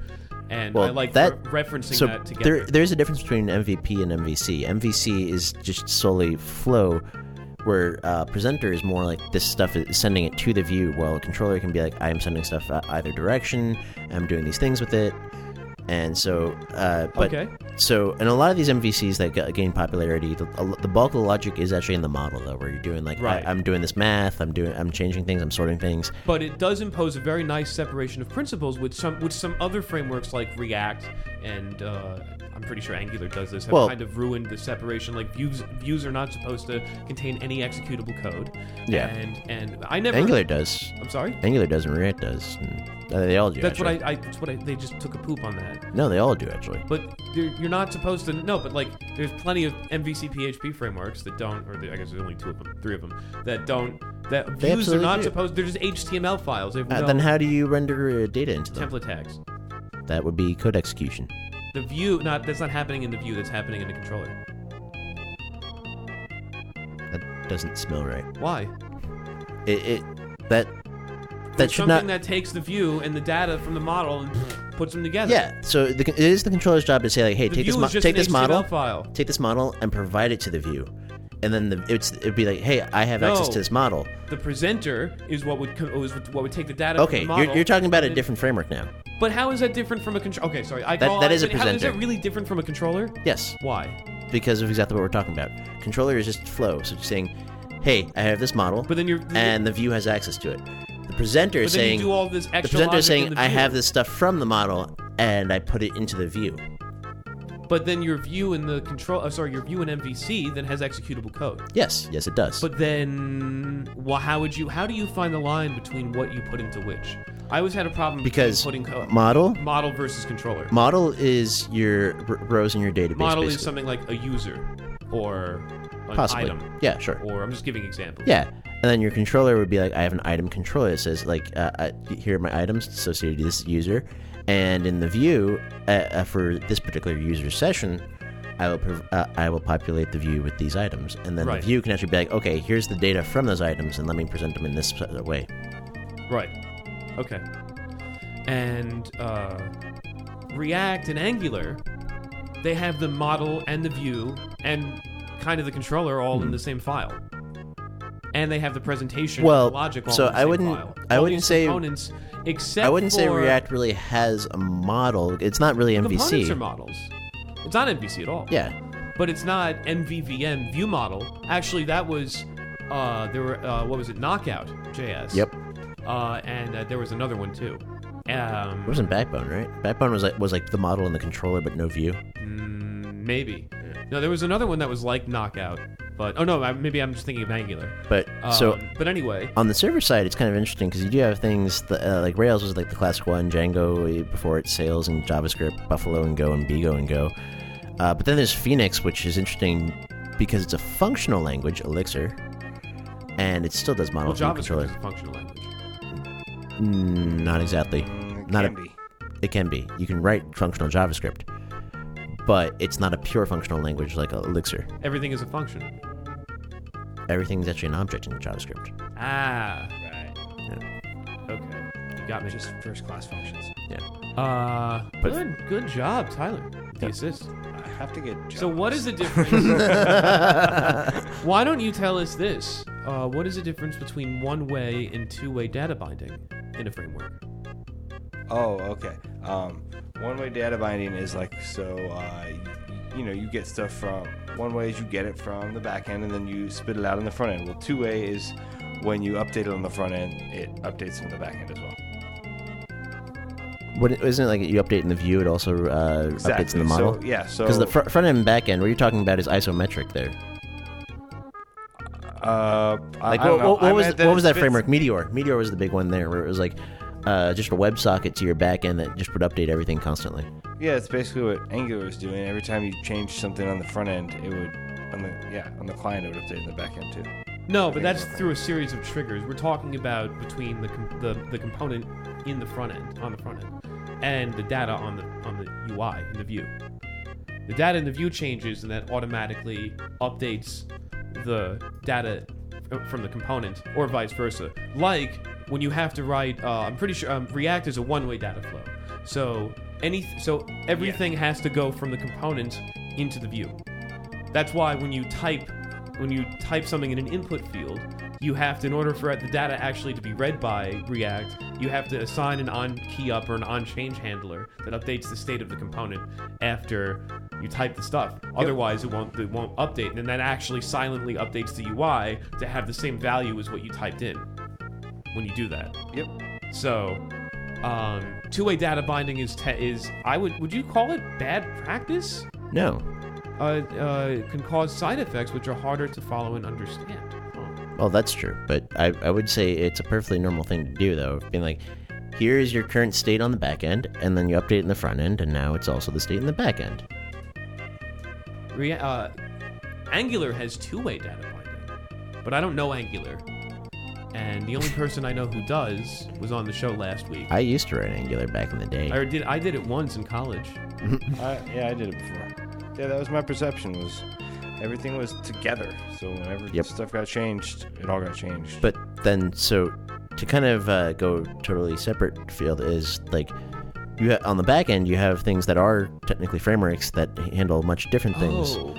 Speaker 1: and I
Speaker 2: Well,
Speaker 1: like
Speaker 2: that-
Speaker 1: re- referencing
Speaker 2: So
Speaker 1: that together.
Speaker 2: there there is a difference between MVP and MVC. MVC is just solely flow. Where uh, presenter is more like this stuff is sending it to the view, while a controller can be like, I'm sending stuff uh, either direction, I'm doing these things with it, and so. Uh, but
Speaker 1: okay,
Speaker 2: So, and a lot of these MVCs that g- gain popularity, the, a lo- the bulk of the logic is actually in the model, though, where you're doing like,
Speaker 1: Right.
Speaker 2: I, am doing this math, I'm doing, I'm changing things, I'm sorting things.
Speaker 1: but it does impose a very nice separation of principles with some with some other frameworks like React and uh, I'm pretty sure Angular does this. Have
Speaker 2: Well-
Speaker 1: kind of ruined the separation. Like views views are not supposed to contain any executable code.
Speaker 2: Yeah.
Speaker 1: and and I never
Speaker 2: Angular does,
Speaker 1: I'm sorry.
Speaker 2: Angular does, and React does. And, uh, they all do.
Speaker 1: That's
Speaker 2: actually.
Speaker 1: what I, I. That's what I. They just took a poop on that.
Speaker 2: No, they all do actually.
Speaker 1: But you're, you're not supposed to. No, but like, there's plenty of MVC PHP frameworks that don't, or the, I guess there's only two of them, three of them that don't. That
Speaker 2: They
Speaker 1: views are
Speaker 2: absolutely
Speaker 1: not
Speaker 2: do.
Speaker 1: supposed. They're just HTML files. They have
Speaker 2: Uh,
Speaker 1: no
Speaker 2: Then how do you render uh, data into them?
Speaker 1: template tags.
Speaker 2: That would be code execution.
Speaker 1: The view, not that's not happening in the view. That's happening in the controller.
Speaker 2: That doesn't smell right.
Speaker 1: Why?
Speaker 2: It, it that that
Speaker 1: There's
Speaker 2: should
Speaker 1: something
Speaker 2: not.
Speaker 1: that takes the view and the data from the model and puts them together.
Speaker 2: yeah. So the, it is the controller's job to say like, hey,
Speaker 1: The
Speaker 2: take this
Speaker 1: view
Speaker 2: mo-
Speaker 1: is just
Speaker 2: take
Speaker 1: an
Speaker 2: this
Speaker 1: HTML
Speaker 2: model.
Speaker 1: file.
Speaker 2: take this model and provide it to the view and then the, it's, it'd be like hey i have access
Speaker 1: No.
Speaker 2: to this model
Speaker 1: The presenter is what would co- is what would take the data.
Speaker 2: okay
Speaker 1: from the model
Speaker 2: you're, you're talking about a
Speaker 1: and-
Speaker 2: different framework now
Speaker 1: But how is that different from a control? Okay, sorry. I
Speaker 2: That-
Speaker 1: call,
Speaker 2: that is a
Speaker 1: but how- Is
Speaker 2: presenter.
Speaker 1: it really different from a controller?
Speaker 2: yes
Speaker 1: Why?
Speaker 2: because of exactly what we're talking about controller is just flow so it's saying hey i have this model
Speaker 1: But then you're-
Speaker 2: and the view has access to it the presenter is
Speaker 1: But then you
Speaker 2: saying
Speaker 1: do all this
Speaker 2: the
Speaker 1: extra
Speaker 2: presenter
Speaker 1: logic
Speaker 2: is
Speaker 1: in
Speaker 2: saying
Speaker 1: the
Speaker 2: i
Speaker 1: view."
Speaker 2: have this stuff from the model and i put it into the view
Speaker 1: But then your view in the control, uh, sorry, your view in MVC then has executable code.
Speaker 2: Yes, yes, it does.
Speaker 1: But then, well, how would you? How do you find the line between what you put into which? I always had a problem between
Speaker 2: because
Speaker 1: putting co-
Speaker 2: model
Speaker 1: model versus controller.
Speaker 2: model is your r- rows in your database.
Speaker 1: model is
Speaker 2: basically.
Speaker 1: something like a user or an
Speaker 2: possibly.
Speaker 1: item,
Speaker 2: Yeah, sure.
Speaker 1: or I'm just giving examples.
Speaker 2: Yeah, and then your controller would be like, I have an item controller that says like, uh, uh, here are my items associated to this user, and in the view uh, uh, for this particular user session, I will prov- uh, I will populate the view with these items, and then
Speaker 1: Right.
Speaker 2: the view can actually be like, okay, here's the data from those items, and let me present them in this sort of way.
Speaker 1: Right. Okay. And uh, React and Angular, they have the model and the view and kind of the controller all
Speaker 2: Hmm.
Speaker 1: in the same file. And they have the presentation, and
Speaker 2: Well,
Speaker 1: the logic all
Speaker 2: so
Speaker 1: in the
Speaker 2: I
Speaker 1: same
Speaker 2: wouldn't-
Speaker 1: file.
Speaker 2: I
Speaker 1: All
Speaker 2: wouldn't
Speaker 1: these
Speaker 2: say-
Speaker 1: components, except
Speaker 2: I wouldn't say
Speaker 1: for-
Speaker 2: React really has a model. It's not really
Speaker 1: components
Speaker 2: MVC.
Speaker 1: are models. It's not MVC at all.
Speaker 2: yeah,
Speaker 1: but it's not MVVM view model. Actually, that was uh, there were uh, what was it? Knockout JS.
Speaker 2: Yep.
Speaker 1: Uh, and uh, there was another one too. Um,
Speaker 2: it wasn't Backbone, right? Backbone was like was like the model and the controller, but no view.
Speaker 1: maybe. No, there was another one that was like Knockout, but oh no, I, maybe I'm just thinking of Angular.
Speaker 2: But
Speaker 1: Um,
Speaker 2: so
Speaker 1: but anyway,
Speaker 2: on the server side, it's kind of interesting because you do have things that, uh, like Rails was like the classic one, Django uh, before it, Sales and JavaScript, Buffalo and Go and Bigo and Go. Uh, but then there's Phoenix, which is interesting because it's a functional language, Elixir, and it still does model
Speaker 1: well,
Speaker 2: view
Speaker 1: JavaScript
Speaker 2: controller.
Speaker 1: is a functional language.
Speaker 2: Mm, not exactly.
Speaker 3: Mm, It
Speaker 2: not
Speaker 3: can
Speaker 2: a,
Speaker 3: be.
Speaker 2: It can be. You can write functional JavaScript, but it's not a pure functional language like Elixir.
Speaker 1: Everything is a function.
Speaker 2: Everything's actually an object in JavaScript.
Speaker 1: Ah, right. Okay, you got me.
Speaker 3: Just first class functions.
Speaker 2: Yeah.
Speaker 1: uh, good, good job, Tyler. with The assist.
Speaker 3: I have to get.
Speaker 1: So what is the difference? Why don't you tell us this? Uh, what is the difference between one-way and two-way data binding in a framework?
Speaker 3: Oh, okay. Um, one way data binding is like so. Uh, you, you know, you get stuff from one way is you get it from the back end, and then you spit it out on the front end. Well, two way is when you update it on the front end, it updates on the back end as well.
Speaker 2: What, isn't it like you update in the view, it also uh, updates in the model?
Speaker 3: So, yeah. So
Speaker 2: Because the fr- front end and back end, what you're talking about is isometric there.
Speaker 3: uh,
Speaker 2: Like, what, what, what was, what was that framework? Meteor. Meteor was the big one there, where it was like uh, just a WebSocket to your back end that just would update everything constantly.
Speaker 3: Yeah, it's basically what Angular is doing. Every time you change something on the front end, it would on the yeah on the client it would update in the back end too.
Speaker 1: No, but that's through a series of triggers. We're talking about between the com- the, the component in the front end on the front end and the data on the on the UI in the view. The data in the view changes, and that automatically updates the data f- from the component, or vice versa. Like when you have to write, uh, I'm pretty sure um, React is a one-way data flow. So any so everything has to go from the component into the view. That's why when you type when you type something in an input field, you have to in order for the data actually to be read by React, you have to assign an on key up or an on change handler that updates the state of the component after you type the stuff. Otherwise, it won't it won't update, and that actually silently updates the UI to have the same value as what you typed in when you do that.
Speaker 3: Yep.
Speaker 1: So, um, two-way data binding is te- is I would would you call it bad practice?
Speaker 2: No.
Speaker 1: uh, uh, can cause side effects which are harder to follow and understand. Huh.
Speaker 2: Well, that's true. But I, I would say it's a perfectly normal thing to do, though. Being like, here is your current state on the back end, and then you update it in the front end, and now it's also the state in the back end.
Speaker 1: Rea- uh, Angular has two-way data binding, but I don't know Angular. And the only person I know who does was on the show last week.
Speaker 2: I used to write Angular back in the day.
Speaker 1: I did I did it once in college.
Speaker 3: I, yeah, I did it before. Yeah, that was my perception was everything was together. So whenever
Speaker 2: Yep.
Speaker 3: stuff got changed, it all got changed.
Speaker 2: But then, so to kind of uh, go totally separate field is like you ha- on the back end, you have things that are technically frameworks that handle much different things.
Speaker 1: Oh,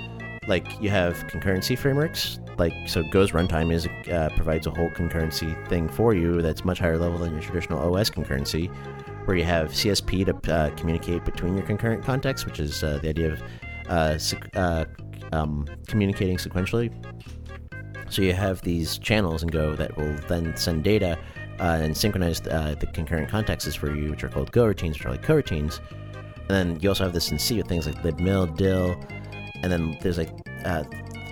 Speaker 2: Like you have concurrency frameworks. Like so, Go's runtime is uh, provides a whole concurrency thing for you that's much higher level than your traditional OS concurrency, where you have CSP to uh, communicate between your concurrent contexts, which is uh, the idea of uh, seq- uh, um, communicating sequentially so you have these channels in Go that will then send data uh, and synchronize uh, the concurrent contexts for you, which are called Go routines, which are like coroutines, And then you also have this in C with things like libmil, dill, and then there's like uh,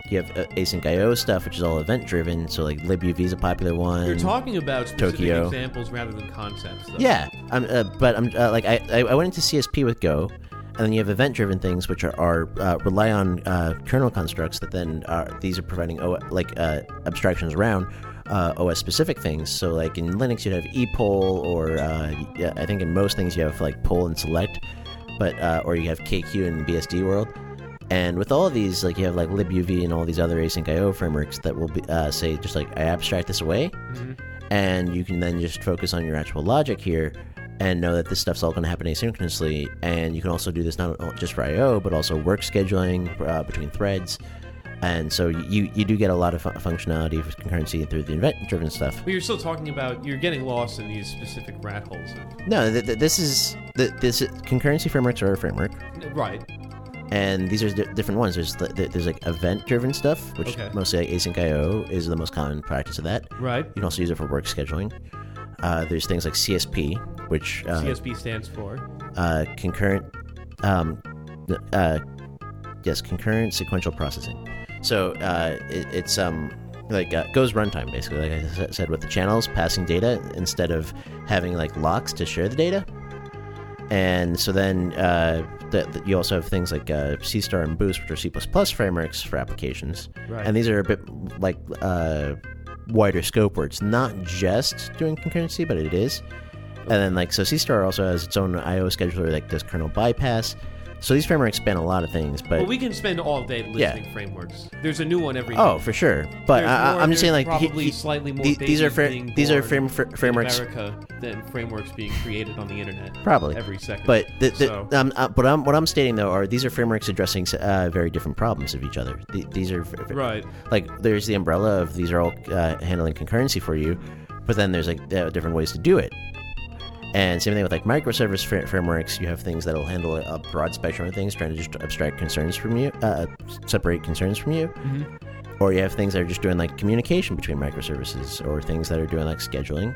Speaker 2: you have uh, async IO stuff, which is all event driven. So like libuv is a popular one.
Speaker 1: You're talking about specific
Speaker 2: Tokyo.
Speaker 1: examples rather than concepts, though.
Speaker 2: Yeah, I'm, uh, but I'm uh, like I, I I went into CSP with Go, and then you have event-driven things which are, are uh, rely on uh, kernel constructs that then are these are providing o- like uh, abstractions around uh, OS-specific things. So like in Linux you'd have E epoll, or uh, yeah, I think in most things you have like poll and select, but uh, or you have KQ and BSD world. And with all of these, like you have like libuv and all these other async IO frameworks that will be, uh, say just like I abstract this away, and you can then just focus on your actual logic here and know that this stuff's all going to happen asynchronously and you can also do this not o- just for io but also work scheduling uh, between threads and so you you do get a lot of fu- functionality for concurrency through the event driven stuff
Speaker 1: But you're still talking about you're getting lost in these specific rat holes.
Speaker 2: no th- th- this is th- this concurrency frameworks are a framework
Speaker 1: Right.
Speaker 2: and these are di different ones there's th- th- there's like event driven stuff which
Speaker 1: Okay.
Speaker 2: mostly like async io is the most common practice of that
Speaker 1: Right.
Speaker 2: you can also use it for work scheduling uh, there's things like csp which uh,
Speaker 1: CSP stands for.
Speaker 2: uh, concurrent, um, uh, yes, concurrent sequential processing. So uh, it, it's um like uh, goes runtime basically, like I s- said with the channels passing data instead of having like locks to share the data. And so then uh, th- th- you also have things like uh, C Star and Boost, which are C++ frameworks for applications.
Speaker 1: Right.
Speaker 2: And these are a bit like uh, wider scope, where it's not just doing concurrency, but it is. And then like so, C Star also has its own I/O scheduler that does kernel bypass. So these frameworks span a lot of things, but
Speaker 1: Well, we can spend all day listing frameworks. There's a new one every.
Speaker 2: oh, for sure. But
Speaker 1: There's
Speaker 2: I, I-
Speaker 1: more-
Speaker 2: I'm just saying
Speaker 1: there's
Speaker 2: like he-
Speaker 1: probably
Speaker 2: he-
Speaker 1: slightly more
Speaker 2: the- these are
Speaker 1: babies
Speaker 2: fra-
Speaker 1: being
Speaker 2: these are
Speaker 1: born
Speaker 2: frame, fr- frameworks.
Speaker 1: in America than frameworks being created on the internet.
Speaker 2: Probably
Speaker 1: every second.
Speaker 2: but the, the,
Speaker 1: So-
Speaker 2: um, uh, but I'm, what I'm stating though are these are frameworks addressing uh, very different problems of each other. The, these are f- f-
Speaker 1: Right.
Speaker 2: like there's the umbrella of these are all uh, handling concurrency for you, but then there's like uh, different ways to do it. And same thing with like microservice fra- frameworks. You have things that'll handle a broad spectrum of things, trying to just abstract concerns from you, uh, separate concerns from you.
Speaker 1: Mm-hmm.
Speaker 2: Or you have things that are just doing like communication between microservices, or things that are doing like scheduling.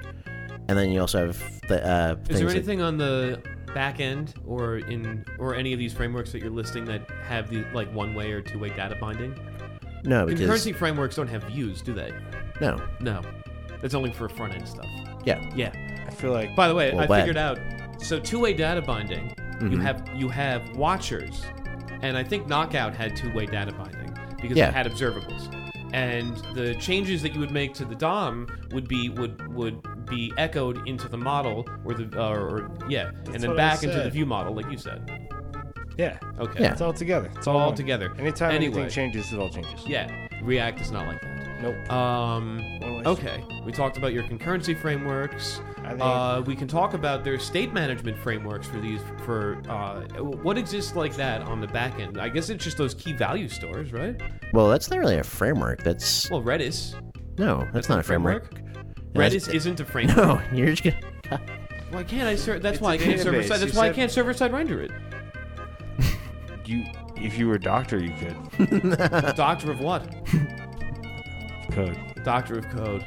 Speaker 2: And then you also have the uh,
Speaker 1: Is
Speaker 2: things
Speaker 1: there
Speaker 2: that-
Speaker 1: anything on the back end or in or any of these frameworks that you're listing that have the like one way or two way data binding?
Speaker 2: no because
Speaker 1: Concurrency frameworks don't have views, do they?
Speaker 2: no
Speaker 1: No. That's only for front end stuff.
Speaker 2: yeah
Speaker 1: Yeah.
Speaker 3: I feel like
Speaker 1: By the way,
Speaker 2: Well,
Speaker 1: I
Speaker 2: when? Mm-hmm.
Speaker 1: figured out so two way data binding, you have you have watchers. And I think Knockout had two way data binding because
Speaker 2: Yeah.
Speaker 1: it had observables. And the changes that you would make to the DOM would be would would be echoed into the model or the uh, or yeah, and then
Speaker 5: what I
Speaker 1: back into the
Speaker 5: said.
Speaker 1: view model like you said.
Speaker 3: yeah,
Speaker 1: Okay.
Speaker 2: Yeah.
Speaker 3: it's all together. It's
Speaker 1: all
Speaker 3: one.
Speaker 1: together.
Speaker 3: Anytime
Speaker 1: Anyway.
Speaker 3: anything changes, it all changes.
Speaker 1: Yeah. React is not like that.
Speaker 3: Nope.
Speaker 1: Um,
Speaker 3: Otherwise-
Speaker 1: okay. We talked about your concurrency frameworks.
Speaker 3: I think-
Speaker 1: Uh, we can talk about their state management frameworks for these. For uh, what exists like that on the back end? I guess it's just those key value stores, right?
Speaker 2: well that's not really a framework that's
Speaker 1: Well, Redis.
Speaker 2: no that's, not a framework,
Speaker 1: Redis
Speaker 2: That's-
Speaker 1: isn't a framework.
Speaker 2: no you're just gonna
Speaker 1: Why can't I? Ser- that's
Speaker 3: It's
Speaker 1: why
Speaker 3: a
Speaker 1: I can't
Speaker 3: database.
Speaker 1: server side. That's
Speaker 3: You
Speaker 1: why I
Speaker 3: said-
Speaker 1: can't server side render it.
Speaker 3: You, if you were a doctor, you could
Speaker 1: Doctor of what?
Speaker 3: code.
Speaker 1: Doctor of code.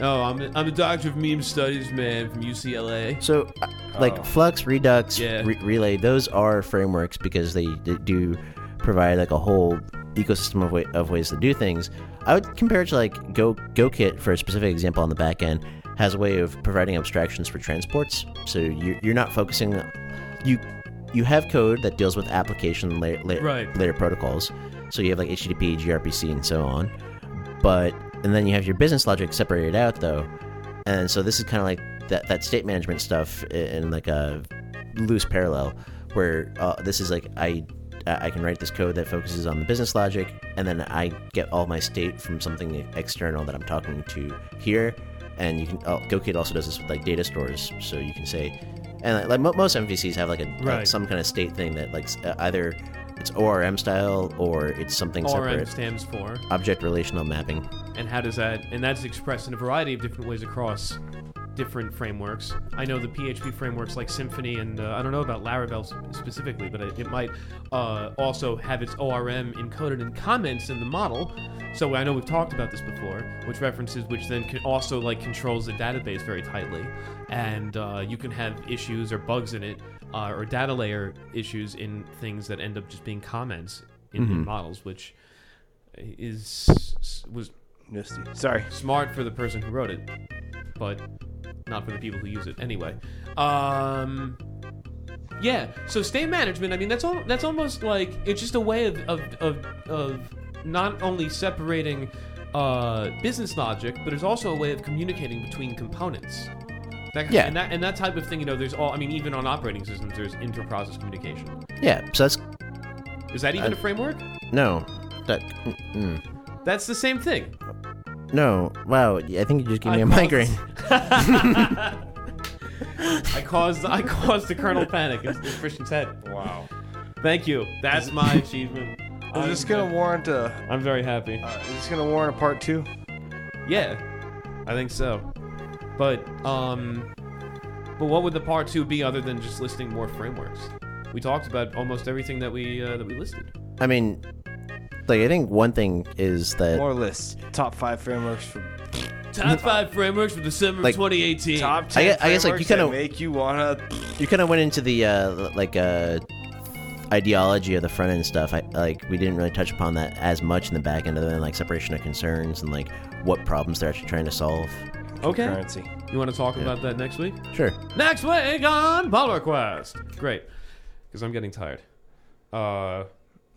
Speaker 1: Oh, I'm a, I'm a doctor of meme studies, man, from UCLA.
Speaker 2: So, uh, like
Speaker 3: Oh.
Speaker 2: Flux, Redux,
Speaker 1: Yeah.
Speaker 2: Re- Relay, those are frameworks because they d- do provide like a whole ecosystem of, way- of ways to do things. I would compare it to like Go GoKit for a specific example on the back end has a way of providing abstractions for transports. So you're, you're not focusing you you have code that deals with application layer, layer,
Speaker 1: Right.
Speaker 2: layer protocols. So you have like HTTP, gRPC, and so on. But and then you have your business logic separated out though, and so this is kind of like that that state management stuff i- in like a loose parallel where uh, this is like I. I can write this code that focuses on the business logic, and then I get all my state from something external that I'm talking to here. And you can oh, GoKit also does this with like data stores, so you can say, and like, mo- most MVCs have like a
Speaker 1: Right.
Speaker 2: some kind of state thing that like s- uh, either it's ORM style or it's something
Speaker 1: ORM
Speaker 2: separate.
Speaker 1: stands for.
Speaker 2: Object relational mapping.
Speaker 1: and how does that and that's expressed in a variety of different ways across different frameworks. I know the PHP frameworks like Symfony and uh, I don't know about Laravel s- specifically, but it, it might uh, also have its ORM encoded in comments in the model. So I know we've talked about this before, which references, which then can also like controls the database very tightly, and uh, you can have issues or bugs in it uh, or data layer issues in things that end up just being comments in, in models, which is was
Speaker 3: Misty. Sorry.
Speaker 1: smart for the person who wrote it, but not for the people who use it anyway. Um, yeah. So state management. I mean, that's all. That's almost like it's just a way of of of, of not only separating uh, business logic, but it's also a way of communicating between components. That,
Speaker 2: Yeah.
Speaker 1: And that and that type of thing. You know, there's all. I mean, even on operating systems, there's inter-process communication.
Speaker 2: Yeah, so that's
Speaker 1: Is that even a framework?
Speaker 2: no, that mm,
Speaker 1: That's the same thing.
Speaker 2: no. Wow, I think you just gave me a
Speaker 1: caused-
Speaker 2: migraine.
Speaker 1: I caused I caused the colonel panic in, in Christian's head.
Speaker 3: Wow.
Speaker 1: Thank you. That's my achievement.
Speaker 3: Is this gonna warrant a?
Speaker 1: I'm very happy.
Speaker 3: Uh, is this gonna warrant a part two?
Speaker 1: Yeah, I think so. But um, but what would the part two be other than just listing more frameworks? We talked about almost everything that we uh, that we listed.
Speaker 2: I mean, like I think one thing is that
Speaker 3: More lists. Top five frameworks for
Speaker 1: Top five frameworks for December
Speaker 2: Like-
Speaker 1: 2018.
Speaker 3: top
Speaker 2: I
Speaker 3: ten.
Speaker 2: gue- I guess, like, you
Speaker 3: frameworks
Speaker 2: kinda-
Speaker 3: that make you wanna.
Speaker 2: you kind of went into the uh, like uh, ideology of the front end stuff. I like we didn't really touch upon that as much in the back end, other than like separation of concerns and like what problems they're actually trying to solve.
Speaker 1: Okay.
Speaker 3: Currency.
Speaker 1: You want to talk about that next week?
Speaker 2: Sure.
Speaker 1: Next week on Polar Quest. Great, because I'm getting tired. Uh.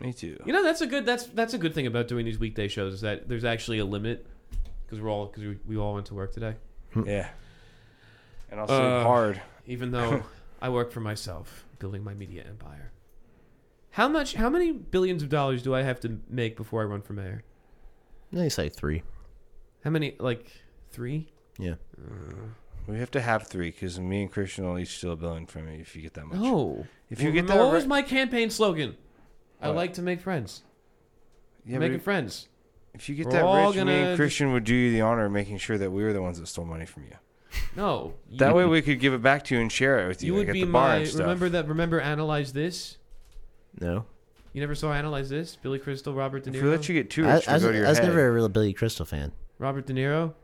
Speaker 3: Me too.
Speaker 1: You know that's a good that's that's a good thing about doing these weekday shows is that there's actually a limit because we're all because we, we all went to work today.
Speaker 3: Yeah. And also
Speaker 1: Uh,
Speaker 3: hard.
Speaker 1: Even though I work for myself, building my media empire. How much? How many billions of dollars do I have to make before I run for mayor?
Speaker 2: They say three.
Speaker 1: How many? Like three?
Speaker 2: Yeah.
Speaker 3: We have to have three because me and Christian will each steal a billion from you if you get that much.
Speaker 1: No.
Speaker 3: If you Oh, get
Speaker 1: Remember-
Speaker 3: that,
Speaker 1: what was
Speaker 3: right-
Speaker 1: my campaign slogan? I
Speaker 3: What?
Speaker 1: like to make friends.
Speaker 3: yeah, but
Speaker 1: Making friends.
Speaker 3: if you get
Speaker 1: we're
Speaker 3: that
Speaker 1: all
Speaker 3: rich, me
Speaker 1: gonna just-
Speaker 3: and Christian would do you the honor of making sure that we were the ones that stole money from you.
Speaker 1: No.
Speaker 3: That
Speaker 1: you,
Speaker 3: way we could give it back to you and share it with you,
Speaker 1: you would
Speaker 3: like at
Speaker 1: be
Speaker 3: the bar
Speaker 1: my.
Speaker 3: and stuff.
Speaker 1: Remember that. Remember analyze this.
Speaker 2: No.
Speaker 1: You never saw analyze this. Billy Crystal, Robert De
Speaker 3: if
Speaker 1: Niro.
Speaker 3: we let you get too
Speaker 2: I,
Speaker 3: rich,
Speaker 2: I
Speaker 3: we'll
Speaker 2: was,
Speaker 3: go to your
Speaker 2: I was
Speaker 3: head.
Speaker 2: never a real Billy Crystal fan.
Speaker 1: Robert De Niro.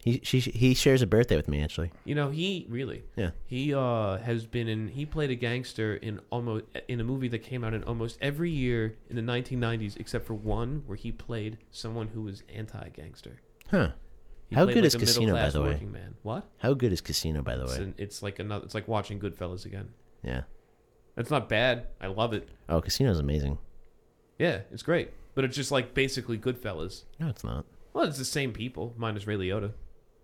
Speaker 2: He she he shares a birthday with me actually.
Speaker 1: You know, he really.
Speaker 2: Yeah.
Speaker 1: He uh, has been in. He played a gangster in almost in a movie that came out in almost every year in the 1990s, except for one where he played someone who was anti-gangster.
Speaker 2: Huh.
Speaker 1: He
Speaker 2: How
Speaker 1: played,
Speaker 2: good
Speaker 1: like,
Speaker 2: is
Speaker 1: a
Speaker 2: Casino, by
Speaker 1: middle-class
Speaker 2: the way?
Speaker 1: working Man. What?
Speaker 2: How good is Casino by the
Speaker 1: It's,
Speaker 2: way?
Speaker 1: an- it's like another. It's like watching Goodfellas again.
Speaker 2: yeah.
Speaker 1: It's not bad. I love it.
Speaker 2: Oh, Casino's amazing.
Speaker 1: Yeah, it's great. But it's just like basically Goodfellas.
Speaker 2: No, it's not.
Speaker 1: Well, it's the same people minus Ray Liotta.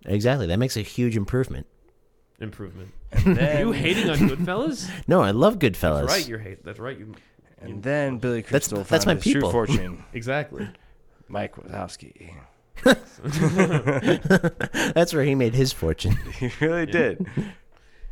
Speaker 2: Exactly. That makes a huge improvement.
Speaker 1: Improvement. Are you hating on Goodfellas?
Speaker 2: No, I love Goodfellas.
Speaker 1: That's right. You're hate. That's right. You
Speaker 3: And then Billy
Speaker 2: That's-
Speaker 3: Crystal
Speaker 2: that's
Speaker 3: found
Speaker 2: my
Speaker 3: his true
Speaker 2: people.
Speaker 3: fortune,
Speaker 1: exactly.
Speaker 3: Mike Wazowski.
Speaker 2: That's where he made his fortune.
Speaker 3: He really did.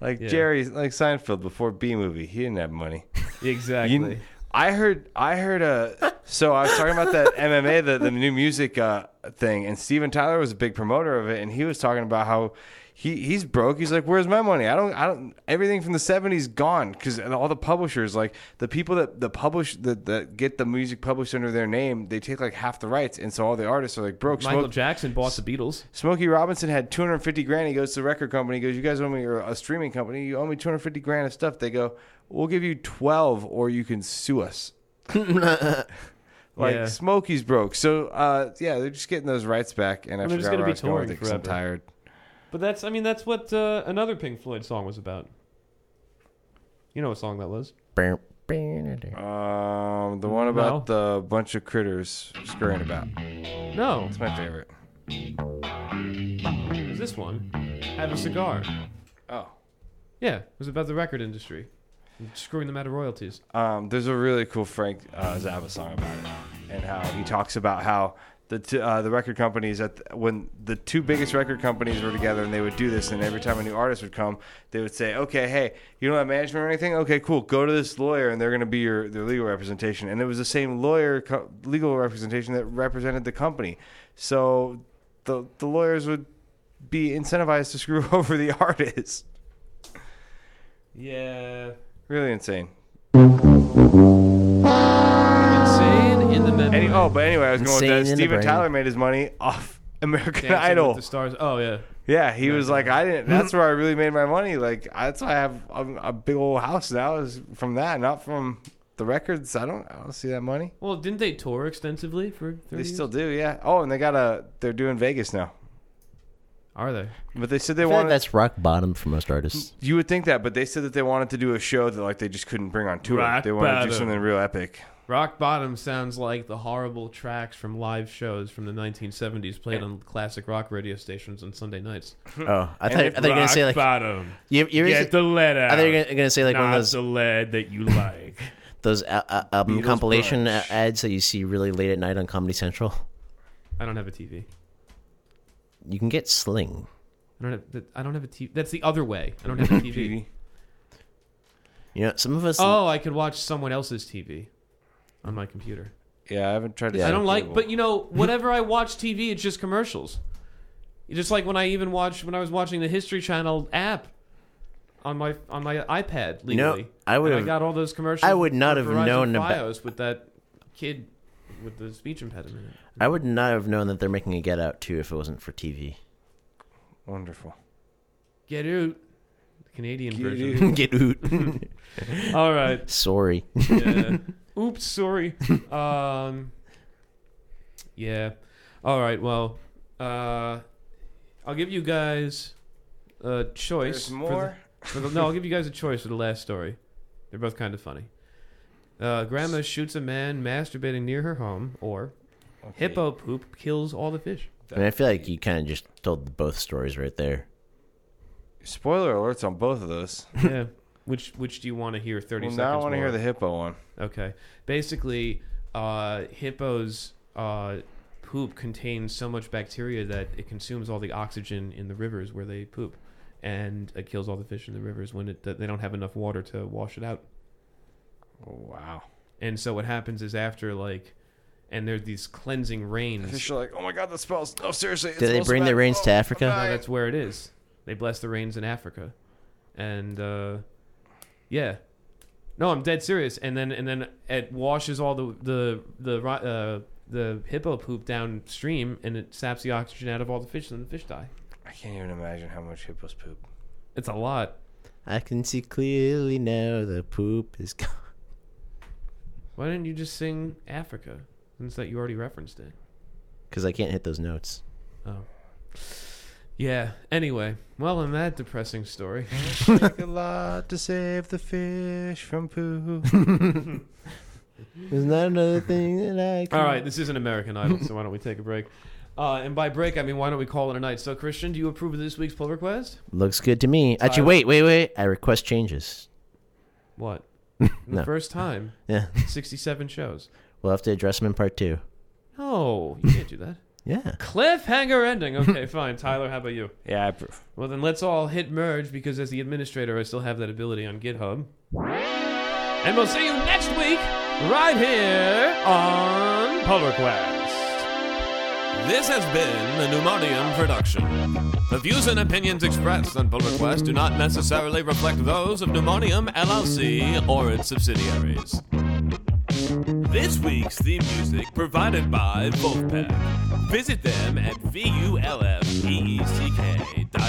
Speaker 3: Like
Speaker 1: Yeah.
Speaker 3: Jerry, like Seinfeld before B movie, he didn't have money.
Speaker 1: Exactly.
Speaker 3: You- I heard, I heard a. So I was talking about that MMA, the, the new music uh, thing, and Steven Tyler was a big promoter of it, and he was talking about how he he's broke. He's like, "Where's my money? I don't, I don't. Everything from the '70s gone because all the publishers, like the people that the publish that, that get the music published under their name, they take like half the rights, and so all the artists are like broke.
Speaker 1: Michael
Speaker 3: Smoke-
Speaker 1: Jackson bought the Beatles.
Speaker 3: Smokey Robinson had 250 grand. He goes to the record company. He goes, "You guys owe me, or a streaming company, you owe me 250 grand of stuff." They go, "We'll give you 12, or you can sue us." like
Speaker 1: Yeah.
Speaker 3: Smokey's broke, so uh, yeah, they're just getting those rights back. And I
Speaker 1: they're just
Speaker 3: forgot where
Speaker 1: gonna
Speaker 3: I
Speaker 1: be
Speaker 3: was going with
Speaker 1: touring
Speaker 3: it 'cause I'm
Speaker 1: forever.
Speaker 3: tired.
Speaker 1: But that's, I mean, that's what uh, another Pink Floyd song was about. You know what song that was?
Speaker 3: Um, the
Speaker 1: Mm,
Speaker 3: one about the bunch of critters scurrying about.
Speaker 1: No,
Speaker 3: It's my favorite.
Speaker 1: it was this one. Have a cigar.
Speaker 3: Oh.
Speaker 1: Yeah, it was about the record industry, and screwing them out of royalties.
Speaker 3: um, there's a really cool Frank uh, Zappa song about it, and how he talks about how the t- uh, the record companies at the, when the two biggest record companies were together and they would do this, and every time a new artist would come, they would say, "Okay, hey, you don't have management or anything? Okay, cool. Go to this lawyer, and they're going to be your their legal representation." And it was the same lawyer co- legal representation that represented the company, so the the lawyers would be incentivized to screw over the artist.
Speaker 1: Yeah.
Speaker 3: Really insane.
Speaker 1: Insane in the memory.
Speaker 3: Any, oh, but anyway, I was going
Speaker 2: Insane
Speaker 3: with
Speaker 2: in the
Speaker 3: that. Steven
Speaker 2: brain.
Speaker 3: Tyler made his money off American
Speaker 1: Dancing with
Speaker 3: Idol.
Speaker 1: the stars. Oh yeah.
Speaker 3: Yeah, he was like, I didn't. That's where I really made my money. Like, that's why I have a, a big old house now is from that, not from the records. I don't, I don't see that money.
Speaker 1: Well, didn't they tour extensively for? 30
Speaker 3: They
Speaker 1: years?
Speaker 3: still do, yeah. Oh, and they got a, they're doing Vegas now.
Speaker 1: are they?
Speaker 3: But they said they
Speaker 2: I feel like
Speaker 3: wanted.
Speaker 2: that's rock bottom for most artists.
Speaker 3: you would think that, but they said that they wanted to do a show that like they just couldn't bring on tour.
Speaker 1: Rock
Speaker 3: they wanted to do
Speaker 1: bottom.
Speaker 3: something real epic.
Speaker 1: Rock Bottom sounds like the horrible tracks from live shows from the 1970s played on classic rock radio stations on Sunday nights.
Speaker 2: Oh, I thought, I thought you were gonna say like
Speaker 1: Bottom.
Speaker 2: you, you were, I
Speaker 5: Get the
Speaker 2: thought
Speaker 5: lead
Speaker 2: you were
Speaker 5: out.
Speaker 2: gonna, gonna say like one of
Speaker 5: Not
Speaker 2: those
Speaker 5: the lead that you like.
Speaker 2: those uh, uh, album compilation uh ads that you see really late at night on Comedy Central.
Speaker 1: I don't have a TV.
Speaker 2: You can get Sling.
Speaker 1: I don't have. I don't have a TV. That's the other way. I don't have a TV.
Speaker 2: You know, some of us.
Speaker 1: oh, I could watch someone else's TV on my computer.
Speaker 3: Yeah, I haven't tried to.
Speaker 2: Yeah.
Speaker 1: I
Speaker 3: see
Speaker 1: don't like,
Speaker 3: cable.
Speaker 1: but you know, whenever I watch TV, it's just commercials. You Just like when I even watched when I was watching the History Channel app on my on my iPad legally.
Speaker 2: know, I
Speaker 1: and
Speaker 2: would've-
Speaker 1: got all those commercials.
Speaker 2: I would not
Speaker 1: for
Speaker 2: have
Speaker 1: Verizon
Speaker 2: known about-
Speaker 1: FiOS with that kid with the speech impediment.
Speaker 2: I would not have known that they're making a Get Out too if it wasn't for TV.
Speaker 3: wonderful.
Speaker 1: Get out, the Canadian version.
Speaker 2: get out.
Speaker 1: All right.
Speaker 2: Sorry.
Speaker 1: Yeah. Oops, sorry. Um, yeah. All right. Well, uh, I'll give you guys a choice.
Speaker 3: There's
Speaker 1: for the-
Speaker 3: more.
Speaker 1: for the- no, I'll give you guys a choice for the last story. They're both kind of funny. Uh, grandma shoots a man masturbating near her home, or hippo poop kills all the fish.
Speaker 2: I mean, I feel like you kind of just told both stories right there.
Speaker 3: Spoiler alerts on both of those.
Speaker 1: Yeah. Which which do you want to hear? Thirty
Speaker 3: Well,
Speaker 1: seconds.
Speaker 3: now I want to
Speaker 1: more?
Speaker 3: hear the hippo one.
Speaker 1: Okay. Basically, uh, hippos' uh, poop contains so much bacteria that it consumes all the oxygen in the rivers where they poop, and it kills all the fish in the rivers when it that they don't have enough water to wash it out.
Speaker 3: Wow.
Speaker 1: And so what happens is after like, and there's these cleansing rains.
Speaker 3: Fish are like, oh my god, that smells. No, seriously. it
Speaker 2: Did they
Speaker 3: smells
Speaker 2: bring
Speaker 3: bad.
Speaker 2: their reins to
Speaker 3: Oh,
Speaker 2: Africa?
Speaker 3: I'm
Speaker 1: No,
Speaker 3: dying."
Speaker 1: that's where it is. They bless the rains in Africa, and uh, yeah, no, I'm dead serious. And then and then it washes all the the the ro- uh, the hippo poop downstream, and it saps the oxygen out of all the fish, and the fish die.
Speaker 3: I can't even imagine how much hippos poop.
Speaker 1: It's a lot.
Speaker 2: I can see clearly now the poop is gone.
Speaker 1: Why didn't you just sing Africa? Since that you already referenced it.
Speaker 2: Because I can't hit those notes.
Speaker 1: Oh. Yeah. Anyway, well, in that depressing story,
Speaker 3: Take a lot to save the fish from poo.
Speaker 2: There's not another thing that I can.
Speaker 1: All right, this is an American Idol, so why don't we take a break? Uh, and by break, I mean why don't we call it a night? So, Christian, do you approve of this week's pull request?
Speaker 2: Looks good to me. Actually, wait, wait, wait. I request changes.
Speaker 1: What? The
Speaker 2: No.
Speaker 1: first time,
Speaker 2: Yeah.
Speaker 1: sixty-seven shows.
Speaker 2: We'll have to address them in part two.
Speaker 1: No, you can't do that.
Speaker 2: Yeah.
Speaker 1: Cliffhanger ending. Okay, fine. Tyler, how about you?
Speaker 3: yeah, I approve.
Speaker 1: Well, then let's all hit merge because as the administrator, I still have that ability on GitHub. And we'll see you next week right here on Pull Request. This has been a Pneumonium production. The views and opinions expressed on Pull Request do not necessarily reflect those of Pneumonium LLC or its subsidiaries. This week's theme music provided E by Wolfpack. Visit them at vulfeck.com.